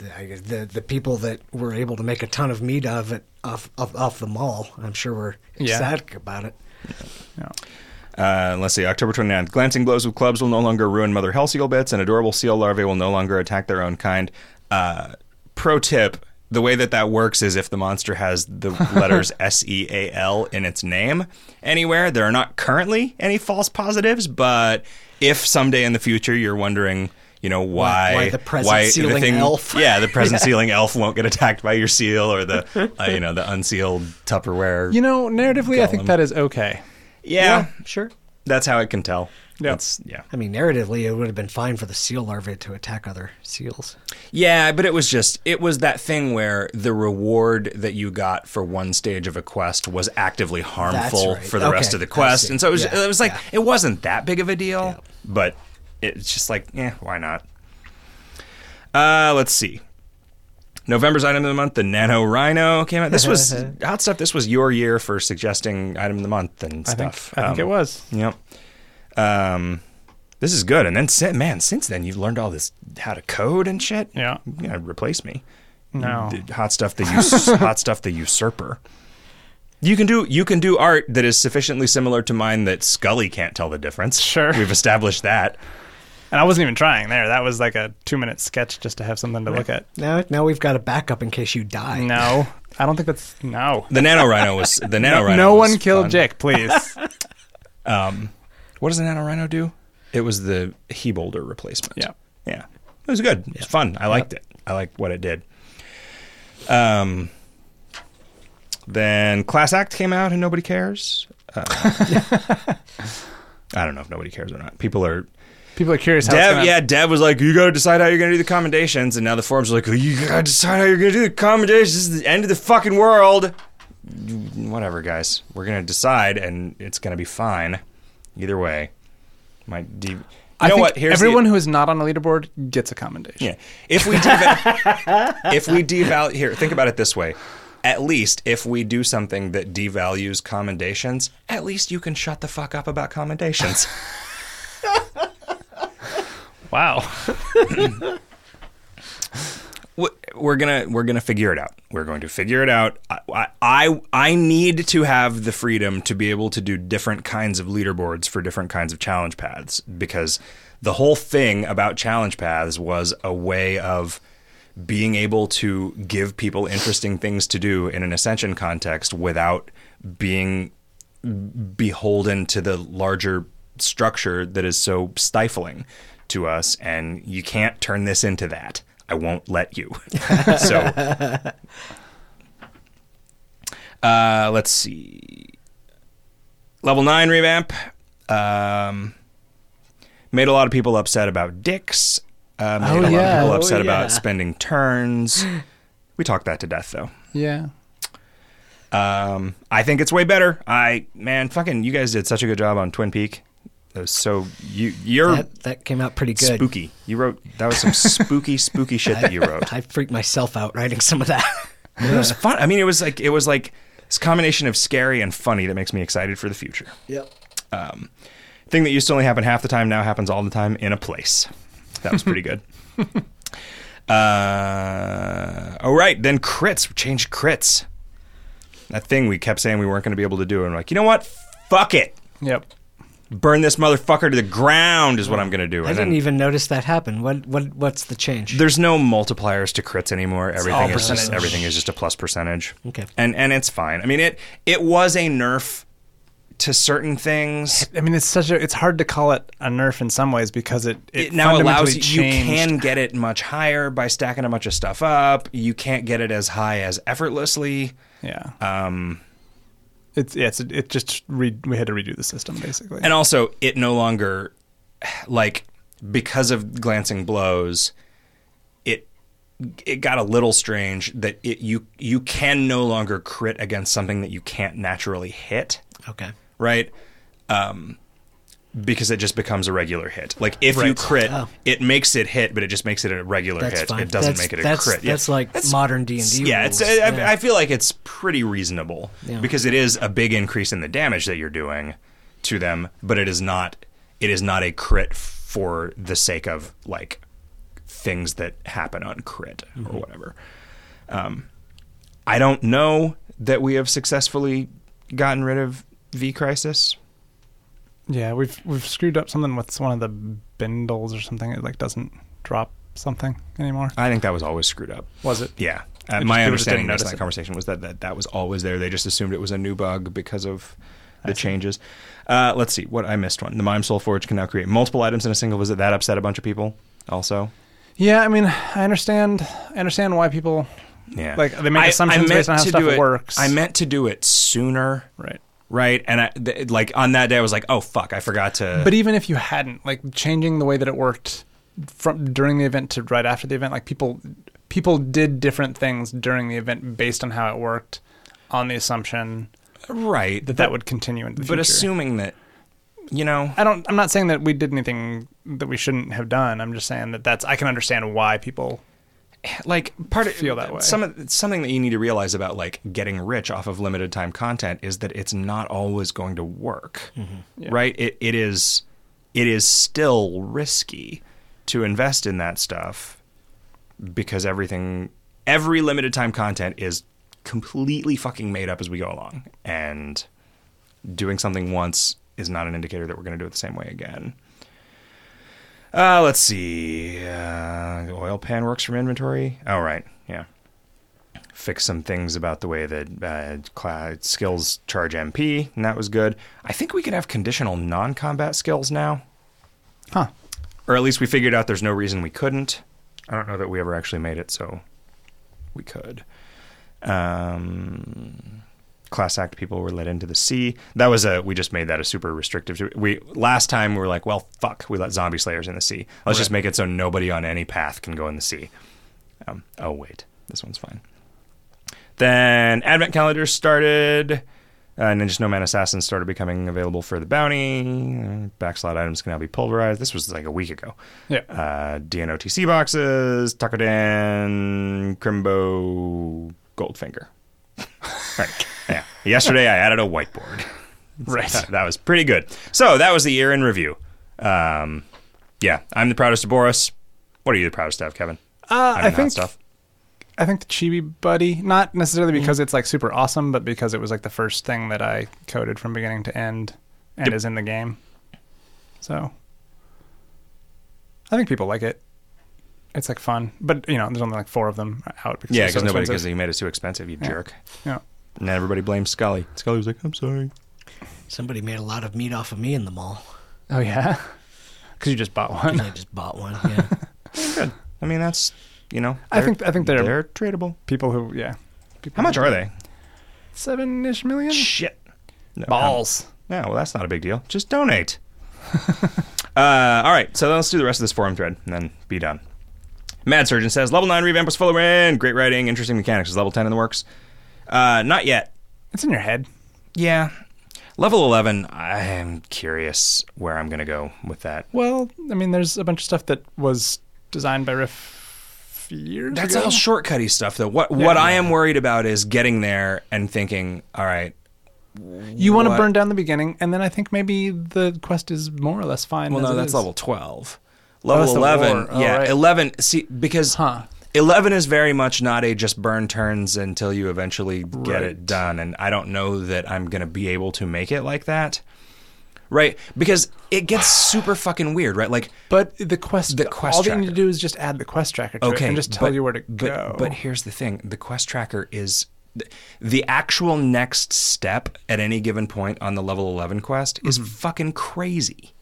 Speaker 2: the, I guess the the people that were able to make a ton of meat of it off off, off the mall, I'm sure were
Speaker 3: Yeah.
Speaker 2: ecstatic about it.
Speaker 3: you know,
Speaker 1: uh, let's see, October 29th. Glancing blows with clubs will no longer ruin mother hell seal bits, and adorable seal larvae will no longer attack their own kind. Uh, pro tip. The way that that works is if the monster has the letters S E A L in its name anywhere. There are not currently any false positives, but if someday in the future you're wondering, you know, why,
Speaker 2: why the present sealing elf.
Speaker 1: yeah, the present sealing elf won't get attacked by your seal or the, uh, you know, the unsealed Tupperware.
Speaker 3: you know, narratively, I think
Speaker 1: Gollum.
Speaker 3: that is okay.
Speaker 1: yeah,
Speaker 2: sure.
Speaker 1: that's how it can tell.
Speaker 3: Yeah.
Speaker 1: That's yeah.
Speaker 2: I mean, narratively, it would have been fine for the seal larvae to attack other seals.
Speaker 1: Yeah, but it was just it was that thing where the reward that you got for one stage of a quest was actively harmful
Speaker 2: right.
Speaker 1: for the
Speaker 2: Okay,
Speaker 1: rest of the
Speaker 2: I
Speaker 1: quest,
Speaker 2: see.
Speaker 1: and so it was
Speaker 2: Yeah,
Speaker 1: it was like
Speaker 2: yeah.
Speaker 1: it wasn't that big of a deal,
Speaker 2: Yeah.
Speaker 1: but it's just like yeah, why not? Uh, let's see. November's item of the month, the Nano Rhino came out. This was hot stuff. This was your year for suggesting item of the month and
Speaker 3: I think
Speaker 1: stuff.
Speaker 3: I think
Speaker 1: Um,
Speaker 3: it was.
Speaker 1: Yep. Um, this is good. And then, si- man, since then you've learned all this how to code and shit.
Speaker 3: Yeah.
Speaker 1: You gotta replace me.
Speaker 3: No.
Speaker 1: The Hot stuff. The us- hot stuff. The usurper. You can do you can do art that is sufficiently similar to mine that Scully can't tell the difference.
Speaker 3: Sure.
Speaker 1: We've established that.
Speaker 3: And I wasn't even trying there. That was like a two-minute sketch just to have something to look at.
Speaker 2: Now, now we've got a backup in case you die.
Speaker 3: No, I don't think that's no.
Speaker 1: The nano rhino was the nano rhino.
Speaker 3: no
Speaker 1: was
Speaker 3: one killed
Speaker 1: fun. Um,
Speaker 3: Jake, please.
Speaker 1: What does the nano rhino do? It was the Hebolder replacement.
Speaker 3: Yeah.
Speaker 1: Yeah. It was good. It was fun. I liked it. I liked what it did. Um, then Class Act came out and nobody cares. Uh, I don't know if nobody cares or not. People are.
Speaker 3: People are curious. How it's
Speaker 1: Dev,
Speaker 3: gonna-
Speaker 1: yeah, Dev was like, you got to decide how you're going to do the commendations. And now the forums are like, you got to decide how you're going to do the commendations. This is the end of the fucking world. Whatever, guys. We're going to decide and it's going to be fine. Either way. My D- you
Speaker 3: I
Speaker 1: know
Speaker 3: think
Speaker 1: what? Here's the-
Speaker 3: everyone who is not on a leaderboard gets a commendation.
Speaker 1: yeah. If we deval- if we devalue here, think about it this way. At least if we do something that devalues commendations, at least you can shut the fuck up about commendations.
Speaker 3: Wow.
Speaker 1: W- we're gonna we're gonna figure it out. We're going to figure it out. I, I I I need to have the freedom to be able to do different kinds of leaderboards for different kinds of challenge paths because the whole thing about challenge paths was a way of being able to give people interesting things to do in an ascension context without being beholden to the larger structure that is so stifling to us, and you can't turn this into that. I won't let you. so, uh, let's see. Level nine revamp. Um, made a lot of people upset about dicks. Uh, made a
Speaker 3: Oh,
Speaker 1: lot
Speaker 3: yeah.
Speaker 1: of people
Speaker 3: Oh,
Speaker 1: upset
Speaker 2: yeah.
Speaker 1: about spending turns. We talked that to death, though.
Speaker 3: Yeah.
Speaker 1: Um, I think it's way better. I man, fucking, you guys did such a good job on Twin Peak. That was so you you're
Speaker 2: That, that came out pretty good.
Speaker 1: spooky. You wrote that was some spooky spooky shit that you wrote.
Speaker 2: I freaked myself out writing some of that.
Speaker 1: It was fun. I mean, it was like it was like this combination of scary and funny that makes me excited for the future.
Speaker 2: yep.
Speaker 1: Thing that used to only happen half the time now happens all the time in a place. That was pretty good. uh, all right, then crits. We changed crits. That thing we kept saying we weren't going to be able to do, and we're like, you know what? Fuck it.
Speaker 3: Yep.
Speaker 1: burn this motherfucker to the ground is what I'm gonna do.
Speaker 2: I
Speaker 1: And
Speaker 2: didn't
Speaker 1: then
Speaker 2: even notice that happen. What what what's the change?
Speaker 1: there's no multipliers to crits anymore.
Speaker 3: all
Speaker 1: Everything is just
Speaker 3: percentage.
Speaker 1: everything is just a plus percentage.
Speaker 2: Okay.
Speaker 1: And and it's fine. I mean it it was a nerf to certain things.
Speaker 3: I mean, it's such a. It's hard to call it a nerf in some ways because it it,
Speaker 1: It now allows
Speaker 3: fundamentally
Speaker 1: you
Speaker 3: changed-
Speaker 1: can get it much higher by stacking a bunch of stuff up. You can't get it as high as effortlessly.
Speaker 3: Yeah. Um. It's yeah. It's, it just re, we had to redo the system basically.
Speaker 1: And also, it no longer, like, because of glancing blows, it it got a little strange that it you you can no longer crit against something that you can't naturally hit,
Speaker 2: Okay.
Speaker 1: right? Um, because it just becomes a regular hit. Like if you
Speaker 3: Right.
Speaker 1: crit,
Speaker 2: Oh.
Speaker 1: it makes it hit, but it just makes it a regular
Speaker 2: That's
Speaker 1: hit.
Speaker 2: fine.
Speaker 1: It doesn't
Speaker 2: That's-
Speaker 1: make it a
Speaker 2: that's-
Speaker 1: crit.
Speaker 2: That's like modern D and D.
Speaker 1: Yeah, it's, I, I- I feel like it's pretty reasonable
Speaker 2: Yeah.
Speaker 1: because it is a big increase in the damage that you're doing to them, but it is not it is not a crit for the sake of like things that happen on crit or whatever. Um, I don't know that we have successfully gotten rid of V crisis.
Speaker 3: yeah, we've we've screwed up something with one of the bindles or something. It like doesn't drop something anymore.
Speaker 1: I think that was always screwed up.
Speaker 3: Was it?
Speaker 1: Yeah. Uh,
Speaker 3: just-
Speaker 1: my
Speaker 3: people just didn't
Speaker 1: understanding based on
Speaker 3: notice
Speaker 1: that
Speaker 3: it.
Speaker 1: conversation was that, that that was always there. They just assumed it was a new bug because of the changes. Uh, let's see what I missed. One: the Mime Soul Forge can now create multiple items in a single visit. That upset a bunch of people. Also,
Speaker 3: Yeah. I mean, I understand. I understand why people.
Speaker 1: yeah,
Speaker 3: Like, they make assumptions
Speaker 1: meant
Speaker 3: based on how
Speaker 1: to
Speaker 3: stuff
Speaker 1: do it-
Speaker 3: works.
Speaker 1: I meant to do it sooner,
Speaker 3: Right.
Speaker 1: right? And I th- like on that day, I was like, oh fuck, I forgot to.
Speaker 3: But even if you hadn't, like changing the way that it worked from during the event to right after the event, like people people did different things during the event based on how it worked, on the assumption
Speaker 1: right,
Speaker 3: that that would continue into the
Speaker 1: but
Speaker 3: future.
Speaker 1: assuming that you know,
Speaker 3: I don't. I'm not saying that we did anything that we shouldn't have done. I'm just saying that that's. I can understand why people.
Speaker 1: like part of
Speaker 3: Feel that way.
Speaker 1: Some of, something that you need to realize about like getting rich off of limited time content is that it's not always going to work, right? It it is it is still risky to invest in that stuff because everything every limited time content is completely fucking made up as we go along and doing something once is not an indicator that we're going to do it the same way again. Uh, let's see. Uh, the oil pan works from inventory. Oh, right. Yeah. Fix some things about the way that uh, cloud skills charge MP, and that was good. I think we can have conditional non combat skills now.
Speaker 3: Huh.
Speaker 1: Or at least we figured out there's no reason we couldn't. I don't know that we ever actually made it, so we could. Um, class act people were let into the sea. That was a we just made that a super restrictive. We last time we were like, well, fuck, we let zombie slayers in the sea. Let's just make it so nobody on any path can go in the sea. Um, oh wait, this one's fine. Then advent calendar started. Uh, Ninja Snowman Assassins started becoming available for the bounty. Uh, Backslot items can now be pulverized. This was like a week ago
Speaker 3: Yeah.
Speaker 1: uh, DNOTC boxes, Takodan, Crimbo, Goldfinger. Right. Yeah. Yesterday I added a whiteboard.
Speaker 3: Right.
Speaker 1: That, that was pretty good. So that was the year in review. Um, yeah, I'm the proudest of Boris. What are you the proudest of, Kevin?
Speaker 3: Uh,
Speaker 1: I'm
Speaker 3: I
Speaker 1: not
Speaker 3: think
Speaker 1: stuff. Mm-hmm.
Speaker 3: I think the Chibi Buddy, not necessarily because it's like super awesome, but because it was like the first thing that I coded from beginning to end and
Speaker 1: Yep.
Speaker 3: is in the game. So I think people like it. It's like fun, but you know, there's only like four of them out. Because
Speaker 1: Yeah,
Speaker 3: they're so
Speaker 1: because nobody because
Speaker 3: expensive.
Speaker 1: you made it too expensive, you jerk.
Speaker 3: Yeah.
Speaker 1: And then everybody blames Scully. Scully was like, "I'm sorry."
Speaker 2: Somebody made a lot of meat off of me in the mall.
Speaker 3: Oh yeah. because you just bought one.
Speaker 2: I just bought one. Yeah.
Speaker 1: Good. I mean, that's you know.
Speaker 3: I
Speaker 1: they're-
Speaker 3: think I think they're
Speaker 1: they're tradable.
Speaker 3: people who yeah. People
Speaker 1: How much are they?
Speaker 3: Seven ish million
Speaker 1: Shit. No,
Speaker 3: balls.
Speaker 1: Yeah, well, that's not a big deal. Just donate. uh, all right, so let's do the rest of this forum thread and then be done. Mad Surgeon says level nine revamp was full of rain. Great writing, interesting mechanics. Is level ten in the works? Uh, not yet.
Speaker 3: It's in your head.
Speaker 1: Yeah. Level eleven. I am curious where I'm gonna go with that.
Speaker 3: Well, I mean, there's a bunch of stuff that was designed by Riff years
Speaker 1: That's
Speaker 3: ago.
Speaker 1: all shortcutty stuff, though. What what I am worried about is getting there and thinking, all right.
Speaker 3: you want to
Speaker 1: what-
Speaker 3: burn down the beginning, and then I think maybe the quest is more or less fine.
Speaker 1: Well,
Speaker 3: as
Speaker 1: no,
Speaker 3: it
Speaker 1: that's
Speaker 3: is.
Speaker 1: level twelve.
Speaker 3: that's
Speaker 1: Level
Speaker 3: the
Speaker 1: eleven.
Speaker 3: war. Oh,
Speaker 1: yeah,
Speaker 3: right.
Speaker 1: eleven. See, because
Speaker 3: Huh.
Speaker 1: eleven is very much not a just burn turns until you eventually get it
Speaker 3: Right.
Speaker 1: done, and I don't know that I'm gonna be able to make it like that. Right, because it gets super fucking weird, right? Like,
Speaker 3: But the quest,
Speaker 1: The quest
Speaker 3: all that you need to
Speaker 1: tracker.
Speaker 3: do is just add the quest tracker to
Speaker 1: okay,
Speaker 3: it and just tell
Speaker 1: but-
Speaker 3: you where to
Speaker 1: but,
Speaker 3: go.
Speaker 1: But here's the thing: the quest tracker is th- the actual next step at any given point on the level 11 quest is
Speaker 3: Mm-hmm.
Speaker 1: fucking crazy.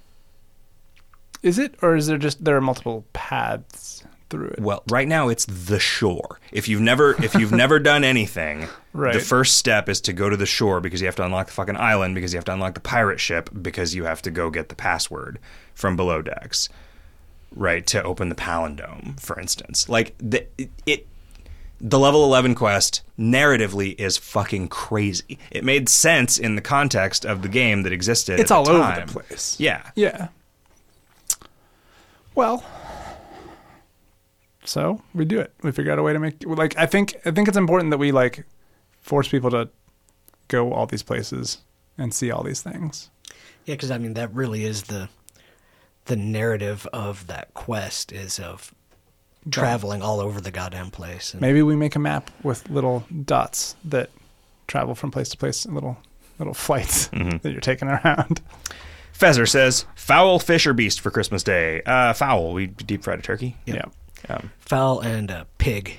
Speaker 3: is it, or is there just there are multiple paths through it?
Speaker 1: Well, right now it's the shore. If you've never if you've never done anything,
Speaker 3: Right.
Speaker 1: the first step is to go to the shore because you have to unlock the fucking island because you have to unlock the pirate ship because you have to go get the password from below decks. Right, to open the palindome, for instance. Like the it the level 11 quest narratively is fucking crazy. It made sense in the context of the game that existed.
Speaker 3: It's
Speaker 1: at
Speaker 3: all
Speaker 1: the
Speaker 3: over the
Speaker 1: time.
Speaker 3: place.
Speaker 1: Yeah.
Speaker 3: Yeah. Well, so we do it. We figure out a way to make like I think I think it's important that we like force people to go all these places and see all these things.
Speaker 2: Yeah, because I mean that really is the the narrative of that quest is of traveling all over the goddamn place. And
Speaker 3: Maybe we make a map with little dots that travel from place to place, little little flights
Speaker 1: Mm-hmm.
Speaker 3: that you're taking around.
Speaker 1: Fezzer says, "Fowl, fish, or beast for Christmas Day." Uh, fowl. We deep fried a turkey.
Speaker 3: Yeah.
Speaker 1: Um,
Speaker 2: fowl and a pig.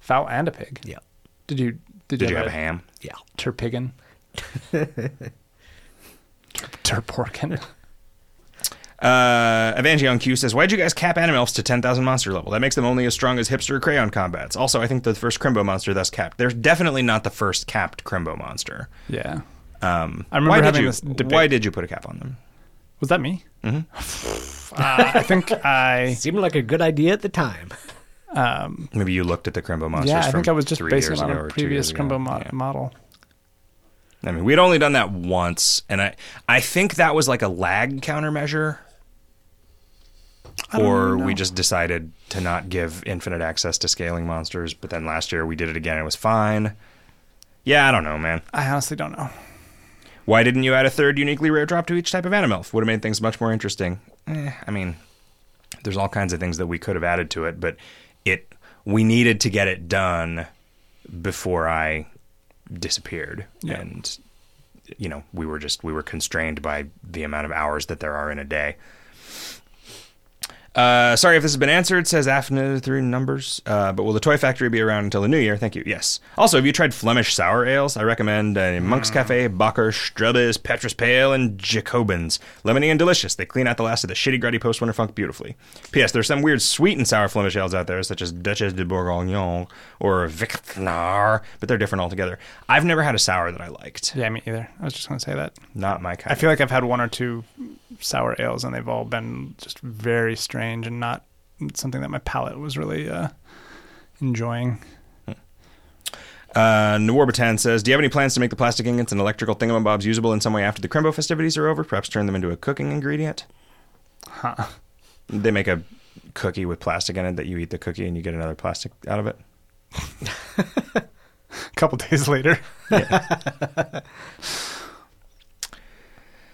Speaker 3: Fowl and a pig.
Speaker 2: Yeah,
Speaker 3: Did you did,
Speaker 1: did you have a ham?
Speaker 2: yeah.
Speaker 3: Terpigan. Ter- terporkin.
Speaker 1: Uh, Evangelion Q says, "Why'd you guys cap Animalfs to 10,000 monster level? That makes them only as strong as hipster crayon combats. Also, I think the first Crimbo monster thus capped. They're definitely not the first capped Crimbo monster.
Speaker 3: Yeah.
Speaker 1: Um,
Speaker 3: I remember
Speaker 1: why did
Speaker 3: having
Speaker 1: you,
Speaker 3: this debate.
Speaker 1: Why did you put a cap on them?
Speaker 3: Was that me? Mm-hmm. uh, I think I.
Speaker 2: Seemed like a good idea at the time.
Speaker 3: Um,
Speaker 1: Maybe you looked at the Crimbo monsters.
Speaker 3: yeah, I think
Speaker 1: from
Speaker 3: I was just
Speaker 1: three
Speaker 3: basing
Speaker 1: years
Speaker 3: it on
Speaker 1: ago
Speaker 3: a
Speaker 1: or two
Speaker 3: previous
Speaker 1: years ago.
Speaker 3: Crimbo mo-
Speaker 1: Yeah.
Speaker 3: model.
Speaker 1: I mean, we'd only done that once, and I I think that was like a lag countermeasure.
Speaker 3: don't
Speaker 1: Or
Speaker 3: really
Speaker 1: we
Speaker 3: know.
Speaker 1: just decided to not give infinite access to scaling monsters, but then last year we did it again. It was fine. Yeah, I don't know, man.
Speaker 3: I honestly don't know.
Speaker 1: Why didn't you add a third uniquely rare drop to each type of Animalf? Would have made things much more interesting. Eh, I mean, there's all kinds of things that we could have added to it, but it we needed to get it done before I disappeared,
Speaker 3: Yeah.
Speaker 1: and you know we were just we were constrained by the amount of hours that there are in a day. Uh, sorry if this has been answered, says Afna through numbers. Uh, but will the Toy Factory be around until the new year? Thank you. Yes. Also, have you tried Flemish sour ales? I recommend uh, Monk's Cafe, Bacher, Strubbe's, Petrus Pale, and Jacobins. Lemony and delicious. They clean out the last of the shitty, grubby post winter funk beautifully. P.S. There's some weird sweet and sour Flemish ales out there, such as Duchesse de Bourgogne or Victnar, but they're different altogether. I've never had a sour that I liked.
Speaker 3: Yeah, me either. I was just going to say that.
Speaker 1: Not my kind.
Speaker 3: I feel like I've had one or two sour ales, and they've all been just very strange and not something that my palate was really uh, enjoying.
Speaker 1: Uh, Nwarbatan says, Do you have any plans to make the plastic ingots and electrical thingamabobs usable in some way after the Crimbo festivities are over? Perhaps turn them into a cooking ingredient?
Speaker 3: Huh.
Speaker 1: They make a cookie with plastic in it that you eat the cookie and you get another plastic out of it.
Speaker 3: A couple days later.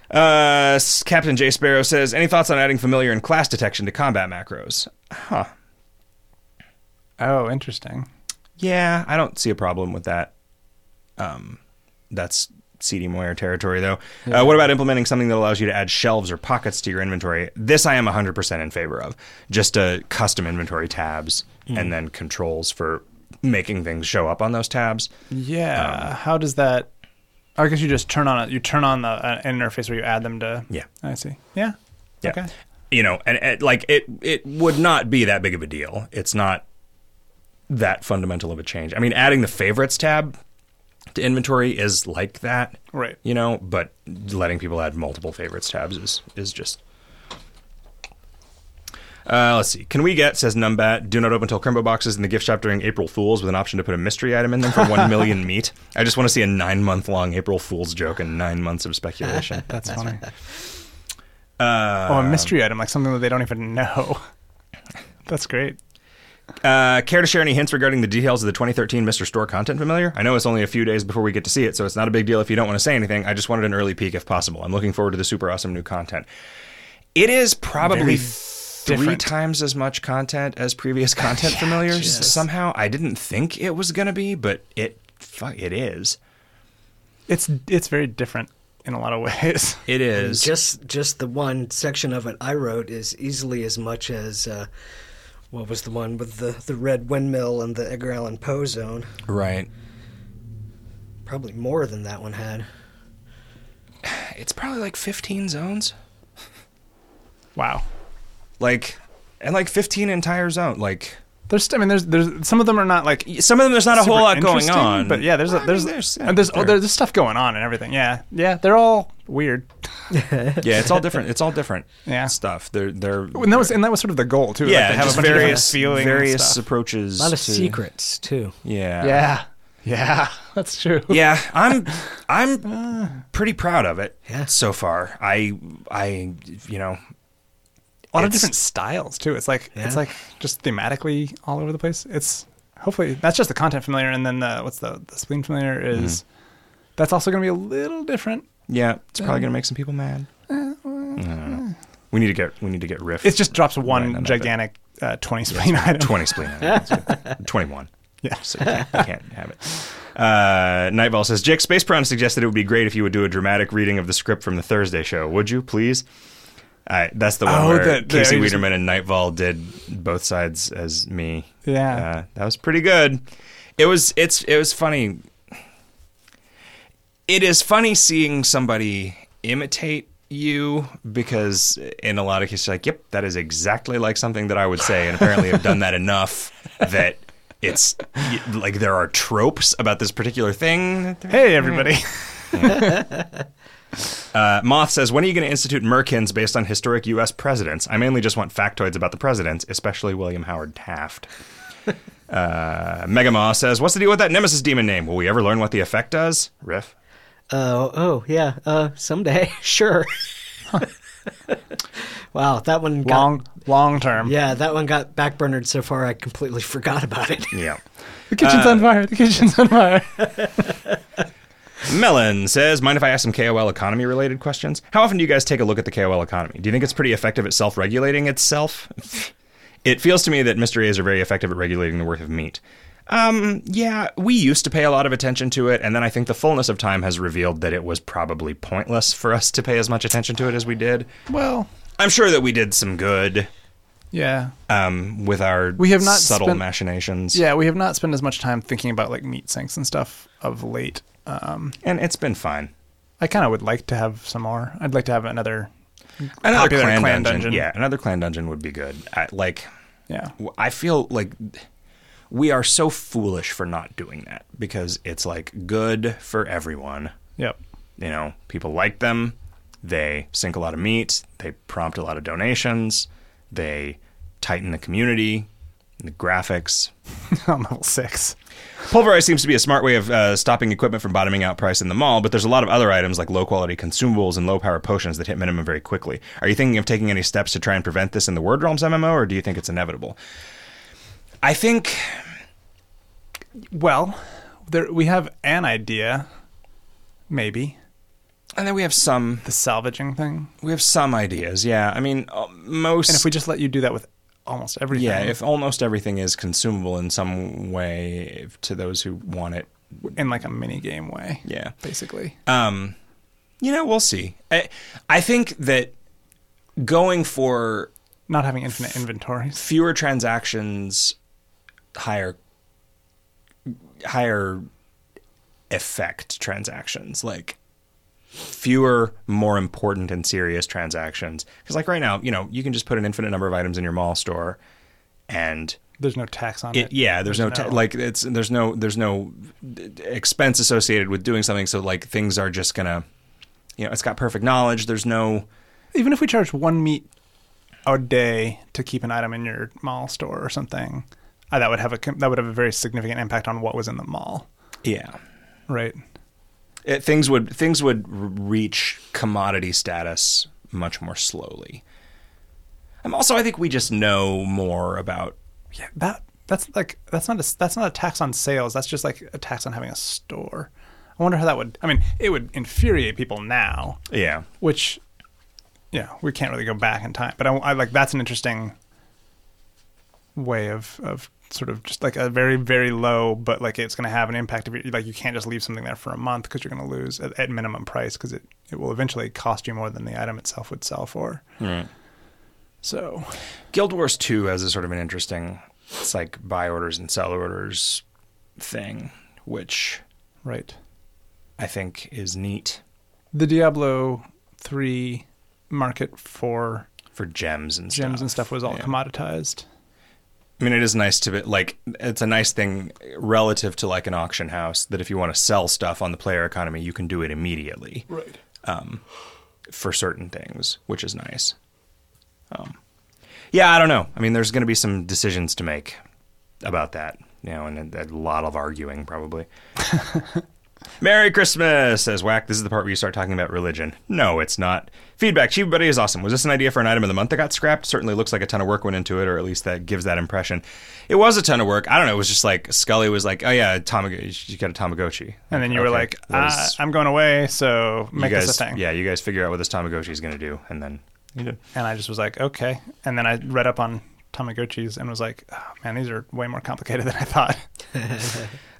Speaker 1: Uh, S- Captain J. Sparrow says, Any thoughts on adding familiar and class detection to combat macros? Huh.
Speaker 3: Oh, interesting.
Speaker 1: Yeah, I don't see a problem with that. Um, that's CD Moyer territory, though. Uh, what about implementing something that allows you to add shelves or pockets to your inventory? This I am 100% in favor of. Just uh, custom inventory tabs and then controls for making things show up on those tabs.
Speaker 3: Yeah.
Speaker 1: Um,
Speaker 3: How does that? oh, I guess you just turn on it. You turn on the uh, interface where you add them to.
Speaker 1: Yeah.
Speaker 3: I see. Yeah.
Speaker 1: Yeah.
Speaker 3: Okay.
Speaker 1: you know, and, and like it, it would not be that big of a deal. It's not that fundamental of a change. I mean, adding the favorites tab to inventory is like that,
Speaker 3: Right.
Speaker 1: You know, but letting people add multiple favorites tabs is is just. Uh, let's see. Can we get says Numbat? Do not open till Crimbo boxes in the gift shop during April Fools with an option to put a mystery item in them for one million meat. I just want to see a nine month long April Fools joke and nine months of speculation.
Speaker 3: That's, funny.
Speaker 1: Uh,
Speaker 3: Oh, a mystery item, like something that they don't even know. That's great.
Speaker 1: Uh, care to share any hints regarding the details of the 2013 Mr. Store content familiar? I know it's only a few days before we get to see it, so it's not a big deal if you don't want to say anything. I just wanted an early peek if possible. I'm looking forward to the super awesome new content. It is probably
Speaker 3: Very
Speaker 1: three
Speaker 3: different.
Speaker 1: times as much content as previous content familiars. Somehow, I didn't think it was going to be, but it fuck, it is.
Speaker 3: It's it's very different in a lot of ways.
Speaker 1: It is.
Speaker 2: Just just the one section of it I wrote is easily as much as uh, what was the one with the, the red windmill and the Edgar Allan Poe zone.
Speaker 1: right.
Speaker 2: Probably more than that one had.
Speaker 1: It's probably like 15 zones.
Speaker 3: Wow.
Speaker 1: Like, and like 15 entire zone. Like,
Speaker 3: There's I mean there's there's some of them are not like
Speaker 1: some of them, there's not a whole
Speaker 3: super
Speaker 1: lot going
Speaker 3: interesting,
Speaker 1: on.
Speaker 3: But yeah, there's
Speaker 1: Well, I mean,
Speaker 3: a, there's
Speaker 1: there's,
Speaker 3: there's
Speaker 1: yeah,
Speaker 3: there's, oh,
Speaker 1: there-
Speaker 3: there's stuff going on and everything. Yeah, yeah, they're all weird.
Speaker 1: yeah, it's all different. It's all different
Speaker 3: Yeah.
Speaker 1: stuff. They're they're
Speaker 3: And that was and that was sort of the goal too.
Speaker 1: yeah,
Speaker 3: like to have
Speaker 1: just
Speaker 3: a bunch
Speaker 1: various
Speaker 3: of different feelings, and
Speaker 1: various
Speaker 3: stuff.
Speaker 1: approaches.
Speaker 2: A lot of
Speaker 1: to-
Speaker 2: secrets too.
Speaker 1: Yeah,
Speaker 3: Yeah, yeah, that's true.
Speaker 1: yeah. I'm
Speaker 3: Uh.
Speaker 1: I'm pretty proud of it
Speaker 2: Yeah.
Speaker 1: so far. I I you know
Speaker 3: a lot of
Speaker 1: It's-
Speaker 3: different styles too. It's like
Speaker 2: Yeah.
Speaker 3: it's like just thematically all over the place. It's hopefully that's just the content familiar, and then the what's the the spleen familiar is
Speaker 1: Mm-hmm.
Speaker 3: that's also going to be a little different.
Speaker 1: yeah, it's probably gonna make some people mad.
Speaker 3: Uh,
Speaker 1: I don't know. We need to get we need to get riff.
Speaker 3: It just drops
Speaker 1: Right,
Speaker 3: one
Speaker 1: no, no,
Speaker 3: gigantic uh, twenty spleen item.
Speaker 1: Twenty spleen. items. Twenty-one.
Speaker 3: Yeah.
Speaker 1: so you can't, you can't have it. Uh, Nightball says, Jake, Space Prime suggested it would be great if you would do a dramatic reading of the script from the Thursday show. Would you, please? Uh, that's the one
Speaker 3: Oh,
Speaker 1: where
Speaker 3: that- that-
Speaker 1: Casey
Speaker 3: I just-
Speaker 1: Wiederman and Nightball did both sides as me.
Speaker 3: Yeah.
Speaker 1: Uh, that was pretty good. It was. It's. It was funny. It is funny seeing somebody imitate you because in a lot of cases, like, yep, that is exactly like something that I would say, and apparently I've done that enough that it's y- like there are tropes about this particular thing. Mm.
Speaker 3: Hey everybody!
Speaker 1: Uh, Moth says, when are you going to institute Merkins based on historic U.S. presidents? I mainly just want factoids about the presidents, especially William Howard Taft. Uh, Megamaw says, what's the deal with that Nemesis demon name? Will we ever learn what the effect does? Riff.
Speaker 2: Oh, oh yeah. Uh, someday, sure. wow, that one got,
Speaker 3: long long term.
Speaker 2: Yeah, that one got backburnered so far I completely forgot about it.
Speaker 1: Yeah.
Speaker 3: The
Speaker 1: Uh,
Speaker 3: kitchen's on fire. The kitchen's on fire.
Speaker 1: Melon says, mind if I ask some KOL economy related questions? How often do you guys take a look at the KOL economy? Do you think it's pretty effective at self regulating itself? it feels to me that Mr. A's are very effective at regulating the worth of meat. Um, yeah, we used to pay a lot of attention to it, and then I think the fullness of time has revealed that it was probably pointless for us to pay as much attention to it as we did.
Speaker 3: well,
Speaker 1: I'm sure that we did some good
Speaker 3: yeah,
Speaker 1: um, with our
Speaker 3: We have not
Speaker 1: subtle
Speaker 3: spent-
Speaker 1: machinations.
Speaker 3: yeah. We have not spent as much time thinking about like meat sinks and stuff of late. Um,
Speaker 1: And it's been fine.
Speaker 3: I kind of would like to have some more. I'd like to have another
Speaker 1: Another
Speaker 3: popular
Speaker 1: clan,
Speaker 3: clan
Speaker 1: dungeon.
Speaker 3: dungeon.
Speaker 1: Yeah, another clan dungeon would be good. I, like,
Speaker 3: Yeah.
Speaker 1: w- I feel like we are so foolish for not doing that because it's like good for everyone.
Speaker 3: Yep.
Speaker 1: You know, people like them. They sink a lot of meat. They prompt a lot of donations. They tighten the community, the graphics.
Speaker 3: I'm level six.
Speaker 1: Pulverize seems to be a smart way of uh, stopping equipment from bottoming out price in the mall, but there's a lot of other items like low quality consumables and low power potions that hit minimum very quickly. Are you thinking of taking any steps to try and prevent this in the Word Realms MMO, or do you think it's inevitable? I think
Speaker 3: Well, there we have an idea, maybe
Speaker 1: And then we have some
Speaker 3: the salvaging thing.
Speaker 1: we have some ideas. Yeah, I mean uh, most.
Speaker 3: And if we just let you do that with almost everything,
Speaker 1: yeah, if almost everything is consumable in some way if, to those who want it.
Speaker 3: in like a mini game way,
Speaker 1: Yeah.
Speaker 3: basically.
Speaker 1: Um, you know, we'll see. I, I think that going for
Speaker 3: Not having infinite inventories.
Speaker 1: fewer transactions, higher higher effect transactions like fewer, more important and serious transactions. Because like right now, you know, you can just put an infinite number of items in your mall store, and
Speaker 3: There's no tax on
Speaker 1: it,
Speaker 3: it.
Speaker 1: yeah, there's, no, ta- like it's there's no there's no d- d- expense associated with doing something. So like things are just gonna, you know, it's got perfect knowledge. There's no
Speaker 3: Even if we charge one meat a day to keep an item in your mall store or something, uh, that would have a com- that would have a very significant impact on what was in the mall,
Speaker 1: yeah.
Speaker 3: right?
Speaker 1: It, things would things would r- reach commodity status much more slowly. I'm also I think we just know more about
Speaker 3: Yeah, that that's like that's not a that's not a tax on sales. That's just like a tax on having a store. I wonder how that would. I mean, it would infuriate people now,
Speaker 1: yeah
Speaker 3: which yeah, we can't really go back in time. But I, I like that's an interesting way of of sort of just like a very very low, but like it's going to have an impact. If you like, you can't just leave something there for a month because you're going to lose at, at minimum price because it it will eventually cost you more than the item itself would sell for. So
Speaker 1: Guild Wars 2 has a sort of an interesting it's like buy orders and sell orders thing which
Speaker 3: right.
Speaker 1: I think is neat
Speaker 3: the Diablo three market for
Speaker 1: for gems and
Speaker 3: gems
Speaker 1: stuff.
Speaker 3: and stuff was all
Speaker 1: Yeah.
Speaker 3: commoditized.
Speaker 1: I mean it is nice to be like it's a nice thing relative to like an auction house that if you want to sell stuff on the player economy you can do it immediately
Speaker 3: Right.
Speaker 1: for certain things, which is nice. Um, yeah, I don't know. I mean, there's going to be some decisions to make about that, you know, and a, a lot of arguing probably. Merry Christmas, says Whack. This is the part where you start talking about religion. No, it's not. Feedback, Chief Buddy is awesome. Was this an idea for an item of the month that got scrapped? Certainly looks like a ton of work went into it, or at least that gives that impression. It was a ton of work. I don't know. It was just like Scully was like, oh, yeah, Tamag- you got a Tamagotchi.
Speaker 3: And then you were
Speaker 1: Okay,
Speaker 3: like,
Speaker 1: that was-
Speaker 3: uh, "I'm going away, so make
Speaker 1: you guys,
Speaker 3: this a thing."
Speaker 1: Yeah, you guys figure out what this Tamagotchi is going to do, and then you did.
Speaker 3: And I just was like, "Okay." And then I read up on Tamagotchis and was like, oh, "Man, these are way more complicated than I thought."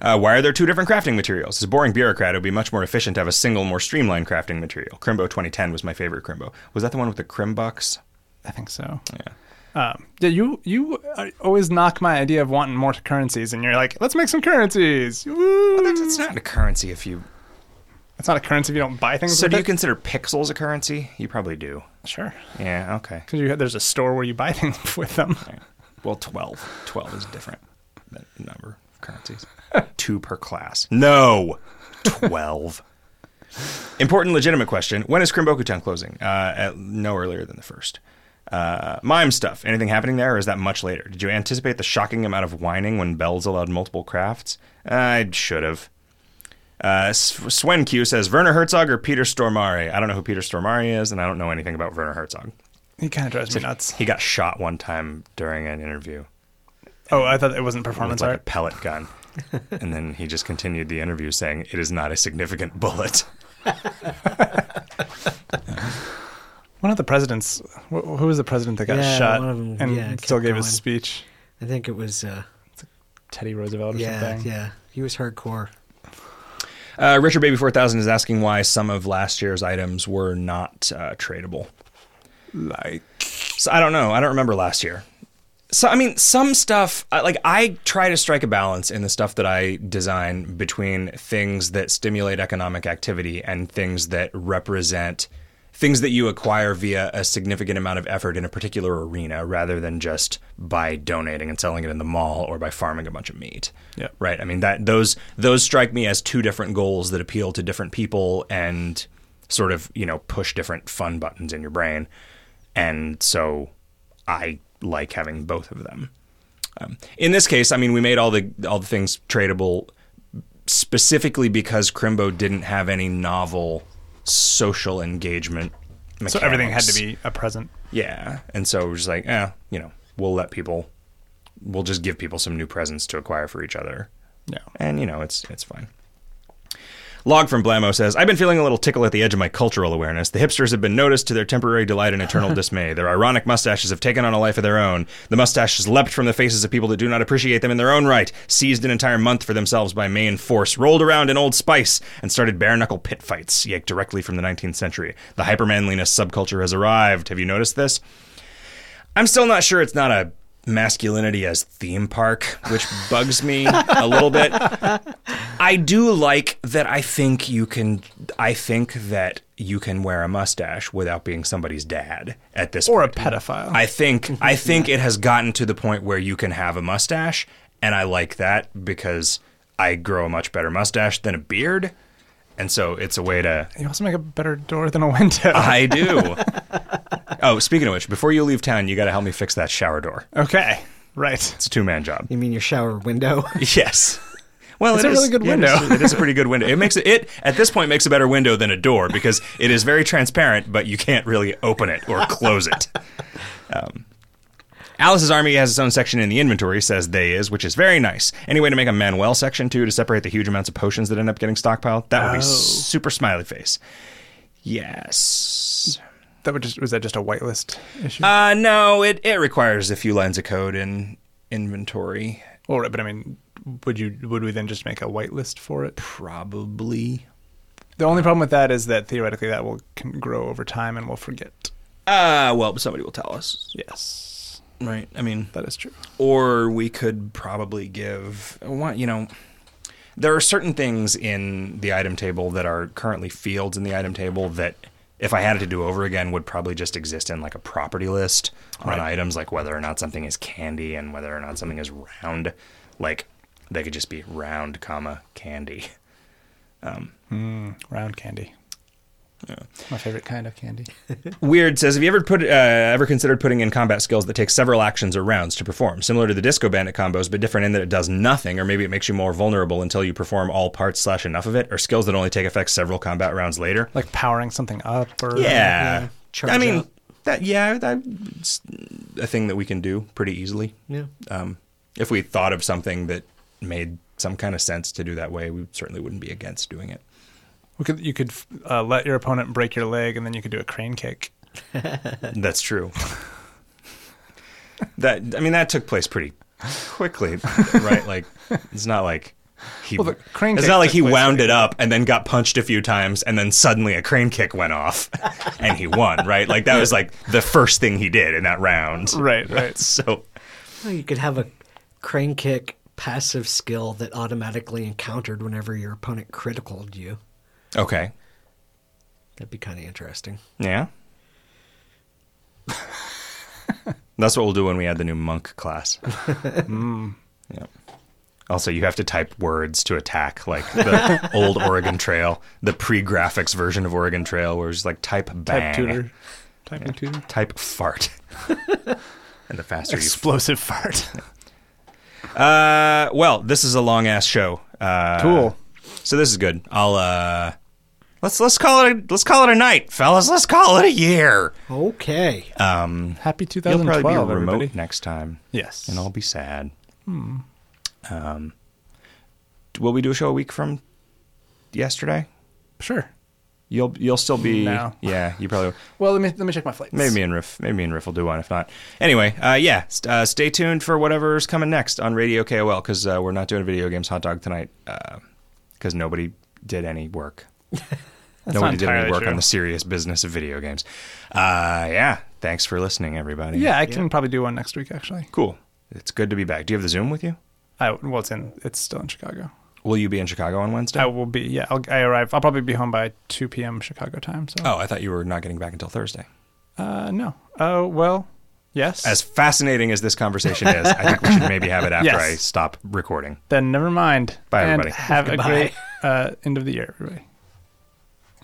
Speaker 1: Uh, why are there two different crafting materials? As a boring bureaucrat, it would be much more efficient to have a single, more streamlined crafting material. Crimbo 2010 was my favorite Crimbo. Was that the one with the Crimbox?
Speaker 3: I think so. Yeah. Um, yeah, you you uh, always knock my idea of wanting more currencies, and you're like, "Let's make some currencies." Woo!
Speaker 1: That's, it's not a currency if you.
Speaker 3: It's not a currency if you don't buy things.
Speaker 1: So
Speaker 3: with
Speaker 1: do you
Speaker 3: it.
Speaker 1: consider pixels a currency? You probably do.
Speaker 3: sure
Speaker 1: Yeah, okay.
Speaker 3: because you there's a store where you buy things with them.
Speaker 1: Okay. Well, 12. 12 is different than the number of currencies. Two per class. No! 12. Important, legitimate question. When is Krimbokutan closing? Uh, at no earlier than the first. Uh, mime stuff. Anything happening there, or is that much later? Did you anticipate the shocking amount of whining when bells allowed multiple crafts? I should have. Uh, S- Sven Q says Werner Herzog or Peter Stormare. I don't know who Peter Stormare is, and I don't know anything about Werner Herzog.
Speaker 3: He kind of drives me nuts.
Speaker 1: He got shot one time during an interview.
Speaker 3: Oh, I thought it wasn't
Speaker 1: It's
Speaker 3: performance
Speaker 1: like a
Speaker 3: art.
Speaker 1: pellet gun. and then he just continued the interview saying, It is not a significant bullet.
Speaker 3: One of the presidents, wh- who was the president that got
Speaker 2: Yeah,
Speaker 3: shot
Speaker 2: one of 'em,
Speaker 3: and
Speaker 2: yeah,
Speaker 3: still
Speaker 2: kept
Speaker 3: gave his
Speaker 2: going.
Speaker 3: speech?
Speaker 2: I think it was. Uh,
Speaker 3: Teddy Roosevelt or
Speaker 2: yeah,
Speaker 3: something.
Speaker 2: yeah. He was hardcore.
Speaker 1: Uh, Richard Baby 4000 is asking why some of last year's items were not uh, tradable.
Speaker 3: Like,
Speaker 1: So I don't know. I don't remember last year. So I mean, some stuff I- like I try to strike a balance in the stuff that I design between things that stimulate economic activity and things that represent things that you acquire via a significant amount of effort in a particular arena rather than just by donating and selling it in the mall or by farming a bunch of meat.
Speaker 3: Yep.
Speaker 1: Right? I mean, that those those strike me as two different goals that appeal to different people and sort of, you know, push different fun buttons in your brain. And so I like having both of them. Um, in this case, I mean, we made all the all the things tradable specifically because Crimbo didn't have any novel social engagement. Mechanics.
Speaker 3: so everything had to be a present.
Speaker 1: yeah, and so we're just like, eh, you know, we'll let people, we'll just give people some new presents to acquire for each other
Speaker 3: Yeah.
Speaker 1: and you know it's it's fine. Log from Blamo says, I've been feeling a little tickle at the edge of my cultural awareness. The hipsters have been noticed to their temporary delight and eternal dismay. Their ironic mustaches have taken on a life of their own. The mustaches leapt from the faces of people that do not appreciate them in their own right, seized an entire month for themselves by main force, rolled around in Old Spice, and started bare knuckle pit fights, yanked directly from the 19th century. The hypermanliness subculture has arrived. Have you noticed this? I'm still not sure it's not a masculinity as theme park, which bugs me a little bit. I do like that I think you can I think that you can wear a mustache without being somebody's dad at this
Speaker 3: or a
Speaker 1: point.
Speaker 3: pedophile.
Speaker 1: I think I think it has gotten to the point where you can have a mustache, and I like that because I grow a much better mustache than a beard, and so it's a way to.
Speaker 3: you also make a better door than a window.
Speaker 1: I do. oh, speaking of which, before you leave town, you got to help me fix that shower door.
Speaker 3: okay, right.
Speaker 1: It's a two man job.
Speaker 2: You mean your shower window?
Speaker 1: Yes. Well,
Speaker 3: It's
Speaker 1: it
Speaker 3: a
Speaker 1: is-
Speaker 3: really good
Speaker 1: yeah, it
Speaker 3: window.
Speaker 1: is- it is a pretty good window. It makes it, it at this point makes a better window than a door because it is very transparent, but you can't really open it or close it. Um, Alice's army has its own section in the inventory, says they is, which is very nice. Any way to make a Manuel section too to separate the huge amounts of potions that end up getting stockpiled? That would
Speaker 3: Oh.
Speaker 1: be super smiley face. Yes.
Speaker 3: That would just was that just a whitelist issue?
Speaker 1: Uh, no, it, it requires a few lines of code in inventory.
Speaker 3: All right, but I mean, would you would we then just make a whitelist for it?
Speaker 1: Probably.
Speaker 3: The only problem with that is that theoretically that will can grow over time and we'll forget.
Speaker 1: Uh, well, somebody will tell us,
Speaker 3: Yes,
Speaker 1: right? I mean,
Speaker 3: that is true.
Speaker 1: or we could probably give one. You know, there are certain things in the item table that are currently fields in the item table that, if I had it to do over again, would probably just exist in like a property list on items, like whether or not something is candy and whether or not something is round. Like they could just be round, comma candy.
Speaker 3: Round candy. My favorite kind of candy.
Speaker 1: Weird says, "Have you ever put uh, ever considered putting in combat skills that take several actions or rounds to perform, similar to the Disco Bandit combos, but different in that it does nothing, or maybe it makes you more vulnerable until you perform all parts slash enough of it, or skills that only take effect several combat rounds later?"
Speaker 3: like powering something up or
Speaker 1: yeah,
Speaker 2: Charge
Speaker 1: I mean
Speaker 2: up.
Speaker 1: that. Yeah, that's a thing that we can do pretty easily.
Speaker 2: yeah.
Speaker 1: Um, if we thought of something that made some kind of sense to do that way, we certainly wouldn't be against doing it.
Speaker 3: We could, you could uh, let your opponent break your leg and then you could do a crane kick.
Speaker 1: That's true. that I mean, that took place pretty quickly, right? Like, it's not like he.
Speaker 3: Well, the crane
Speaker 1: it's
Speaker 3: kick
Speaker 1: not like
Speaker 3: took
Speaker 1: he
Speaker 3: place
Speaker 1: wound it up and then got punched a few times and then suddenly a crane kick went off and he won, right? Like that was like the first thing he did in that round,
Speaker 3: Right, right.
Speaker 1: So
Speaker 2: Well, you could have a crane kick passive skill that automatically encountered whenever your opponent criticaled you.
Speaker 1: okay,
Speaker 2: That'd be kind of interesting.
Speaker 1: yeah. That's what we'll do when we add the new monk class. Yeah. Also, you have to type words to attack, like the old Oregon Trail, the pre-graphics version of Oregon Trail, where it's like type bang,
Speaker 3: Type tutor. Type and tutor.
Speaker 1: type fart, and the faster you.
Speaker 3: Explosive fart.
Speaker 1: Uh, well, this is a long ass show. Uh,
Speaker 3: Cool.
Speaker 1: So this is good. I'll uh, let's let's call it a, let's call it a night, fellas. Let's call it a year.
Speaker 2: Okay.
Speaker 1: Um,
Speaker 3: Happy
Speaker 1: you'll probably
Speaker 3: 2012,
Speaker 1: be remote
Speaker 3: everybody.
Speaker 1: next time.
Speaker 3: Yes. Hmm.
Speaker 1: and I'll be sad. Um, will we do a show a week from yesterday?
Speaker 3: Sure.
Speaker 1: You'll you'll still be
Speaker 3: No.
Speaker 1: yeah. You probably
Speaker 3: Well, let me let me check my flights.
Speaker 1: maybe me and Riff maybe me and Riff will do one if not. Anyway, uh, yeah, st- uh, stay tuned for whatever's coming next on Radio KOL because uh, we're not doing video games hot dog tonight because nobody did any work. nobody
Speaker 3: not
Speaker 1: did any
Speaker 3: entirely
Speaker 1: work
Speaker 3: true.
Speaker 1: on the serious business of video games. Uh, yeah, thanks for listening, everybody.
Speaker 3: Yeah, I can probably do one next week actually.
Speaker 1: cool. It's good to be back. Do you have the Zoom with you?
Speaker 3: I well, it's in it's still in Chicago.
Speaker 1: Will you be in Chicago on Wednesday?
Speaker 3: I will be. Yeah, I'll, I arrive. I'll probably be home by 2 p.m. Chicago time. So.
Speaker 1: Oh, I thought you were not getting back until Thursday.
Speaker 3: Uh, no. Oh well. Yes.
Speaker 1: As fascinating as this conversation is, I think we should maybe have it after
Speaker 3: Yes.
Speaker 1: I stop recording.
Speaker 3: then never mind.
Speaker 1: Bye,
Speaker 3: And
Speaker 1: everybody.
Speaker 3: Have
Speaker 2: Goodbye.
Speaker 3: a great uh, end of the year, everybody.